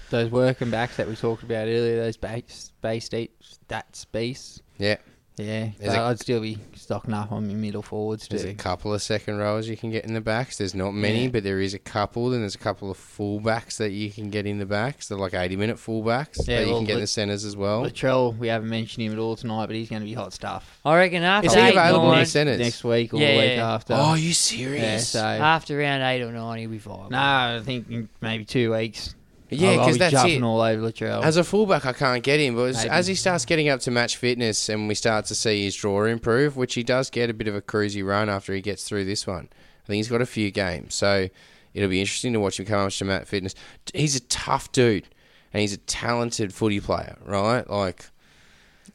G: Those working backs that we talked about earlier, those base base deep that space.
E: Yeah,
G: Yeah,
E: There's
G: so
E: a-
G: I'd still be stocking up on my middle forwards
E: there's a
G: too.
E: couple of second rows you can get in the backs. There's not many,
G: Yeah.
E: but there is a couple. Then there's a couple of fullbacks that you can get in the backs. They're like 80 minute fullbacks
G: Yeah,
E: that you
G: well,
E: can get in
G: but-
E: the centres as well.
G: Latrell, we haven't mentioned him at all tonight, but he's going to be hot stuff.
D: I reckon after
E: Is
D: eight,
E: he available
D: nine,
E: in the centres?
G: Next week or
D: Yeah,
G: the week
D: yeah.
G: after.
E: Oh, are you serious?
G: Yeah, so-
D: after round eight or nine, he'll be viable.
G: No, I think in maybe two weeks.
E: Yeah,
G: I'll- I'll
E: 'cause
G: be
E: that's
G: jumping
E: it.
G: all over Latrell.
E: As a fullback, I can't get him, but as,
G: Oh. Maybe.
E: as he starts getting up to match fitness and we start to see his draw improve, which he does get a bit of a cruisy run after he gets through this one. I think he's got a few games, so it'll be interesting to watch him come up to match fitness. T- He's a tough dude, and he's a talented footy player, right? Like,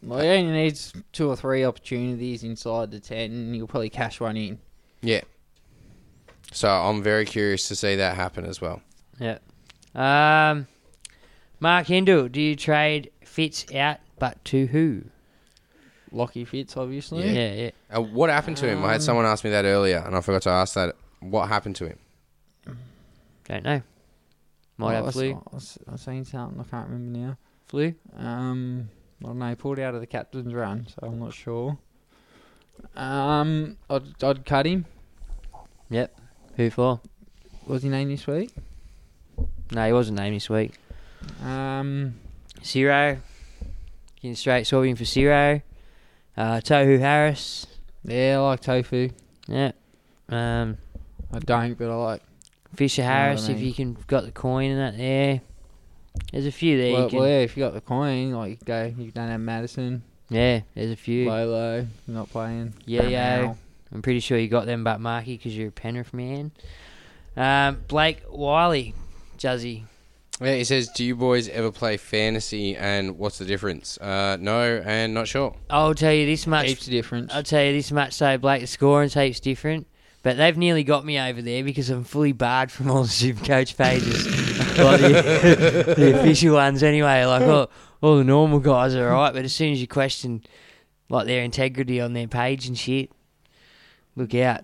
G: well, he only needs two or three opportunities inside the ten, and you'll probably cash one in.
E: yeah. So I'm very curious to see that happen as well.
D: Yeah. Um, Mark Hindle, do you trade Fitz out, but to who?
G: Lockie Fitz, obviously.
D: Yeah, yeah.
E: Uh, what happened to him? I had someone ask me that earlier, and I forgot to ask that. What happened to him?
D: Don't know. Might
G: Well, Oh, I
D: have
G: s-
D: flu.
G: I s- I've seen something I can't remember now.
D: Flu.
G: Um, I don't know. Pulled out of the captain's run, so I'm not sure. Um, I'd, I'd cut him.
D: Yep. Who for?
G: What's his name this week?
D: No, he wasn't named this week.
G: Um,
D: Zero. Getting straight swabbing for Zero. Uh, Tohu Harris.
G: yeah, I like tofu.
D: Yeah. Um,
G: I don't, but I like.
D: Fisher
G: know what I
D: Harris, if
G: mean.
D: you can got the coin in that there. There's a few there.
G: well,
D: you can,
G: well, yeah, if you got the coin, like you go, you don't have Madison,
D: yeah, there's a few.
G: Lolo, you're not playing.
D: Yeah, yeah.
G: Now.
D: I'm pretty sure you got them, but Marky, because you're a Penrith man. Um, Blake Wiley, Juzzy,
E: Yeah, he says, "Do you boys ever play fantasy, and what's the difference?" Uh, no, and not sure.
D: I'll tell you this much. Heaps
G: difference.
D: I'll tell you this much. So Blake, the scoring's heaps different. But they've nearly got me over there because I'm fully barred from all the Supercoach pages. like the, the official ones, anyway. Like all, all the normal guys are alright, but as soon as you question like their integrity on their page and shit, look out.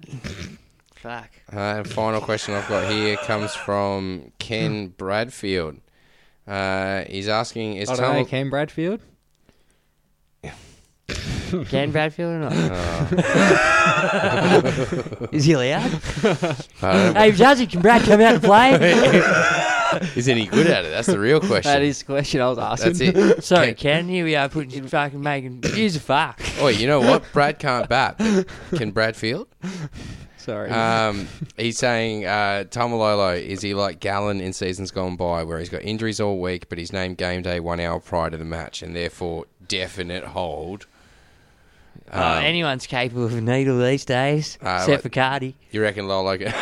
D: Fuck.
E: Uh, and final question I've got here comes from
D: Hmm.
E: Ken Bradfield. Uh, he's asking, "Is
D: Oh,
G: I don't know,
E: Tummel
G: Ken Bradfield?
D: Can Bradfield or not?
E: Oh.
D: Is he allowed?
E: Pardon?
D: hey, Jazzy, can Brad come out and play?
E: Is any good at it? That's the real question.
D: That is the question I was asking.
E: That's it.
D: Sorry, Ken. Here we are putting you fucking making. Use a fuck.
E: Oh, you know what? Brad can't bat. but Can Brad field?
D: Uh,
G: Sorry.
E: Um, he's saying uh, Tamalolo, is he like Gallon in seasons gone by where he's got injuries all week, but he's named game day one hour prior to the match and therefore definite hold?
D: Oh, anyone's capable of a needle these days,
E: Uh, like-
D: except for Cardi.
E: You reckon Lolo can...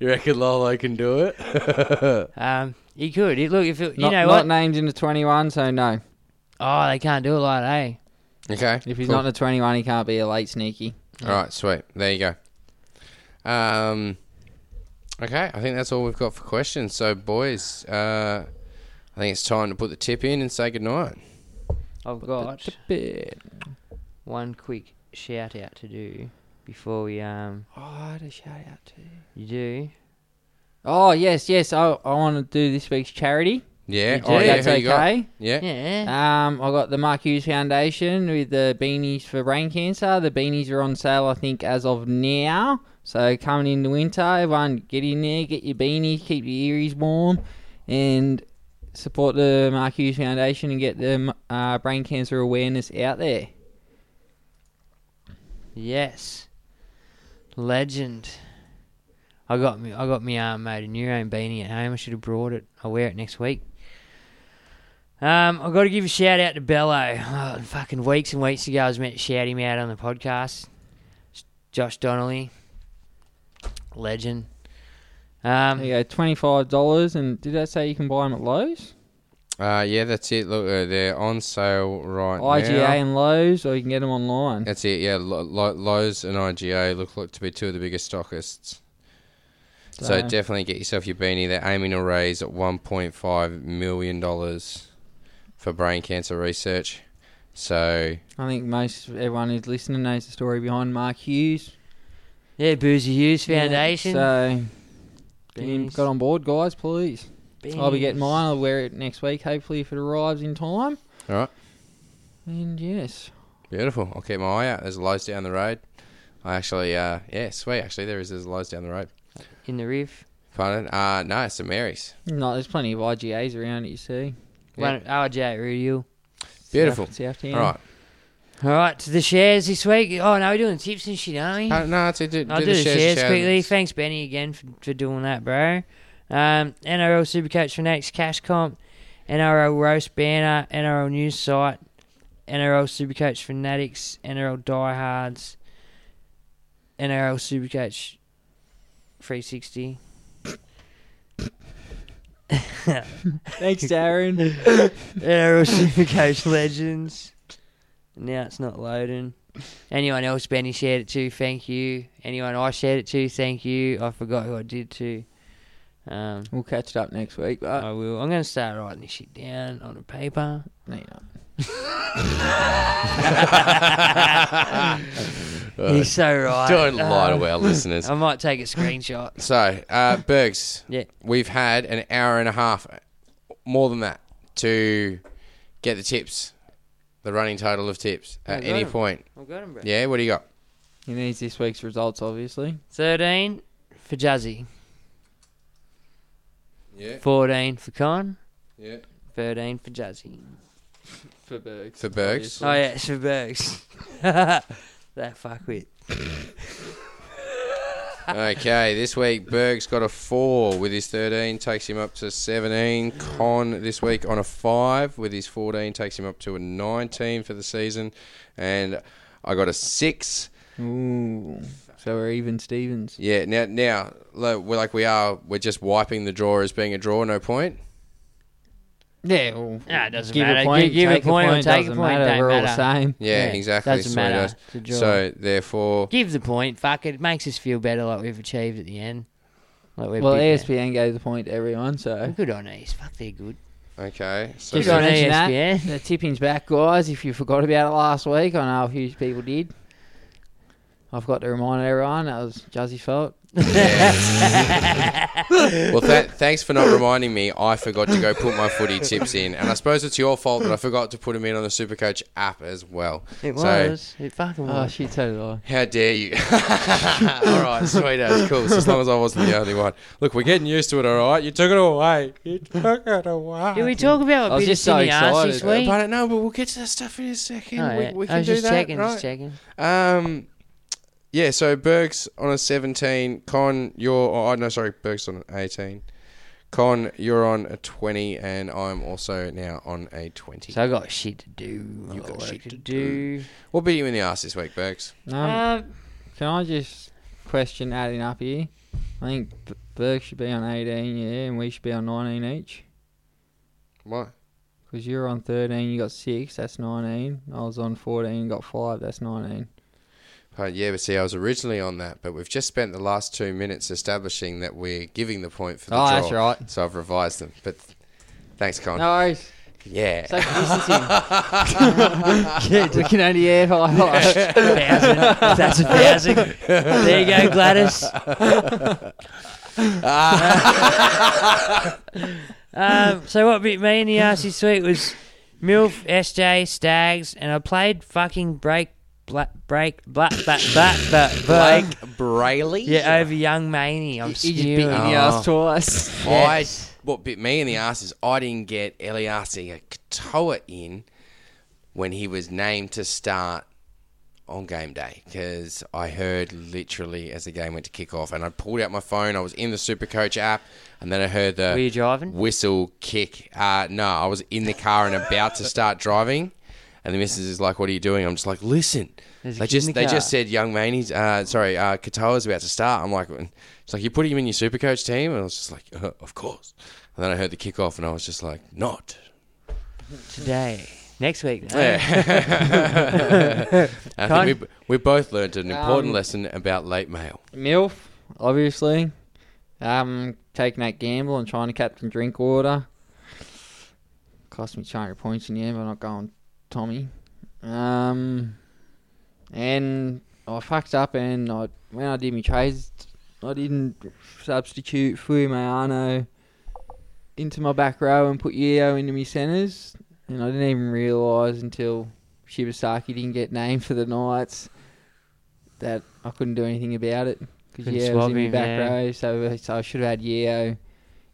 E: you reckon Lolo can do it?
D: Um, he could. He- Look, if it, you
G: not,
D: know
G: not
D: what?
G: named in the 21, so no.
D: Oh, they can't do it like that. eh?
E: okay.
G: If he's
E: cool.
G: not in the 21, he can't be a late sneaky.
E: All right, sweet. There you go. Um, okay, I think that's all we've got for questions. So, boys, uh, I think it's time to put the tip in and say goodnight.
D: I've got one quick shout out to do before we um.
G: Oh, I had a shout out too.
D: You do.
G: Oh, yes, yes. I, I want to do this week's charity.
E: Yeah,
G: If
E: oh, yeah,
G: that's
E: who you got?
G: okay.
E: Yeah.
D: Yeah.
G: Um, I got the Mark Hughes Foundation with the beanies for brain cancer. The beanies are on sale, I think, as of now. So coming into winter, everyone get in there, get your beanies, keep your earies warm, and support the Mark Hughes Foundation and get the uh, brain cancer awareness out there.
D: Yes. Legend. I got me. I got me arm made a neurone beanie at home. I should have brought it. I'll wear it next week. Um, I've got to give a shout out to Bello. Oh, fucking weeks and weeks ago, I was meant to shout him out on the podcast. Josh Donnelly, legend. Um,
G: there you go, twenty five dollars, and did I say you can buy them at Lowe's?
E: Uh, yeah, that's it. Look, uh, they're on sale right
G: IGA
E: now.
G: and Lowe's, or you can get them online.
E: That's it. Yeah, Lo- Lo- Lowe's and IGA look like to be two of the biggest stockists. So,
G: So-
E: definitely get yourself your beanie. They're aiming to raise one point five million dollars for brain cancer research. So
G: I think most everyone who's listening knows the story behind Mark Hughes
D: yeah, Boozy Hughes Foundation.
G: So, get in-
D: Beanies.
G: got on board, guys, please. I'll be getting
D: Beanies.
G: mine. I'll wear it next week, hopefully, if it arrives in time.
E: all right.
G: And yes,
E: Beautiful. I'll keep my eye out. There's Lowe's down the road. I actually, uh, yeah, sweet. Actually, there is. There's a Lowe's down the road.
D: in the riff.
E: Pardon? Uh, no, it's St Mary's.
G: no, there's plenty of IGAs around. You see,
D: One RJ Rudial.
E: Beautiful.
G: South
E: All
G: Town.
E: right.
D: All right, to the shares this week. Oh no, we're doing tips and shit, aren't we?
E: Uh, no, it's, do, do,
D: I'll do,
E: the
D: the
E: shares,
D: shares
E: shout-
D: quickly. Thanks, Benny, again for, for doing that, bro. Um, NRL Supercoach Fanatics Cash Comp, NRL Roast Banner, NRL News Site, NRL Supercoach Fanatics, NRL Diehards, NRL Supercoach 360.
G: Thanks, Darren.
D: NRL Supercoach Legends. Now it's not loading. Anyone else Benny shared it to, thank you. Anyone I shared it to, thank you. I forgot who I did to. Um,
G: we'll catch it up next week.
E: Uh,
G: But
D: I will. I'm going to start writing this shit down on a paper.
G: no, you're not.
D: You're so right.
E: Uh, Don't lie
D: Um,
E: to our listeners.
D: I might take a screenshot.
E: So, uh, Bergs,
D: Yeah.
E: we've had an hour and a half, more than that, to get the tips, the running total of tips at
D: got
E: any
D: it.
E: point.
D: I've got him, bro.
E: Yeah, what do you got?
G: He needs this week's results, obviously.
D: 13 for Jazzy.
E: Yeah.
D: 14 for Con.
E: Yeah.
D: 13 for Jazzy.
G: For Bergs.
E: For Bergs.
D: Oh, yeah, it's for Bergs. that fuckwit.
E: Okay, this week Berg's got a four with his thirteen, takes him up to seventeen. Con this week on a five with his fourteen, takes him up to a nineteen for the season. And I got a six.
G: so we're even Stevens.
E: Yeah. Now, now, like we're, like we are, we're just wiping the draw as being a draw, no point.
G: Yeah, well,
D: Nah, it doesn't
G: give
D: matter.
G: A point,
D: Give- give a
G: take
D: point or take a
G: doesn't
D: point,
G: Matter,
D: don't
G: we're all
D: matter.
G: the same.
E: Yeah,
D: Yeah,
E: exactly.
D: doesn't
E: So it
D: matter.
E: does.
D: It's a draw.
E: So therefore,
D: Give the point. Fuck it. It makes us feel better like we've achieved at the end. Like we're
G: Well, E
D: big men.
G: ESPN gave the point to everyone, so
D: Good on these. Fuck, they're good.
E: okay. So
G: just
D: on
G: to mention that
D: ESPN.
G: the tipping's back, guys. If you forgot about it last week, I know a few people did. I've got to remind everyone that was Juzzy's fault.
E: Well, th- thanks for not reminding me. I forgot to go put my footy tips in, and I suppose it's your fault that I forgot to put them in on the Supercoach app as well.
D: It
E: So-
D: was. It fucking
G: Oh
D: was.
G: shit, so did I.
E: How dare you? all right, sweet as cool. So as long as I wasn't the only one. Look, we're getting used to it. All right, you took it away. You took it away.
D: Did we talk about
G: I
D: a
G: was
D: bit of
G: just so
D: Sydney arse
G: excited.
D: this
E: But
D: week?
E: I don't know. But we'll get to that stuff in a second.
D: Oh,
E: we,
D: yeah.
E: we can
D: I was
E: do
D: just
E: that,
D: checking,
E: right?
D: just checking.
E: Um, yeah. So Berg's on a seventeen. Con, you're. Oh, no, sorry. Berg's on an eighteen. Con, you're on a twenty, and I'm also now on a twenty.
D: So I got shit to do. You got shit to, do.
E: what beat you in the ass this week, Bergs?
G: Um, Can I just question adding up here? I think B- Burke should be on 18, yeah, and we should be on 19 each.
E: What?
G: Because you're on 13, you got 6, that's 19. I was on 14, got 5, that's 19.
E: Uh, yeah, but see, I was originally on that, but we've just spent the last two minutes establishing that we're giving the point for the
G: Oh,
E: draw.
G: that's right.
E: So I've revised them. But th- thanks, Con.
G: No worries.
E: Yeah.
G: Take distancing. we can only air high
D: thousand. That's a thousand. There you go, Gladys. um, so what bit me in the ass this week was Milf, SJ, Stags, and I played fucking break, bla- break, bla- bla- bla- bla- bla-
E: Brayley.
D: Yeah, over Young Maney. I'm
G: You just beat me in the
D: skewing.
G: ass twice.
E: I,
D: Yes.
E: what bit me in the ass is I didn't get Eliasi Katoa in when he was named to start on game day because I heard literally as the game went to kick off and I pulled out my phone. I was in the Supercoach app and then I heard the
D: Were you driving?
E: whistle kick. Uh, no, I was in the car and about to start driving. And the missus is like, "What are you doing?" I'm just like, "Listen."
D: There's a
E: They
D: kid in
E: just
D: the
E: they
D: car.
E: just said young Maney's uh, sorry, uh, Katoa's about to start. I'm like, it's like you're putting him in your supercoach team, and I was just like, uh, of course. And then I heard the kick off, and I was just like, not.
D: today. Next week. though.
E: And I
D: Con-
E: think we, we both learned
D: Um,
E: an important lesson about late mail.
D: uh,
G: MILF, obviously. Um, taking that gamble and trying to captain Drinkwater. Cost me 200 points in the end, but I'm not going Tommy. Um, and I fucked up and I when I did my trades, I didn't substitute Fuimayano into my back row and put Yeo into my centres. And I didn't even realise until Shibasaki didn't get named for the Knights that I couldn't do anything about it. Because
D: Couldn't
G: yeah, was
D: swab
G: in my
D: him,
G: back
D: yeah.
G: row, so, so I should have had Yeo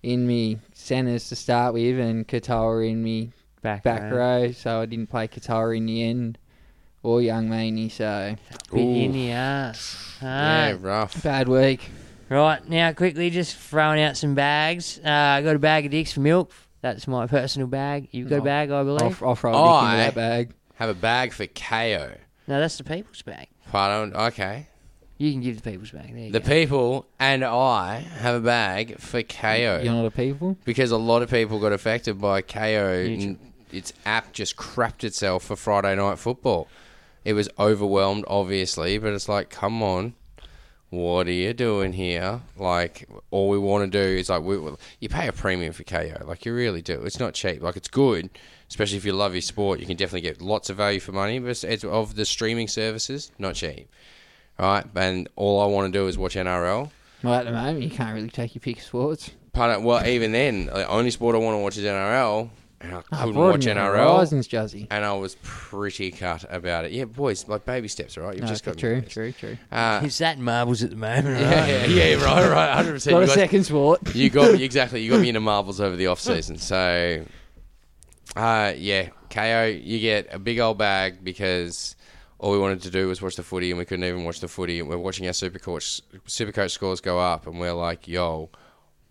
G: in me centres to start with and Katoa in me
D: Back,
G: back
D: row.
G: row, so I didn't play Qatar in the end or Young Maney, so
D: Bit in
E: Ooh.
D: the ass.
E: Yeah,
D: Ah.
E: rough.
G: bad week.
D: Right, now quickly just throwing out some bags. Uh, I got a bag of dicks for milk. That's my personal bag. You've got a bag, I believe.
G: Off off roll dick
E: Oh, eh?
G: into that bag.
E: Have a bag for KO.
D: No, that's the people's bag.
E: Pardon. Okay.
D: You can give the people's bag. There you
E: The
D: go.
E: people and I have a bag for KO.
G: You're not a people.
E: because a lot of people got affected by KO.
D: Neutral.
E: N- Its app just crapped itself for Friday night football. It was overwhelmed, obviously, but it's like, come on, what are you doing here? Like, all we want to do is like, we, you pay a premium for KO, like you really do. It's not cheap. Like, it's good, especially if you love your sport. You can definitely get lots of value for money, but it's, it's of the streaming services, not cheap. All right, and all I want to do is watch NRL.
G: Well, at the moment, you can't really take your pick of sports.
E: Pardon, well, even then, the only sport I want to watch is NRL, and
G: Oh,
E: I couldn't
G: Broaden
E: watch
G: your
E: NRL,
G: Horizons, Juzzy.
E: and I was pretty cut about it. Yeah, boys, like baby steps, all right? You've
G: No,
E: just got
G: true, true, true.
D: He's that in marbles at the moment, right?
E: uh, Yeah, yeah, yeah, right, right, hundred percent.
G: Got
E: You
G: a
E: guys-
G: second sport.
E: You got me exactly. You got me into marbles over the off season, so uh, yeah, KO, you get a big old bag because all we wanted to do was watch the footy, and we couldn't even watch the footy, and we're watching our super coach super coach scores go up, and we're like, yo,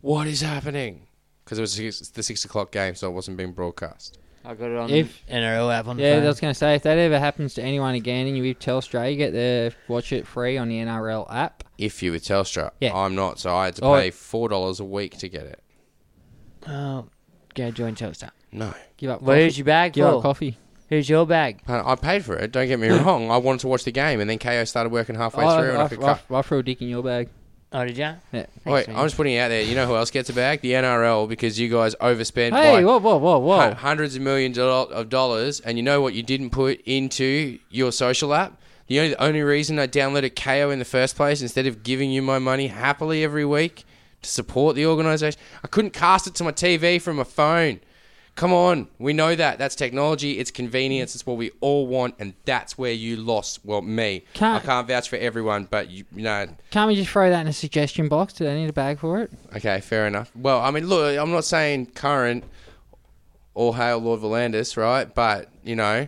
E: what is happening? Because it was six, the six o'clock game, so it wasn't being broadcast.
D: I got it on
G: if
D: NRL app on the
G: yeah,
D: phone.
G: I was going to say if that ever happens to anyone again, and you with Telstra, you get the watch it free on the NRL app.
E: If you were Telstra,
G: Yeah.
E: I'm not, so I had to
G: Oh,
E: pay
G: it-
E: four dollars a week to get it.
D: Oh, go join Telstar.
E: No,
G: Give up.
D: Well,
G: coffee.
D: who's your bag
G: Give up
D: for?
G: coffee.
D: Who's your bag?
E: I paid for it. Don't get me wrong. I wanted to watch the game, and then KO started working halfway
G: I,
E: through, and I,
G: Oh, I,
E: could
G: I,
E: cut.
G: I threw a dick in your bag.
D: Oh, did ya?
G: Yeah.
D: Thanks,
E: Wait,
D: man.
E: I'm just putting it out there. You know who else gets a bag? The NRL, because you guys
G: Hey,
E: overspend by
G: whoa, whoa, whoa, whoa!
E: hun- hundreds of millions do- of dollars, and you know what you didn't put into your social app? The only, the only reason I downloaded KO in the first place, instead of giving you my money happily every week to support the organisation, I couldn't cast it to my TV from my phone. Come on, we know that. That's technology, it's convenience, it's what we all want, and that's where you lost. Well, me.
G: Can't-
E: I can't vouch for everyone, but you, you know.
G: Can't we just throw that in a suggestion box? Do they need a bag for it?
E: Okay, fair enough. Well, I mean, look, I'm not saying current or hail Lord Volandis, right? But you know,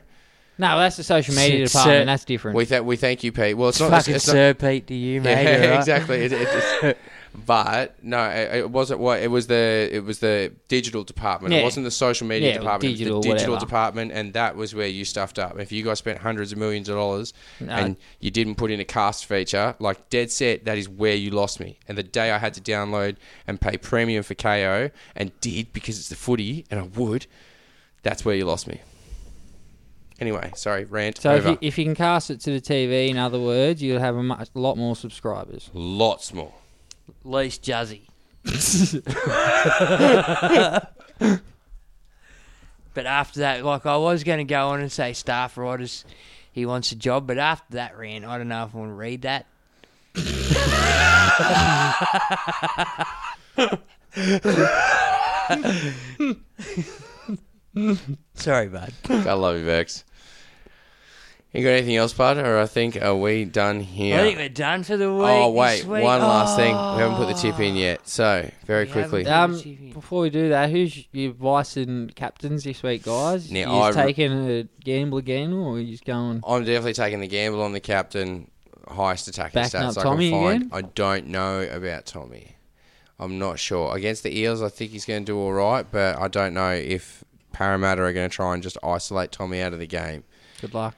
G: No, that's the social media
D: Shit,
G: department.
D: sir.
G: That's different.
E: we th- we thank you, Pete. Well, it's not
D: Fucking
E: it's
D: Sir Pete to you,
E: Not,
D: mate.
E: yeah,
D: all right?
E: exactly. It- it- it's- but no, it, it wasn't what it was. The it was the digital department. It
G: Yeah.
E: wasn't the social media
G: Yeah, or
E: department. It was
G: digital,
E: the digital
G: whatever.
E: department, and that was where you stuffed up. If you guys spent hundreds of millions of dollars
G: No.
E: and you didn't put in a cast feature, like dead set, that is where you lost me. And the day I had to download and pay premium for KO and did because it's the footy, and I would, that's where you lost me. Anyway, sorry, rant
G: so if
E: over.
G: you, if you can cast it to the TV, in other words, you'll have a much, lot more subscribers.
E: Lots more.
D: Least jazzy. but after that, like I was going to go on and say staff writers, he wants a job. But after that rant, I don't know if I want to read that. Sorry, bud.
E: I love you, Vex. You got anything else, bud? Or I think are we done here?
D: I think we're done for the week.
E: oh wait,
D: this week.
E: one last thing. We
D: Oh.
E: haven't put the tip in yet, so very
D: We
E: quickly.
G: Um,
D: haven't. Who's your-
G: before we do that, who's your vice and captains this week, guys?
E: Now,
G: you
E: I
G: just
E: re-
G: taking a gamble again, or you just going?
E: I'm definitely taking the gamble on the captain. Highest attacking
G: Backing
E: stats
G: up
E: I
G: Tommy
E: can find.
G: again?
E: I don't know about Tommy. I'm not sure. Against the Eels, I think he's going to do all right, but I don't know if Parramatta are going to try and just isolate Tommy out of the game.
G: Good luck.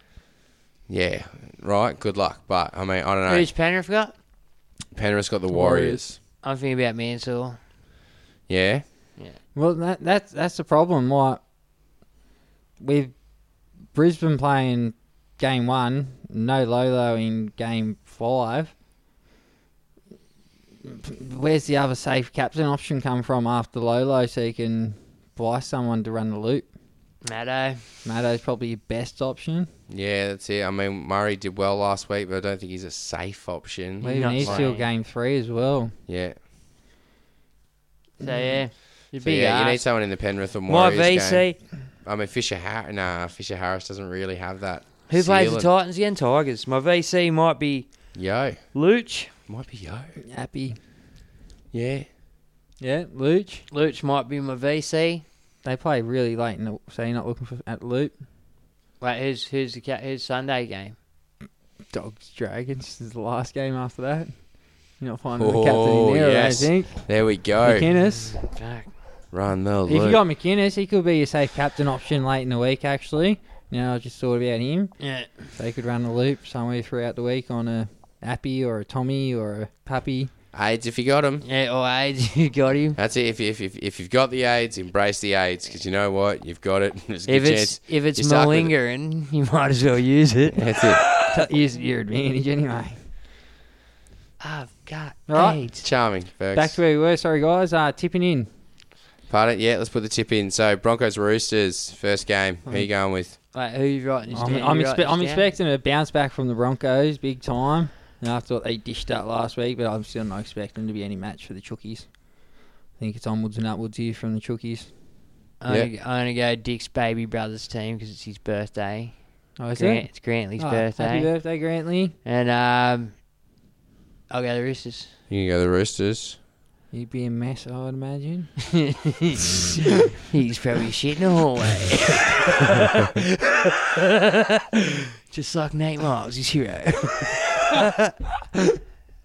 E: Yeah, right. Good luck, but I mean, I don't know.
D: Oh. Who's Penrith got?
E: Penrith's got the Warriors.
G: Warriors.
D: I'm thinking about Mansell.
E: Yeah.
G: Well, that that's that's the problem. Like with Brisbane playing game one, no Lolo in game five. Where's the other safe captain option come from after Lolo, so you can buy someone to run the loop?
D: Maddo.
G: Matto's probably your best option.
E: Yeah, that's it. I mean, Murray did well last week, but I don't think he's a safe option.
G: Well, Even
D: not
G: he's still
D: playing.
G: game three as well.
E: Yeah.
D: So yeah, you'd
E: Hmm. So,
D: be
E: yeah, you need someone in the Penrith and
D: My
E: Warriors
D: VC.
E: game. I mean, Fisher Harris. Nah, Fisher Harris doesn't really have that.
D: Who plays the
E: ceiling.
D: Titans again? Tigers. My VC might be
E: Yo,
D: Luch.
E: might be Yo.
G: Happy.
E: Yeah.
G: Yeah, Luch.
D: Luch might be my VC.
G: They play really late in the so you're not looking for at loop.
D: Wait, who's who's the cat? Who's Sunday game?
G: Dogs Dragons is the last game after that. You're not finding the captain
E: Oh,
G: in there,
E: yes.
G: I don't think.
E: There we go.
G: McInnes.
D: Fuck.
E: Run the
G: If you
E: loop.
G: got McInnes, he could be your safe captain option late in the week, actually. Now I just thought about him.
D: Yeah.
G: They could run a loop somewhere throughout the week on a Appy or a Tommy or a Puppy.
E: AIDS, if you got them.
D: Yeah. Or AIDS. You got him.
E: That's it. If, if, if, if you've got the AIDS, embrace the AIDS because you know what? You've got it. There's a good
D: If it's
E: chance
D: if it's
E: you're stuck with it.
D: malingering, you might as well use it.
E: That's it.
G: Use your advantage anyway.
D: I've got
G: Right.
D: AIDS.
E: Charming. Folks.
G: Back to where we were, sorry guys. Uh, tipping in.
E: Pardon? Yeah, let's put the tip in. So Broncos Roosters first game. Who you going with?
D: Wait, who you writing this
G: I'm,
D: down?
G: I'm,
D: You
G: expe-
D: writing
G: I'm
D: this down?
G: expecting a bounce back from the Broncos big time. And I thought they dished that last week, but I'm still not expecting to be any match for the Chookies. I think it's onwards and upwards here from the Chookies.
D: I'm,
E: Yeah.
D: gonna, I'm gonna go Dick's baby brother's team because it's his birthday.
G: Oh, is
D: Grant,
G: it?
D: it's Grantley's
G: Oh,
D: birthday.
G: Happy birthday, Grantley.
D: And um, I'll go the Roosters.
E: You can go the Roosters.
G: You'd be a mess, I would imagine.
D: He's probably shitting the hallway. Just like Nate Miles, his hero.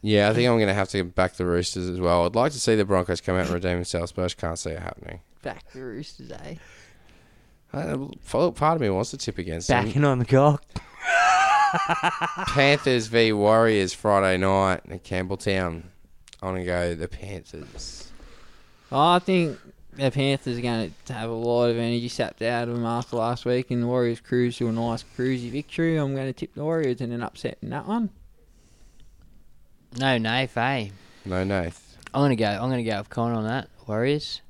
E: Yeah, I think I'm going to have to back the Roosters as well. I'd like to see the Broncos come out and redeem themselves, but I just can't see it happening.
G: Back to Roosters, eh?
E: Uh, follow- part of me wants to tip against them.
D: Backing on the cock.
E: Panthers v Warriors Friday night at Campbelltown. I'm gonna go the Panthers.
G: Oh, I think the Panthers are going to have a lot of energy sapped out of them after last week, and the Warriors cruise to a nice cruisy victory. I'm going to tip the Warriors in an upset in that one.
D: No, Nath, eh?
E: No, no.
D: I'm gonna go. I'm gonna go with Con on that. Warriors.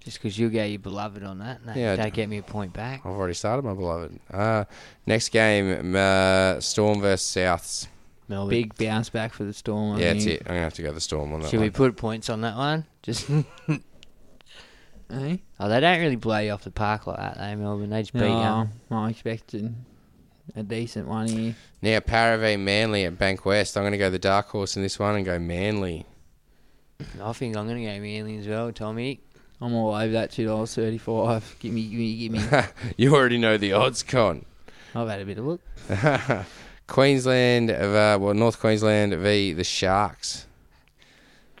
D: Just because you get your beloved on that, and that
E: Yeah, I
D: that'd
E: d-
D: get me a point back.
E: I've already started, my beloved. Uh, next game, uh, Storm versus Souths.
D: Melbourne.
G: Big bounce back for the Storm. I
E: Yeah, that's
G: think.
E: it. I'm gonna have to go the Storm on that.
D: Mm-hmm. Should
E: one.
D: we put points on that one? Just
G: Eh?
D: oh, they don't really blow you off the park like that, though. Melbourne, they just beat
G: No, I expected a decent one here.
E: Now Para v Manly at Bankwest. I'm going to go the dark horse in this one and go Manly.
D: you. I think I'm gonna go Manly as well, Tommy.
G: I'm all over that two dollars thirty five. Give me, give me, give me.
E: you already know the odds, Con.
G: I've had a bit of a look.
E: Queensland, uh, well North Queensland v the Sharks.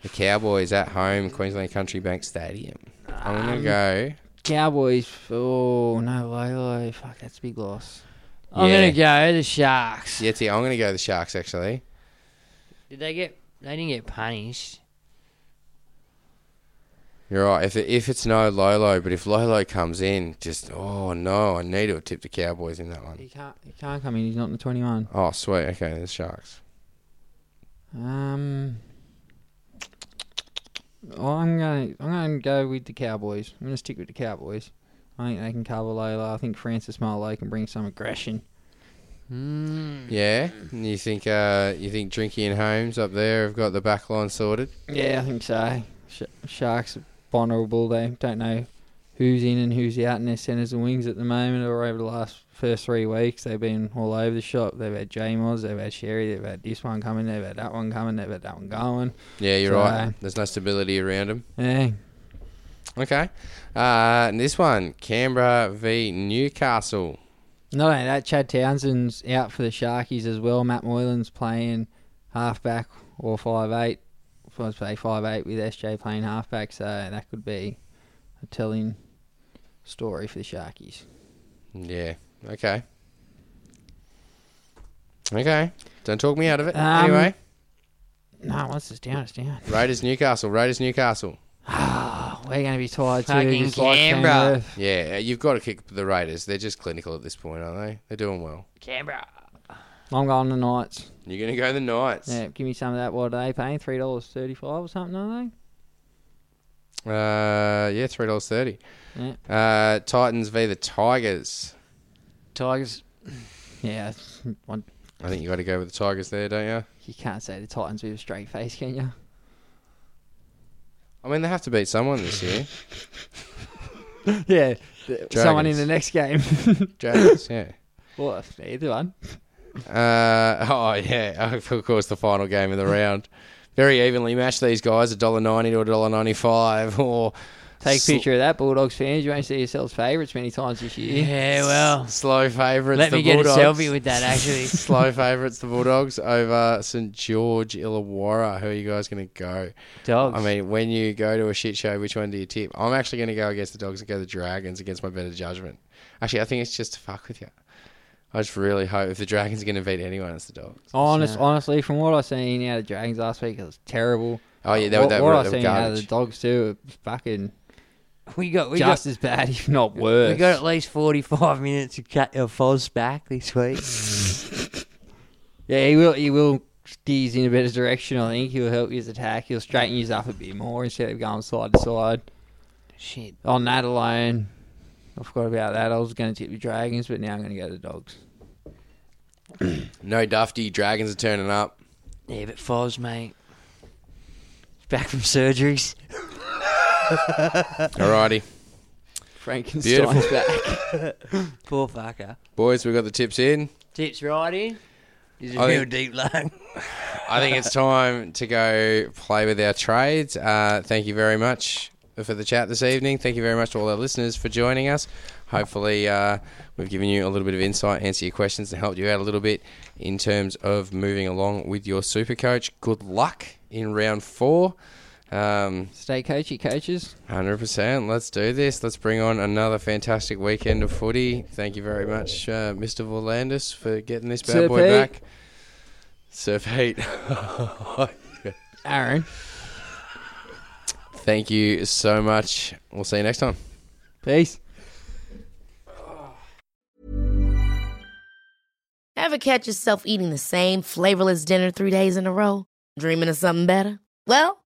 E: The Cowboys at home, Queensland Country Bank Stadium. I'm going to go.
G: Cowboys. Oh no, Lolo. Fuck, that's a big loss.
D: I'm
E: Yeah.
D: gonna go the Sharks.
E: Yeah, see, I'm going to go the Sharks actually.
D: Did they get? They didn't get punished.
E: You're right. If it, if it's no Lolo, but if Lolo comes in, just oh no, I need to have tipped the Cowboys in that one.
G: He can't. He can't come in. He's not in the twenty one.
E: Oh sweet, okay, the Sharks.
G: Um. oh, I'm gonna. I'm gonna go with the Cowboys. I'm gonna stick with the Cowboys. I think they can cover Lola. I think Francis Marlowe can bring some aggression.
E: Yeah, And you think uh, you think Drinky and Holmes up there have got the back line sorted?
G: Yeah, I think so. Sh- Sharks are vulnerable. They don't know who's in and who's out in their centres and wings at the moment or over the last first three weeks. They've been all over the shop. They've had J-Moz, they've had Sherry, they've had this one coming, they've had that one coming, they've had that one going.
E: Yeah, you're
G: So-
E: right. There's no stability around them.
G: Yeah.
E: Okay, uh, and this one Canberra v Newcastle.
G: Not only that, Chad Townsend's out for the Sharkies as well. Matt Moylan's playing halfback or five eight. I'd say five eight with SJ playing halfback, so that could be a telling story for the Sharkies.
E: Yeah. Okay. Okay. Don't talk me out of it.
G: Um,
E: anyway,
G: No, once it's down, it's down.
E: Raiders Newcastle. Raiders Newcastle.
G: We're going to be tired too.
D: Fucking
G: Just like
D: Canberra.
G: Canberra.
E: Yeah, you've got to kick the Raiders. They're just clinical at this point, aren't they? They're doing well.
D: Canberra.
G: I'm going the Knights.
E: You're gonna go the Knights.
G: Yeah, give me some of that. What are they paying? Three dollars thirty-five or something, aren't
E: Uh, yeah, three dollars thirty.
G: Yeah.
E: Uh, Titans v the Tigers.
D: Tigers.
G: they? Yeah, it's- one-
E: I think you got to go with the Tigers there, don't you?
G: you can't say the Titans with a straight face, can you?
E: I mean, they have to beat someone this year.
G: yeah, someone in
E: Dragons.
G: the next game.
E: Dragons, yeah.
G: well, either one.
E: Uh, oh yeah, of course, the final game of the round. Very evenly matched. These guys, a dollar ninety to a dollar ninety-five, or
G: Take a
E: sl-
G: picture of that, Bulldogs fans. You won't see yourselves favourites many times this year.
D: Yeah, well,
E: slow favourites.
D: let
E: the
D: me get
E: Bulldogs.
D: a selfie with that. Actually,
E: slow favourites, the Bulldogs over St George Illawarra. Who are you guys going to go?
D: dogs.
E: I mean, when you go to a shit show, which one do you tip? I'm actually going to go against the dogs and go the dragons against my better judgment. Actually, I think it's just to fuck with you. I just really hope if the dragons are going to beat anyone, it's the dogs.
G: Honest, honestly, from what I seen out of Dragons last week, it was terrible.
E: Oh, yeah, they were-
G: what,
E: they
G: what
E: were-
G: I
E: they were
G: seen out of the
E: garbage.
G: Dogs too, it was fucking
D: we got we
G: just
D: got
G: as bad, if not worse.
D: we got at least forty-five minutes of cut of Foz back this week.
G: Yeah, he will. He will steer you in a better direction. I think he'll help you attack. He'll straighten you up a bit more instead of going side to side.
D: Shit.
G: On that alone, I forgot about that. I was going to tip the Dragons, but now I'm going to go to Dogs.
E: No Dufty, dragons are turning up.
D: Yeah, but Foz, mate. Back from surgeries.
E: Alrighty.
G: Frankenstein's back.
D: Poor fucker.
E: Boys, we got the tips in.
D: Tips right in. He's a
E: I
D: real
E: think-
D: deep lung.
E: I think it's time to go play with our trades. Uh, thank you very much for the chat this evening. Thank you very much to all our listeners for joining us. Hopefully, uh, we've given you a little bit of insight, answer your questions, and helped you out a little bit in terms of moving along with your super coach. Good luck in round four. Um,
D: Stay coachy, coaches.
E: Hundred percent. Let's do this. Let's bring on another fantastic weekend of footy. Thank you very much, uh, Mr. Vorlandis, for getting this bad
D: Sir
E: boy
D: Pete.
E: back. Sir Pete.
D: Aaron.
E: Thank you so much. We'll see you next time.
D: Peace.
B: Ever catch yourself eating the same flavorless dinner three days in a row? Dreaming of something better? Well,